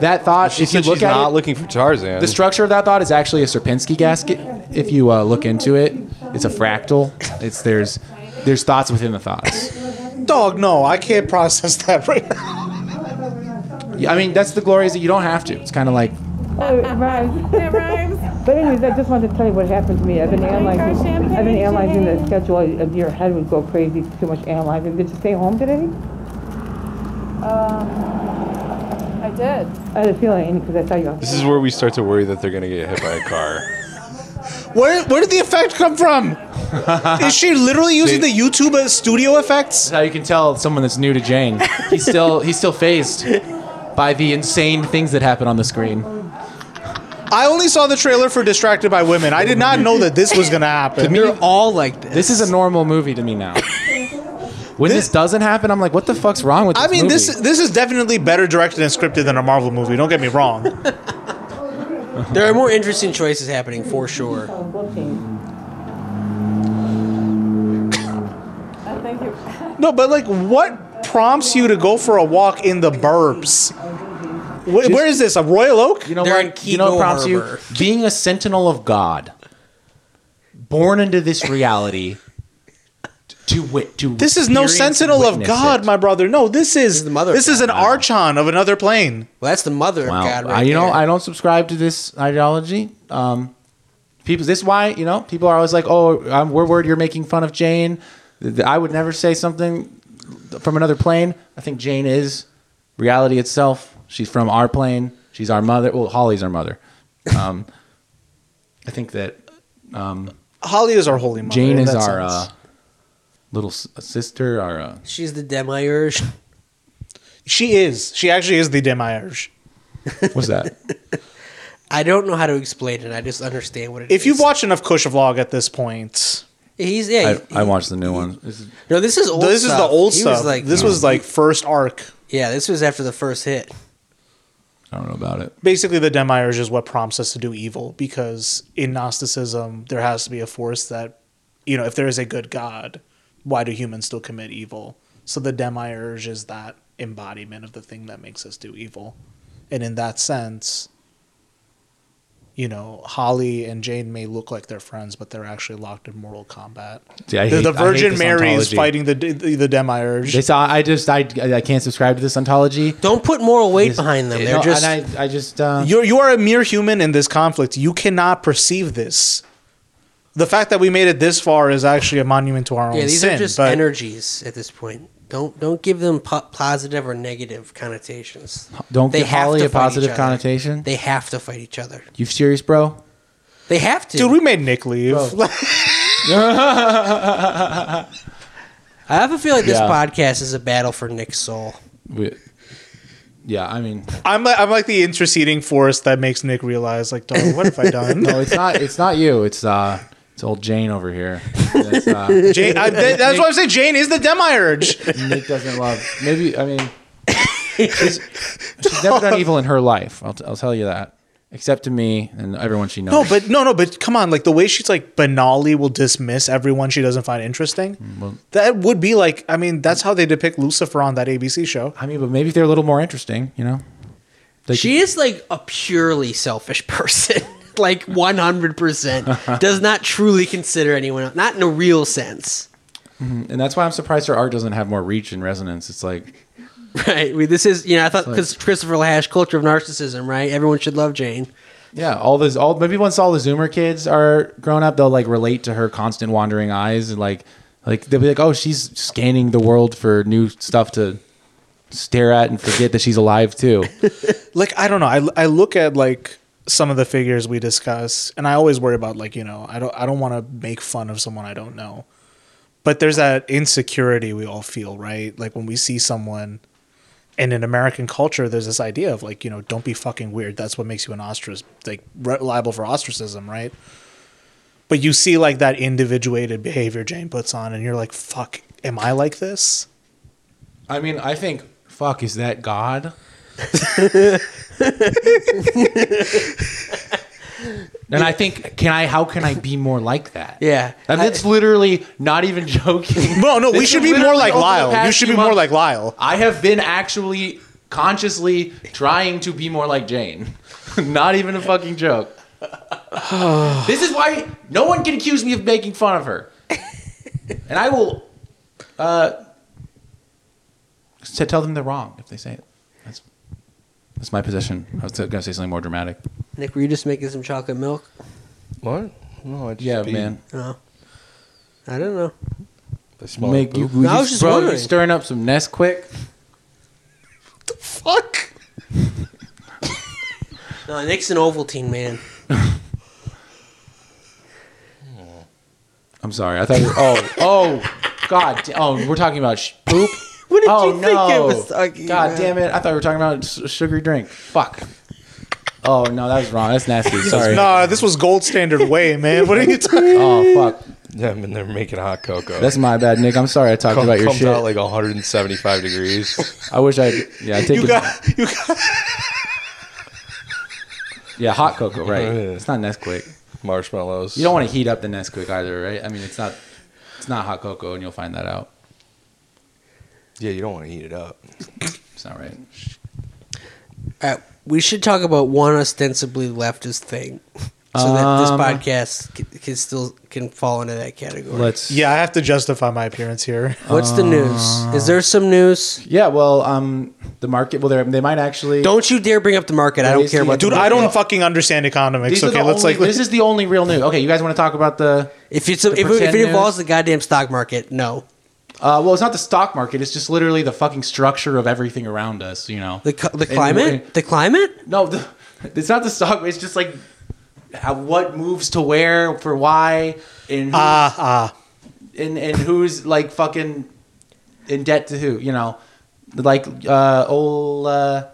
Speaker 1: that thought,
Speaker 7: She
Speaker 1: if you
Speaker 7: said
Speaker 1: look
Speaker 7: she's
Speaker 1: at
Speaker 7: not
Speaker 1: it,
Speaker 7: looking for Tarzan.
Speaker 1: the structure of that thought is actually a Sierpinski gasket. If you uh, look into it, it's a fractal. It's there's there's thoughts within the thoughts.
Speaker 2: Dog, no, I can't process that right now.
Speaker 1: Yeah, I mean, that's the glory is that you don't have to. It's kind of like
Speaker 12: it rhymes. [laughs] It rhymes. But anyways, I just wanted to tell you what happened to me. I've been analyzing. I've been analyzing the schedule. Of your head would go crazy. Too much analyzing. Did you stay home today?
Speaker 11: I did.
Speaker 12: Um, I had a feeling because I saw you.
Speaker 5: This is where we start to worry that they're gonna get hit by a car.
Speaker 2: Where where did the effect come from? Is she literally using the YouTube as studio
Speaker 1: that's
Speaker 2: effects?
Speaker 1: how you can tell someone that's new to Jane. He's still he's still phased by the insane things that happen on the screen.
Speaker 2: I only saw the trailer for Distracted by Women. I did not know that this was gonna happen.
Speaker 3: they're all like this.
Speaker 1: This is a normal movie to me now. When this, doesn't happen, I'm like, what the fuck's wrong with? This
Speaker 2: I mean,
Speaker 1: movie?
Speaker 2: this this is definitely better directed and scripted than a Marvel movie. Don't get me
Speaker 1: [laughs]
Speaker 2: wrong.
Speaker 3: There are more interesting choices happening for sure.
Speaker 11: Thank you.
Speaker 2: No, but like, what prompts you to go for a walk in the burbs? Wh- where is this? A Royal Oak?
Speaker 1: You know
Speaker 3: They're in
Speaker 1: what? You know
Speaker 3: Kegel
Speaker 1: what prompts
Speaker 3: Harbor.
Speaker 1: you? Being a sentinel of God, born into this reality. To wit, to
Speaker 2: This is no
Speaker 1: experience and
Speaker 2: Sentinel of
Speaker 1: witness
Speaker 2: God,
Speaker 1: it.
Speaker 2: my brother. No, this is
Speaker 3: is the mother
Speaker 2: this
Speaker 3: of
Speaker 2: is an Archon of another plane.
Speaker 3: Well, that's the mother
Speaker 1: Wow.
Speaker 3: of God,
Speaker 1: I-
Speaker 3: right?
Speaker 1: you know,
Speaker 3: there.
Speaker 1: I don't subscribe to this ideology. Um, people, this is why you know people are always like, "Oh, I'm, we're worried you're making fun of Jane." Th- th- I would never say something from another plane. I think Jane is reality itself. She's from our plane. She's our mother. Well, Holly's our mother. Um, [laughs] I think that um,
Speaker 2: Holly is our holy mother.
Speaker 1: Jane
Speaker 2: in
Speaker 1: is
Speaker 2: that
Speaker 1: our
Speaker 2: sense.
Speaker 1: uh, little s- sister. Our uh,
Speaker 3: she's the demiurge.
Speaker 2: She is. She actually is the Demiurge.
Speaker 1: what's that?
Speaker 3: I don't know how to explain it. I just understand what it
Speaker 2: If you've watched enough Kush vlog at this point,
Speaker 3: He's yeah. he-
Speaker 1: I, I watched the new one.
Speaker 3: no, this is old.
Speaker 2: this is the
Speaker 3: stuff.
Speaker 2: old
Speaker 3: He
Speaker 2: stuff.
Speaker 3: Was like,
Speaker 2: this was like first arc.
Speaker 3: yeah. This was after the first hit.
Speaker 1: I don't know about it.
Speaker 2: Basically, the Demiurge is what prompts us to do evil because in Gnosticism, there has to be a force that, you know, if there is a good God, why do humans still commit evil? So the Demiurge is that embodiment of the thing that makes us do evil. And in that sense, you know, Holly and Jane may look like they're friends, but they're actually locked in mortal combat.
Speaker 1: See, I
Speaker 2: the,
Speaker 1: hate-
Speaker 2: the
Speaker 1: I hate
Speaker 2: Virgin
Speaker 1: this
Speaker 2: Mary is
Speaker 1: ontology.
Speaker 2: fighting the, the the Demiurge.
Speaker 1: They saw. I just. I. I can't subscribe to this ontology.
Speaker 3: Don't put moral weight behind them.
Speaker 1: No,
Speaker 3: They're just.
Speaker 1: and I, I just. Uh,
Speaker 2: You're, you are a mere human in this conflict. You cannot perceive this. The fact that we made it this far is actually a monument to our own
Speaker 3: yeah, these
Speaker 2: sin.
Speaker 3: are just
Speaker 2: but
Speaker 3: energies at this point. Don't don't give them po- positive or negative connotations.
Speaker 1: don't
Speaker 3: They
Speaker 1: give
Speaker 3: have
Speaker 1: Holly
Speaker 3: to
Speaker 1: a
Speaker 3: fight each
Speaker 1: positive
Speaker 3: other.
Speaker 1: connotation.
Speaker 3: They have to fight each other.
Speaker 1: You serious, bro?
Speaker 3: They have to.
Speaker 2: Dude, we made Nick leave.
Speaker 3: I have a feeling this
Speaker 1: Yeah.
Speaker 3: podcast is a battle for Nick's soul.
Speaker 1: We- yeah, I mean,
Speaker 2: I'm like, I'm like the interceding force that makes Nick realize, like, dog, what have
Speaker 3: [laughs]
Speaker 2: I done?
Speaker 1: no, it's not. It's not you. It's uh, it's old Jane over here. That's, uh,
Speaker 2: Jane, I, that- that's why I'm saying Jane is
Speaker 3: [laughs]
Speaker 2: the demiurge.
Speaker 1: Nick doesn't love. Maybe I mean, she's, she's never done evil in her life. I'll, t- I'll tell you that. Except to me and everyone she knows.
Speaker 2: No, but no, no, but come on, like the way she's like banally will dismiss everyone she doesn't find interesting.
Speaker 1: well-
Speaker 2: that would be like, I mean, that's how they depict Lucifer on that ABC show.
Speaker 1: I mean, but maybe they're a little more interesting. You know, They
Speaker 3: she is like a purely selfish [laughs] person.
Speaker 1: [laughs]
Speaker 3: like 100% does not truly consider anyone else. Not in a real sense. [laughs]
Speaker 1: Mhm. and that's why I'm surprised her art doesn't have more reach and resonance. It's like
Speaker 3: Right. We, this is, you know, I thought
Speaker 1: It's like-
Speaker 3: because Christopher Lash, culture of narcissism, right? Everyone should love Jane.
Speaker 1: Yeah, all this, all maybe once all the Zoomer kids are grown up, they'll like relate to her constant wandering eyes and like, like they'll be like, oh, she's scanning the world for new stuff to stare at and forget that she's alive too.
Speaker 2: like I don't know. I I look at like some of the figures we discuss, and I always worry about like you know I don't I don't want to make fun of someone I don't know, but there's that insecurity we all feel, right? Like when we see someone, and in American culture, there's this idea of like you know don't be fucking weird. That's what makes you an ostrich, like re- liable for ostracism, right? But you see like that individuated behavior Jane puts on, and you're like, fuck, am I like this?
Speaker 1: I mean, I think, fuck, is that God? and I think, can I? How can I be more like that?
Speaker 3: Yeah.
Speaker 1: I mean, it's literally not even joking.
Speaker 2: No, no, we
Speaker 1: This
Speaker 2: should
Speaker 1: is
Speaker 2: be more
Speaker 1: literally
Speaker 2: like
Speaker 1: over the
Speaker 2: Lyle. You
Speaker 1: past
Speaker 2: should
Speaker 1: few
Speaker 2: be more
Speaker 1: months.
Speaker 2: like Lyle.
Speaker 1: I have been actually consciously trying to be more like Jane. [laughs] Not even a fucking joke. [sighs] this is why no one can accuse me of making fun of her. And I will uh, to tell them they're wrong if they say it. That's, that's my position. I was going to say something more dramatic.
Speaker 3: Nick, were you just making some chocolate milk?
Speaker 5: What? No, I just
Speaker 1: Yeah,
Speaker 5: be-
Speaker 1: man.
Speaker 3: No. I don't know.
Speaker 5: They smell
Speaker 1: Make
Speaker 5: Make
Speaker 1: you,
Speaker 5: you,
Speaker 3: I
Speaker 1: you-
Speaker 3: was just
Speaker 1: bro, you
Speaker 3: wondering.
Speaker 1: stirring up some Nest quick.
Speaker 3: Fuck. no, Nick's an Ovaltine man.
Speaker 1: I'm sorry. I thought. You were, oh, oh, [laughs] god. da- Oh, we're talking about sh- poop.
Speaker 3: [laughs] What did
Speaker 1: oh
Speaker 3: you think
Speaker 1: no!
Speaker 3: I was talking
Speaker 1: god
Speaker 3: about?
Speaker 1: damn it! I thought we were talking about s- sugary drink. Fuck. Oh no, that was wrong. That's nasty. Sorry.
Speaker 2: Nah, this was gold standard way, man. What are you talking?
Speaker 1: [laughs] Oh fuck.
Speaker 5: yeah, I'm in there making hot cocoa.
Speaker 1: That's my bad, Nick. I'm sorry. I talked
Speaker 5: Come-
Speaker 1: about your
Speaker 5: comes
Speaker 1: shit.
Speaker 5: out like 175 degrees. [laughs]
Speaker 1: I wish I. Yeah, I take
Speaker 2: You
Speaker 1: it.
Speaker 2: got you got
Speaker 1: yeah, hot cocoa. Right. It's not Nesquik.
Speaker 5: Marshmallows.
Speaker 1: You don't want to heat up the Nesquik either, right? I mean, it's not. It's not hot cocoa, and you'll find that out.
Speaker 5: Yeah, you don't want to heat it up.
Speaker 1: It's not right.
Speaker 3: All right, we should talk about one ostensibly leftist thing, so that this
Speaker 1: Um,
Speaker 3: podcast can, can still can fall into that category.
Speaker 1: Let's.
Speaker 2: Yeah, I have to justify my appearance here.
Speaker 3: What's the
Speaker 1: uh,
Speaker 3: news? Is there some news?
Speaker 1: Yeah. Well, um, the market. Well, they're- they might actually.
Speaker 3: Don't you dare bring up the market. I don't
Speaker 1: Raise
Speaker 3: care
Speaker 1: the-
Speaker 3: about.
Speaker 2: Dude,
Speaker 3: the
Speaker 2: I
Speaker 3: market.
Speaker 2: don't fucking understand economics.
Speaker 1: These are
Speaker 2: Okay,
Speaker 1: the
Speaker 2: let's
Speaker 1: only-
Speaker 2: like
Speaker 1: this is the only real news. Okay, you guys want to talk about the?
Speaker 3: If it's a,
Speaker 1: The
Speaker 3: if, it, if
Speaker 1: pretend
Speaker 3: it
Speaker 1: news?
Speaker 3: involves the goddamn stock market, no.
Speaker 1: Uh, well, it's not the stock market. It's just literally the fucking structure of everything around us. You know,
Speaker 3: The cu- the
Speaker 1: And-
Speaker 3: climate,
Speaker 1: and-
Speaker 3: the climate.
Speaker 1: no, the, it's not the stock. It's just like how, what moves to where for why and who's,
Speaker 2: ah ah.
Speaker 1: and and who's like fucking in debt to who. You know, like uh, old uh,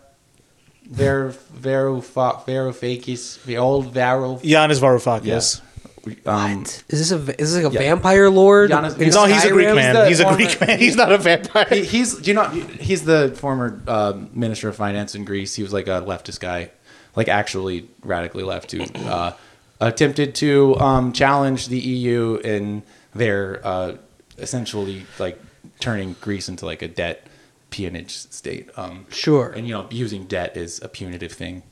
Speaker 1: Ver, Varoufakis, Varoufakis, the old Varoufakis.
Speaker 2: Giannis Varoufakis.
Speaker 1: what?
Speaker 3: Is this a is this like a vampire lord? in
Speaker 1: no, he's a Greek
Speaker 3: Skyrim?
Speaker 1: man. He's a Greek
Speaker 2: man. [laughs] He's not a vampire.
Speaker 1: He, he's do you know he's the former um minister of finance in Greece. He was like a leftist guy, like actually radically left who uh, attempted to um, challenge the EU in their uh, essentially like turning Greece into like a debt peonage state. Um,
Speaker 3: Sure.
Speaker 1: And you know using debt is a punitive thing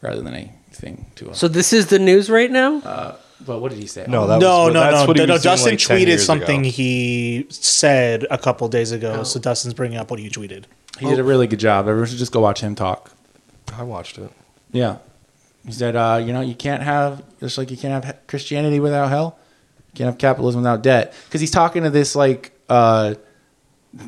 Speaker 1: rather than a thing to. Uh,
Speaker 3: So this is the news right now.
Speaker 1: Uh, well, what did he say? Oh,
Speaker 2: no, no, no, no, no. Dustin tweeted something he said a couple days ago.
Speaker 1: Oh.
Speaker 2: So Dustin's bringing up what you tweeted.
Speaker 1: He did a really good job. Everyone should just go watch him talk.
Speaker 5: I watched it.
Speaker 1: Yeah. He said, uh, you know, you can't have, just like you can't have Christianity without hell, you can't have capitalism without debt. Because he's talking to this, like, uh,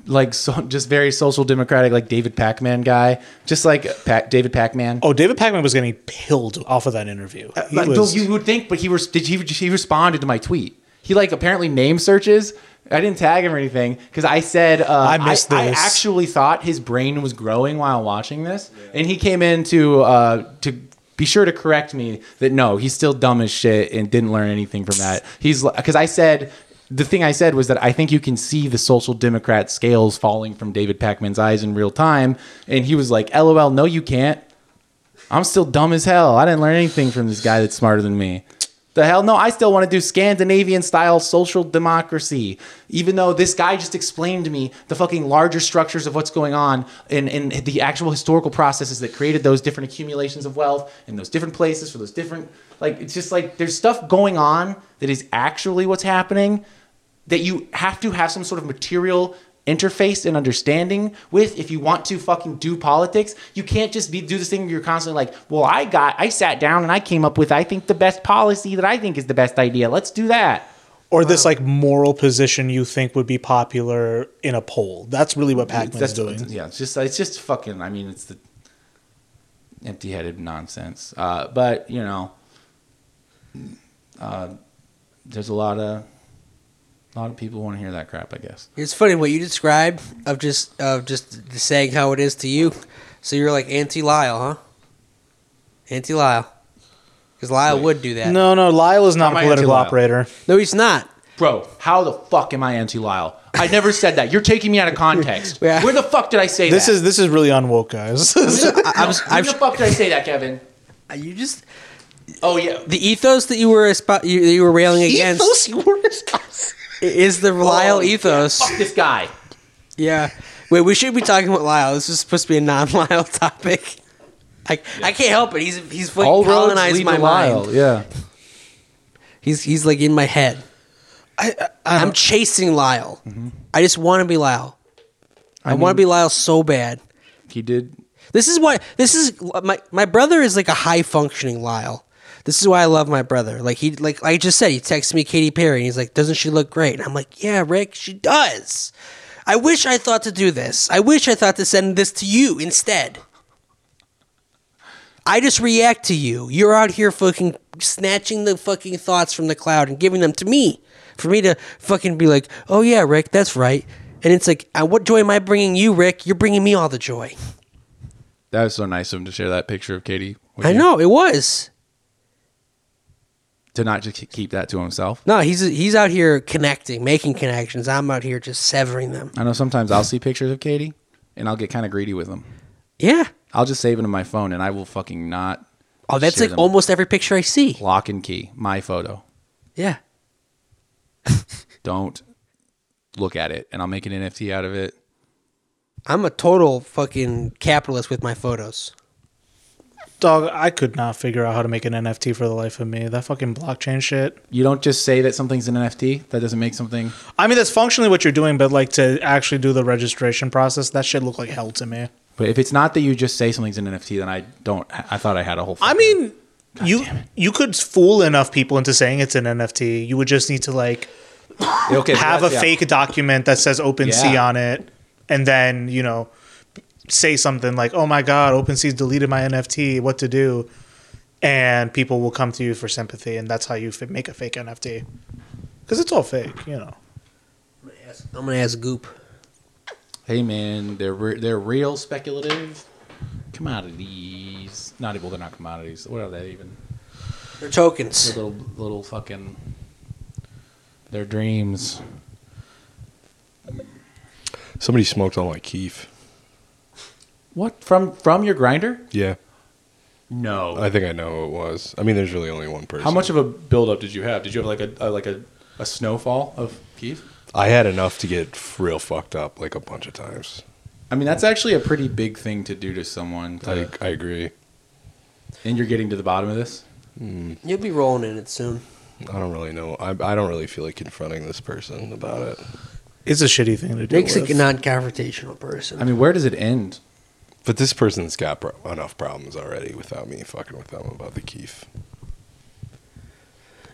Speaker 1: like so, just very social democratic, like David Pacman guy, just like Pac David Pacman.
Speaker 2: Oh, David Pacman was getting pilled off of that interview. He
Speaker 1: Like,
Speaker 2: was-
Speaker 1: You would think, Uh, but he was. Did he? He responded to my tweet. He like apparently name searches. I didn't tag him or anything because I said uh, I
Speaker 2: missed
Speaker 1: I,
Speaker 2: this.
Speaker 1: actually thought his brain was growing while watching this, and he came in to uh, to be sure to correct me that no, he's still dumb as shit and didn't learn anything from that. He's because I said. The thing I said was that I think you can see the social democrat scales falling from David Pacman's eyes in real time. And he was like, LOL, no, you can't. I'm still dumb as hell. I didn't learn anything from this guy that's smarter than me. The hell no, I still want to do Scandinavian style social democracy. Even though this guy just explained to me the fucking larger structures of what's going on and, and the actual historical processes that created those different accumulations of wealth in those different places for those different like it's just like there's stuff going on that is actually what's happening that you have to have some sort of material interface and understanding with if you want to fucking do politics. You can't just be do this thing where you're constantly like, well, I got I sat down and I came up with I think the best policy that I think is the best idea. Let's do that.
Speaker 2: or this like moral position you think would be popular in a poll. That's really what Pacman's
Speaker 1: That's-
Speaker 2: doing.
Speaker 1: Yeah, it's just it's just fucking I mean it's the empty headed nonsense. Uh, but you know uh, there's a lot of a lot of people want to hear that crap, I guess.
Speaker 3: It's funny what you described of just of just saying how it is to you. So you're like anti Lyle, huh? Anti Lyle, because Lyle would do that.
Speaker 2: No, no, Lyle is not
Speaker 1: How am
Speaker 2: a
Speaker 1: I
Speaker 2: political
Speaker 1: anti-Lyle?
Speaker 2: operator.
Speaker 3: No, he's not.
Speaker 1: Bro, how the fuck am I anti Lyle? I never said that. You're taking me out of context. [laughs] Where the fuck did I say
Speaker 2: This
Speaker 1: that?
Speaker 2: is this is really unwoke, guys. [laughs]
Speaker 1: I, Where the fuck did I say that, [laughs] Kevin?
Speaker 3: You just.
Speaker 1: Oh yeah.
Speaker 3: The ethos that you were espo- you, you were railing against
Speaker 1: [laughs]
Speaker 2: Ethos? You were
Speaker 3: is the Lyle
Speaker 1: Oh,
Speaker 3: ethos.
Speaker 1: Fuck this guy.
Speaker 3: Yeah. Wait, we should be talking about Lyle. This is supposed to be a non-Lyle [laughs] topic. I, I can't help it. He's he's fucking
Speaker 1: All roads
Speaker 3: colonized
Speaker 1: lead
Speaker 3: my
Speaker 1: to Lyle,
Speaker 3: mind.
Speaker 1: Yeah.
Speaker 3: He's he's like in my head. I, I am chasing Lyle. I just want to be Lyle. I,
Speaker 1: I
Speaker 3: want to
Speaker 1: mean-
Speaker 3: be Lyle so bad.
Speaker 1: He did.
Speaker 3: This is why this is my my brother is like a high functioning Lyle. This is why I love my brother. Like he like I just said, he texts me Katy Perry and he's like, "Doesn't she look great?" And I'm like, "Yeah, Rick, she does." I wish I thought to do this. I wish I thought to send this to you instead. I just react to you. You're out here fucking snatching the fucking thoughts from the cloud and giving them to me for me to fucking be like, "Oh yeah, Rick, that's right." And it's like, uh, what joy am I bringing you, Rick? You're bringing me all the joy.
Speaker 1: That was so nice of him to share that picture of Katie. with
Speaker 3: I
Speaker 1: you.
Speaker 3: know it was.
Speaker 1: To not just keep that to himself.
Speaker 3: No, he's he's out here connecting, making connections. I'm out here just severing them.
Speaker 1: I know sometimes I'll see pictures of Katie and I'll get kind of greedy with them.
Speaker 3: Yeah.
Speaker 1: I'll just save it in my phone and I will fucking not.
Speaker 3: Oh, that's
Speaker 1: share
Speaker 3: like
Speaker 1: them.
Speaker 3: almost every picture I see.
Speaker 1: Lock and key. My photo.
Speaker 3: Yeah.
Speaker 1: Don't look at it and I'll make an NFT out of it.
Speaker 3: I'm a total fucking capitalist with my photos.
Speaker 2: Dog, I could not figure out how to make an NFT for the life of me. That fucking blockchain shit.
Speaker 1: You don't just say that something's an NFT. That doesn't make something.
Speaker 2: I mean, that's functionally what you're doing, but like to actually do the registration process, that shit looked like hell to me.
Speaker 1: But if it's not that you just say something's an NFT, then I don't. I thought I had a whole.
Speaker 2: I mean, you you could fool enough people into saying it's an NFT. You would just need to like
Speaker 1: Okay, so
Speaker 2: have a
Speaker 1: that's- yeah.
Speaker 2: fake document that says OpenSea
Speaker 1: Yeah.
Speaker 2: on it, and then you know say something like, "Oh my God, OpenSea's deleted my NFT. What to do?" And people will come to you for sympathy, and that's how you f- make a fake NFT because it's all fake, you know.
Speaker 3: I'm gonna ask Goop.
Speaker 1: Hey man, they're re- they're real speculative commodities. commodities. Not well, they're not commodities. What are they even?
Speaker 3: They're tokens.
Speaker 1: They're little little fucking. Their dreams.
Speaker 5: Somebody smoked all my keef.
Speaker 1: What from from your grinder?
Speaker 5: Yeah.
Speaker 1: No.
Speaker 5: I think I know who it was. I mean, there's really only one person.
Speaker 1: How much of a buildup did you have? Did you have like a, a like a, a snowfall of keef?
Speaker 5: I had enough to get f- real fucked up like a bunch of times.
Speaker 1: I mean, that's actually a pretty big thing to do to someone. To,
Speaker 5: I, I agree.
Speaker 1: And you're getting to the bottom of this.
Speaker 3: You'll be rolling in it soon.
Speaker 5: I don't really know. I, I don't really feel like confronting this person about it.
Speaker 2: It's a shitty thing to
Speaker 3: Nick's a non-confrontational person.
Speaker 1: I mean, where does it end?
Speaker 5: But this person's got pro- enough problems already without me fucking with them about the keef.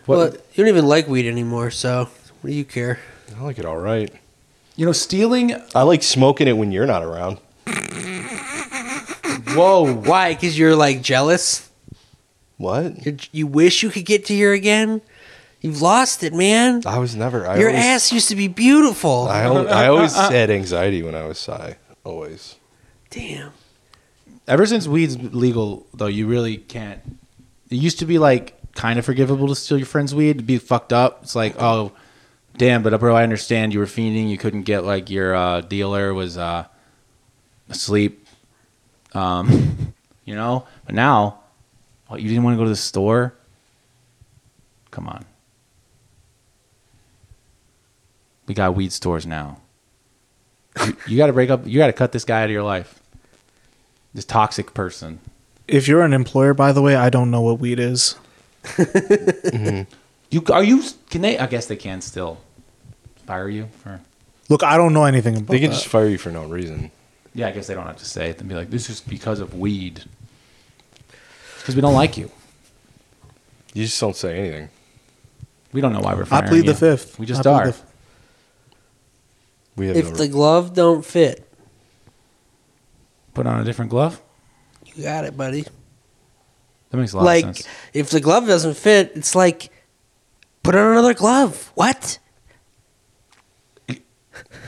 Speaker 3: well, you don't even like weed anymore, so what do you care?
Speaker 5: I like it all right.
Speaker 1: You know, stealing.
Speaker 5: I like smoking it when you're not around.
Speaker 3: Whoa! Why? Because you're like jealous.
Speaker 5: What?
Speaker 3: You're, you wish you could get to here again. You've lost it, man.
Speaker 5: I was never. I
Speaker 3: Your
Speaker 5: always,
Speaker 3: ass used to be beautiful.
Speaker 5: I, al- I always had anxiety when I was high. Always.
Speaker 3: Damn.
Speaker 1: Ever since weed's legal, though, you really can't. It used to be like kind of forgivable to steal your friend's weed, to be fucked up. It's like, oh, damn, but bro, I understand you were fiending. You couldn't get like your uh, dealer was uh, asleep, um, [laughs] you know. But now, what you didn't want to go to the store. Come on, we got weed stores now. You, you got to break up. You got to cut this guy out of your life. This toxic person.
Speaker 2: If you're an employer, by the way, I don't know what weed is.
Speaker 1: You are you? Can they? I guess they can still fire you for.
Speaker 2: Look, I don't know anything about
Speaker 5: They can
Speaker 2: that.
Speaker 5: just fire you for no reason.
Speaker 1: Yeah, I guess they don't have to say it and be like, "This is because of weed." Because we don't like you.
Speaker 5: You just don't say anything.
Speaker 1: We don't know why we're
Speaker 2: I
Speaker 1: firing
Speaker 2: plead the
Speaker 1: you.
Speaker 2: fifth.
Speaker 1: We just
Speaker 2: I plead
Speaker 1: are.
Speaker 2: the f-
Speaker 5: We have
Speaker 3: If
Speaker 5: no.
Speaker 3: the glove don't fit,
Speaker 1: Put on a different glove.
Speaker 3: you got it, buddy.
Speaker 1: That makes a lot
Speaker 3: Like
Speaker 1: of sense.
Speaker 3: if the glove doesn't fit, it's like put on another glove. What?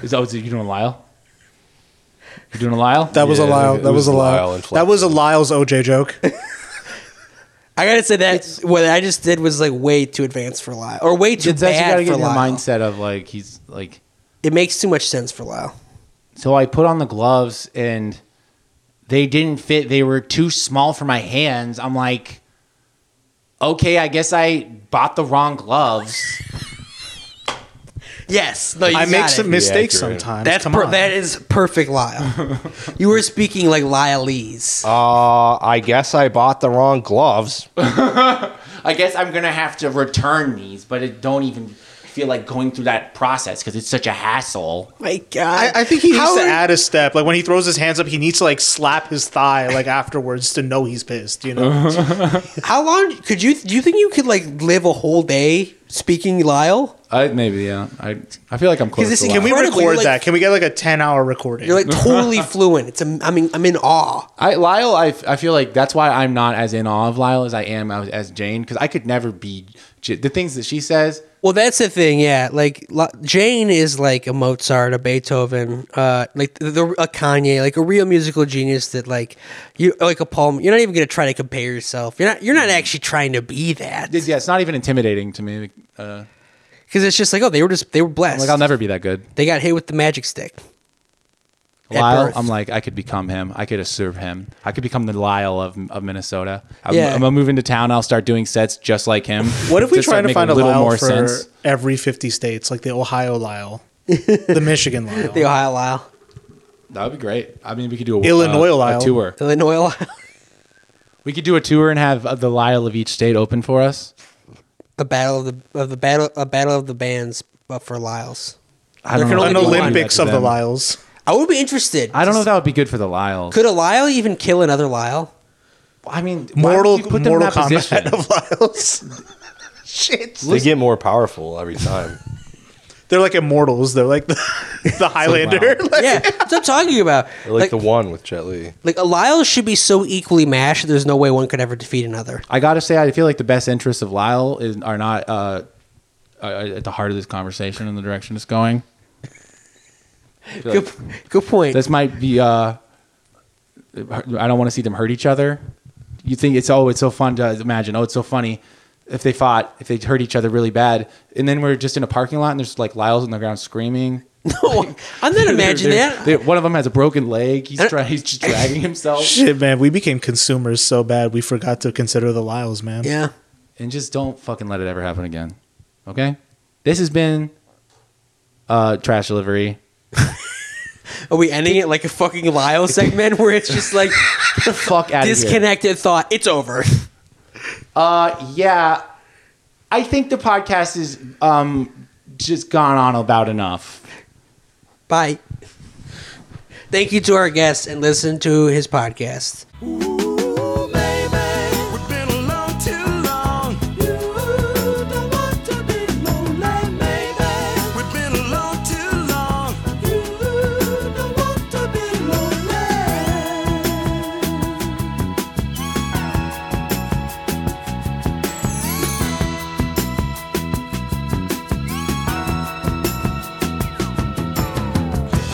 Speaker 1: Is that what you doing, Lyle? You doing a Lyle?
Speaker 2: That was a
Speaker 5: Yeah,
Speaker 2: Lyle.
Speaker 5: it
Speaker 2: That was,
Speaker 5: was
Speaker 2: a
Speaker 5: Lyle
Speaker 2: Lyle.
Speaker 5: and
Speaker 2: that was a Lyle's OJ joke.
Speaker 3: I gotta say that what I just did was like way too advanced for Lyle, or way too
Speaker 1: It's actually got
Speaker 3: bad
Speaker 1: to get
Speaker 3: for
Speaker 1: in the
Speaker 3: Lyle.
Speaker 1: mindset of like he's like.
Speaker 3: It makes too much sense for Lyle.
Speaker 1: So I put on the gloves and they didn't fit. They were too small for my hands. I'm like, okay, I guess I bought the wrong gloves.
Speaker 3: Yes, no, you
Speaker 2: I make
Speaker 3: got it.
Speaker 2: some mistakes
Speaker 5: accurate.
Speaker 2: sometimes.
Speaker 3: That's
Speaker 2: Come
Speaker 3: per-
Speaker 2: on.
Speaker 3: that is perfect, Lyle. you were speaking like Lyleese.
Speaker 5: Uh, I guess I bought the wrong gloves.
Speaker 1: I guess I'm gonna have to return these, but it don't even feel like going through that process because it's such a hassle.
Speaker 3: Oh My God,
Speaker 2: I, I think he needs
Speaker 3: How
Speaker 2: to
Speaker 3: are-
Speaker 2: add a step. Like when he throws his hands up, he needs to like slap his thigh like afterwards to know he's pissed. You know,
Speaker 1: Uh-huh.
Speaker 3: How long could you? Do you think you could like live a whole day speaking Lyle?
Speaker 1: I maybe yeah. I I feel like I'm close.
Speaker 3: this-
Speaker 1: to
Speaker 3: to
Speaker 2: can
Speaker 1: can
Speaker 3: Lyle.
Speaker 2: we
Speaker 3: Incredible, you're
Speaker 2: record
Speaker 3: like-
Speaker 2: that? Can we get like a ten-hour recording?
Speaker 3: You're
Speaker 1: [laughs]
Speaker 3: like totally fluent. It's am- I mean I'm in awe.
Speaker 1: I Lyle, I, I feel like that's why I'm not as in awe of Lyle as I am as, as Jane because I could never be J- the things that she says.
Speaker 3: Well, that's the thing, yeah. Like Lo- Jane is like a Mozart, a Beethoven, uh, like the, the a Kanye, like a real musical genius that like you like a Paul. You're not even gonna try to compare yourself. You're not. You're not actually trying to be that
Speaker 1: It's- yeah, it's not even intimidating to me. Uh,
Speaker 3: because it's just like oh they were just they were
Speaker 1: I'm
Speaker 3: blessed.
Speaker 1: like I'll never be that good.
Speaker 3: they got hit with the magic stick. at
Speaker 1: Lyle,
Speaker 3: birth.
Speaker 1: I'm like, I could become him. I could serve him. I could become the Lyle of, of Minnesota. I'm,
Speaker 3: Yeah.
Speaker 1: I'm gonna move into town. I'll start doing sets just like him.
Speaker 2: [laughs] what if we
Speaker 1: Just
Speaker 2: try
Speaker 1: start
Speaker 2: to
Speaker 1: making
Speaker 2: find a Lyle for every fifty states, like the Ohio Lyle, [laughs] the Michigan Lyle,
Speaker 3: the Ohio Lyle,
Speaker 1: That would be great. I mean, we could do a,
Speaker 2: Illinois
Speaker 1: uh,
Speaker 2: Lyle.
Speaker 1: a tour.
Speaker 3: Illinois Lyle, [laughs]
Speaker 1: We could do a tour and have uh, the Lyle of each state open for us.
Speaker 3: a battle of the of the battle a battle of the bands, but for Lyles.
Speaker 1: I
Speaker 3: There
Speaker 1: don't
Speaker 3: can
Speaker 1: know.
Speaker 3: only
Speaker 2: an
Speaker 1: if I'd
Speaker 3: be
Speaker 1: do that
Speaker 2: Olympics
Speaker 1: to
Speaker 2: of the
Speaker 1: them.
Speaker 2: Lyles.
Speaker 3: I would be interested.
Speaker 1: I don't know if that would be good for the Lyles.
Speaker 3: Could a Lyle even kill
Speaker 1: [laughs]
Speaker 3: another Lyle?
Speaker 1: I mean, why would
Speaker 2: Mortal,
Speaker 1: you put them in
Speaker 2: Mortal
Speaker 1: that position?
Speaker 2: Kombat of Lyles. [laughs] Shit,
Speaker 5: They get more powerful every time.
Speaker 2: they're like immortals. They're like the, [laughs] the Highlander. Like-
Speaker 3: Yeah, that's what I'm talking about.
Speaker 5: They're like, the one with Jet Li.
Speaker 3: Like a Lyle should be so equally mashed. There's no way one could ever defeat another.
Speaker 1: I gotta say, I feel like the best interests of Lyle is are not uh, uh, at the heart of this conversation and the direction it's going. I feel like
Speaker 3: Good, good point.
Speaker 1: this might be. Uh, I don't want to see them hurt each other. you think it's oh it's so fun to imagine oh it's so funny if they fought if they hurt each other really bad and then we're just in a parking lot and there's like Lyle's on the ground screaming.
Speaker 13: No, I'm
Speaker 1: [laughs]
Speaker 13: not imagining that. Uh,
Speaker 1: one of them has a broken leg. He's trying. He's just dragging himself.
Speaker 2: [laughs] Shit, man, we became consumers so bad we forgot to consider the Lyles, man.
Speaker 1: And just don't fucking let it ever happen again. Okay. This has been uh, trash delivery.
Speaker 13: Are we ending it like a fucking Lyle segment where it's just like the
Speaker 1: fuck outta here.
Speaker 13: disconnected thought? It's over.
Speaker 1: Uh, yeah. I think the podcast is um just gone on about enough.
Speaker 13: Bye. Thank you to our guest and listen to his podcast.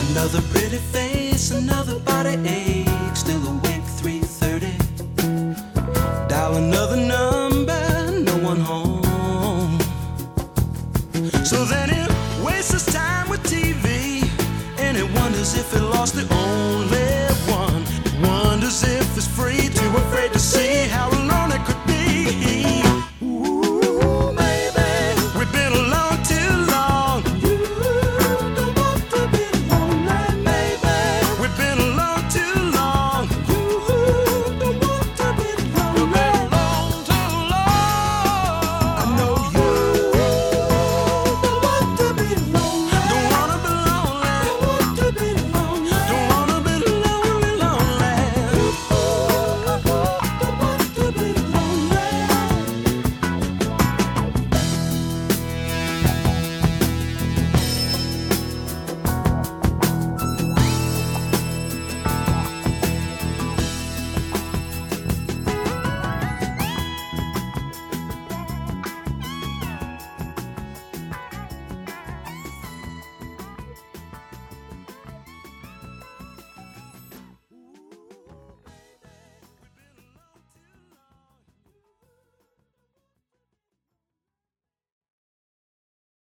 Speaker 3: Another pretty face, another body ache, still awake 3.30. Dial another number, no one home. So then it wastes his time with TV, and it wonders if it lost the only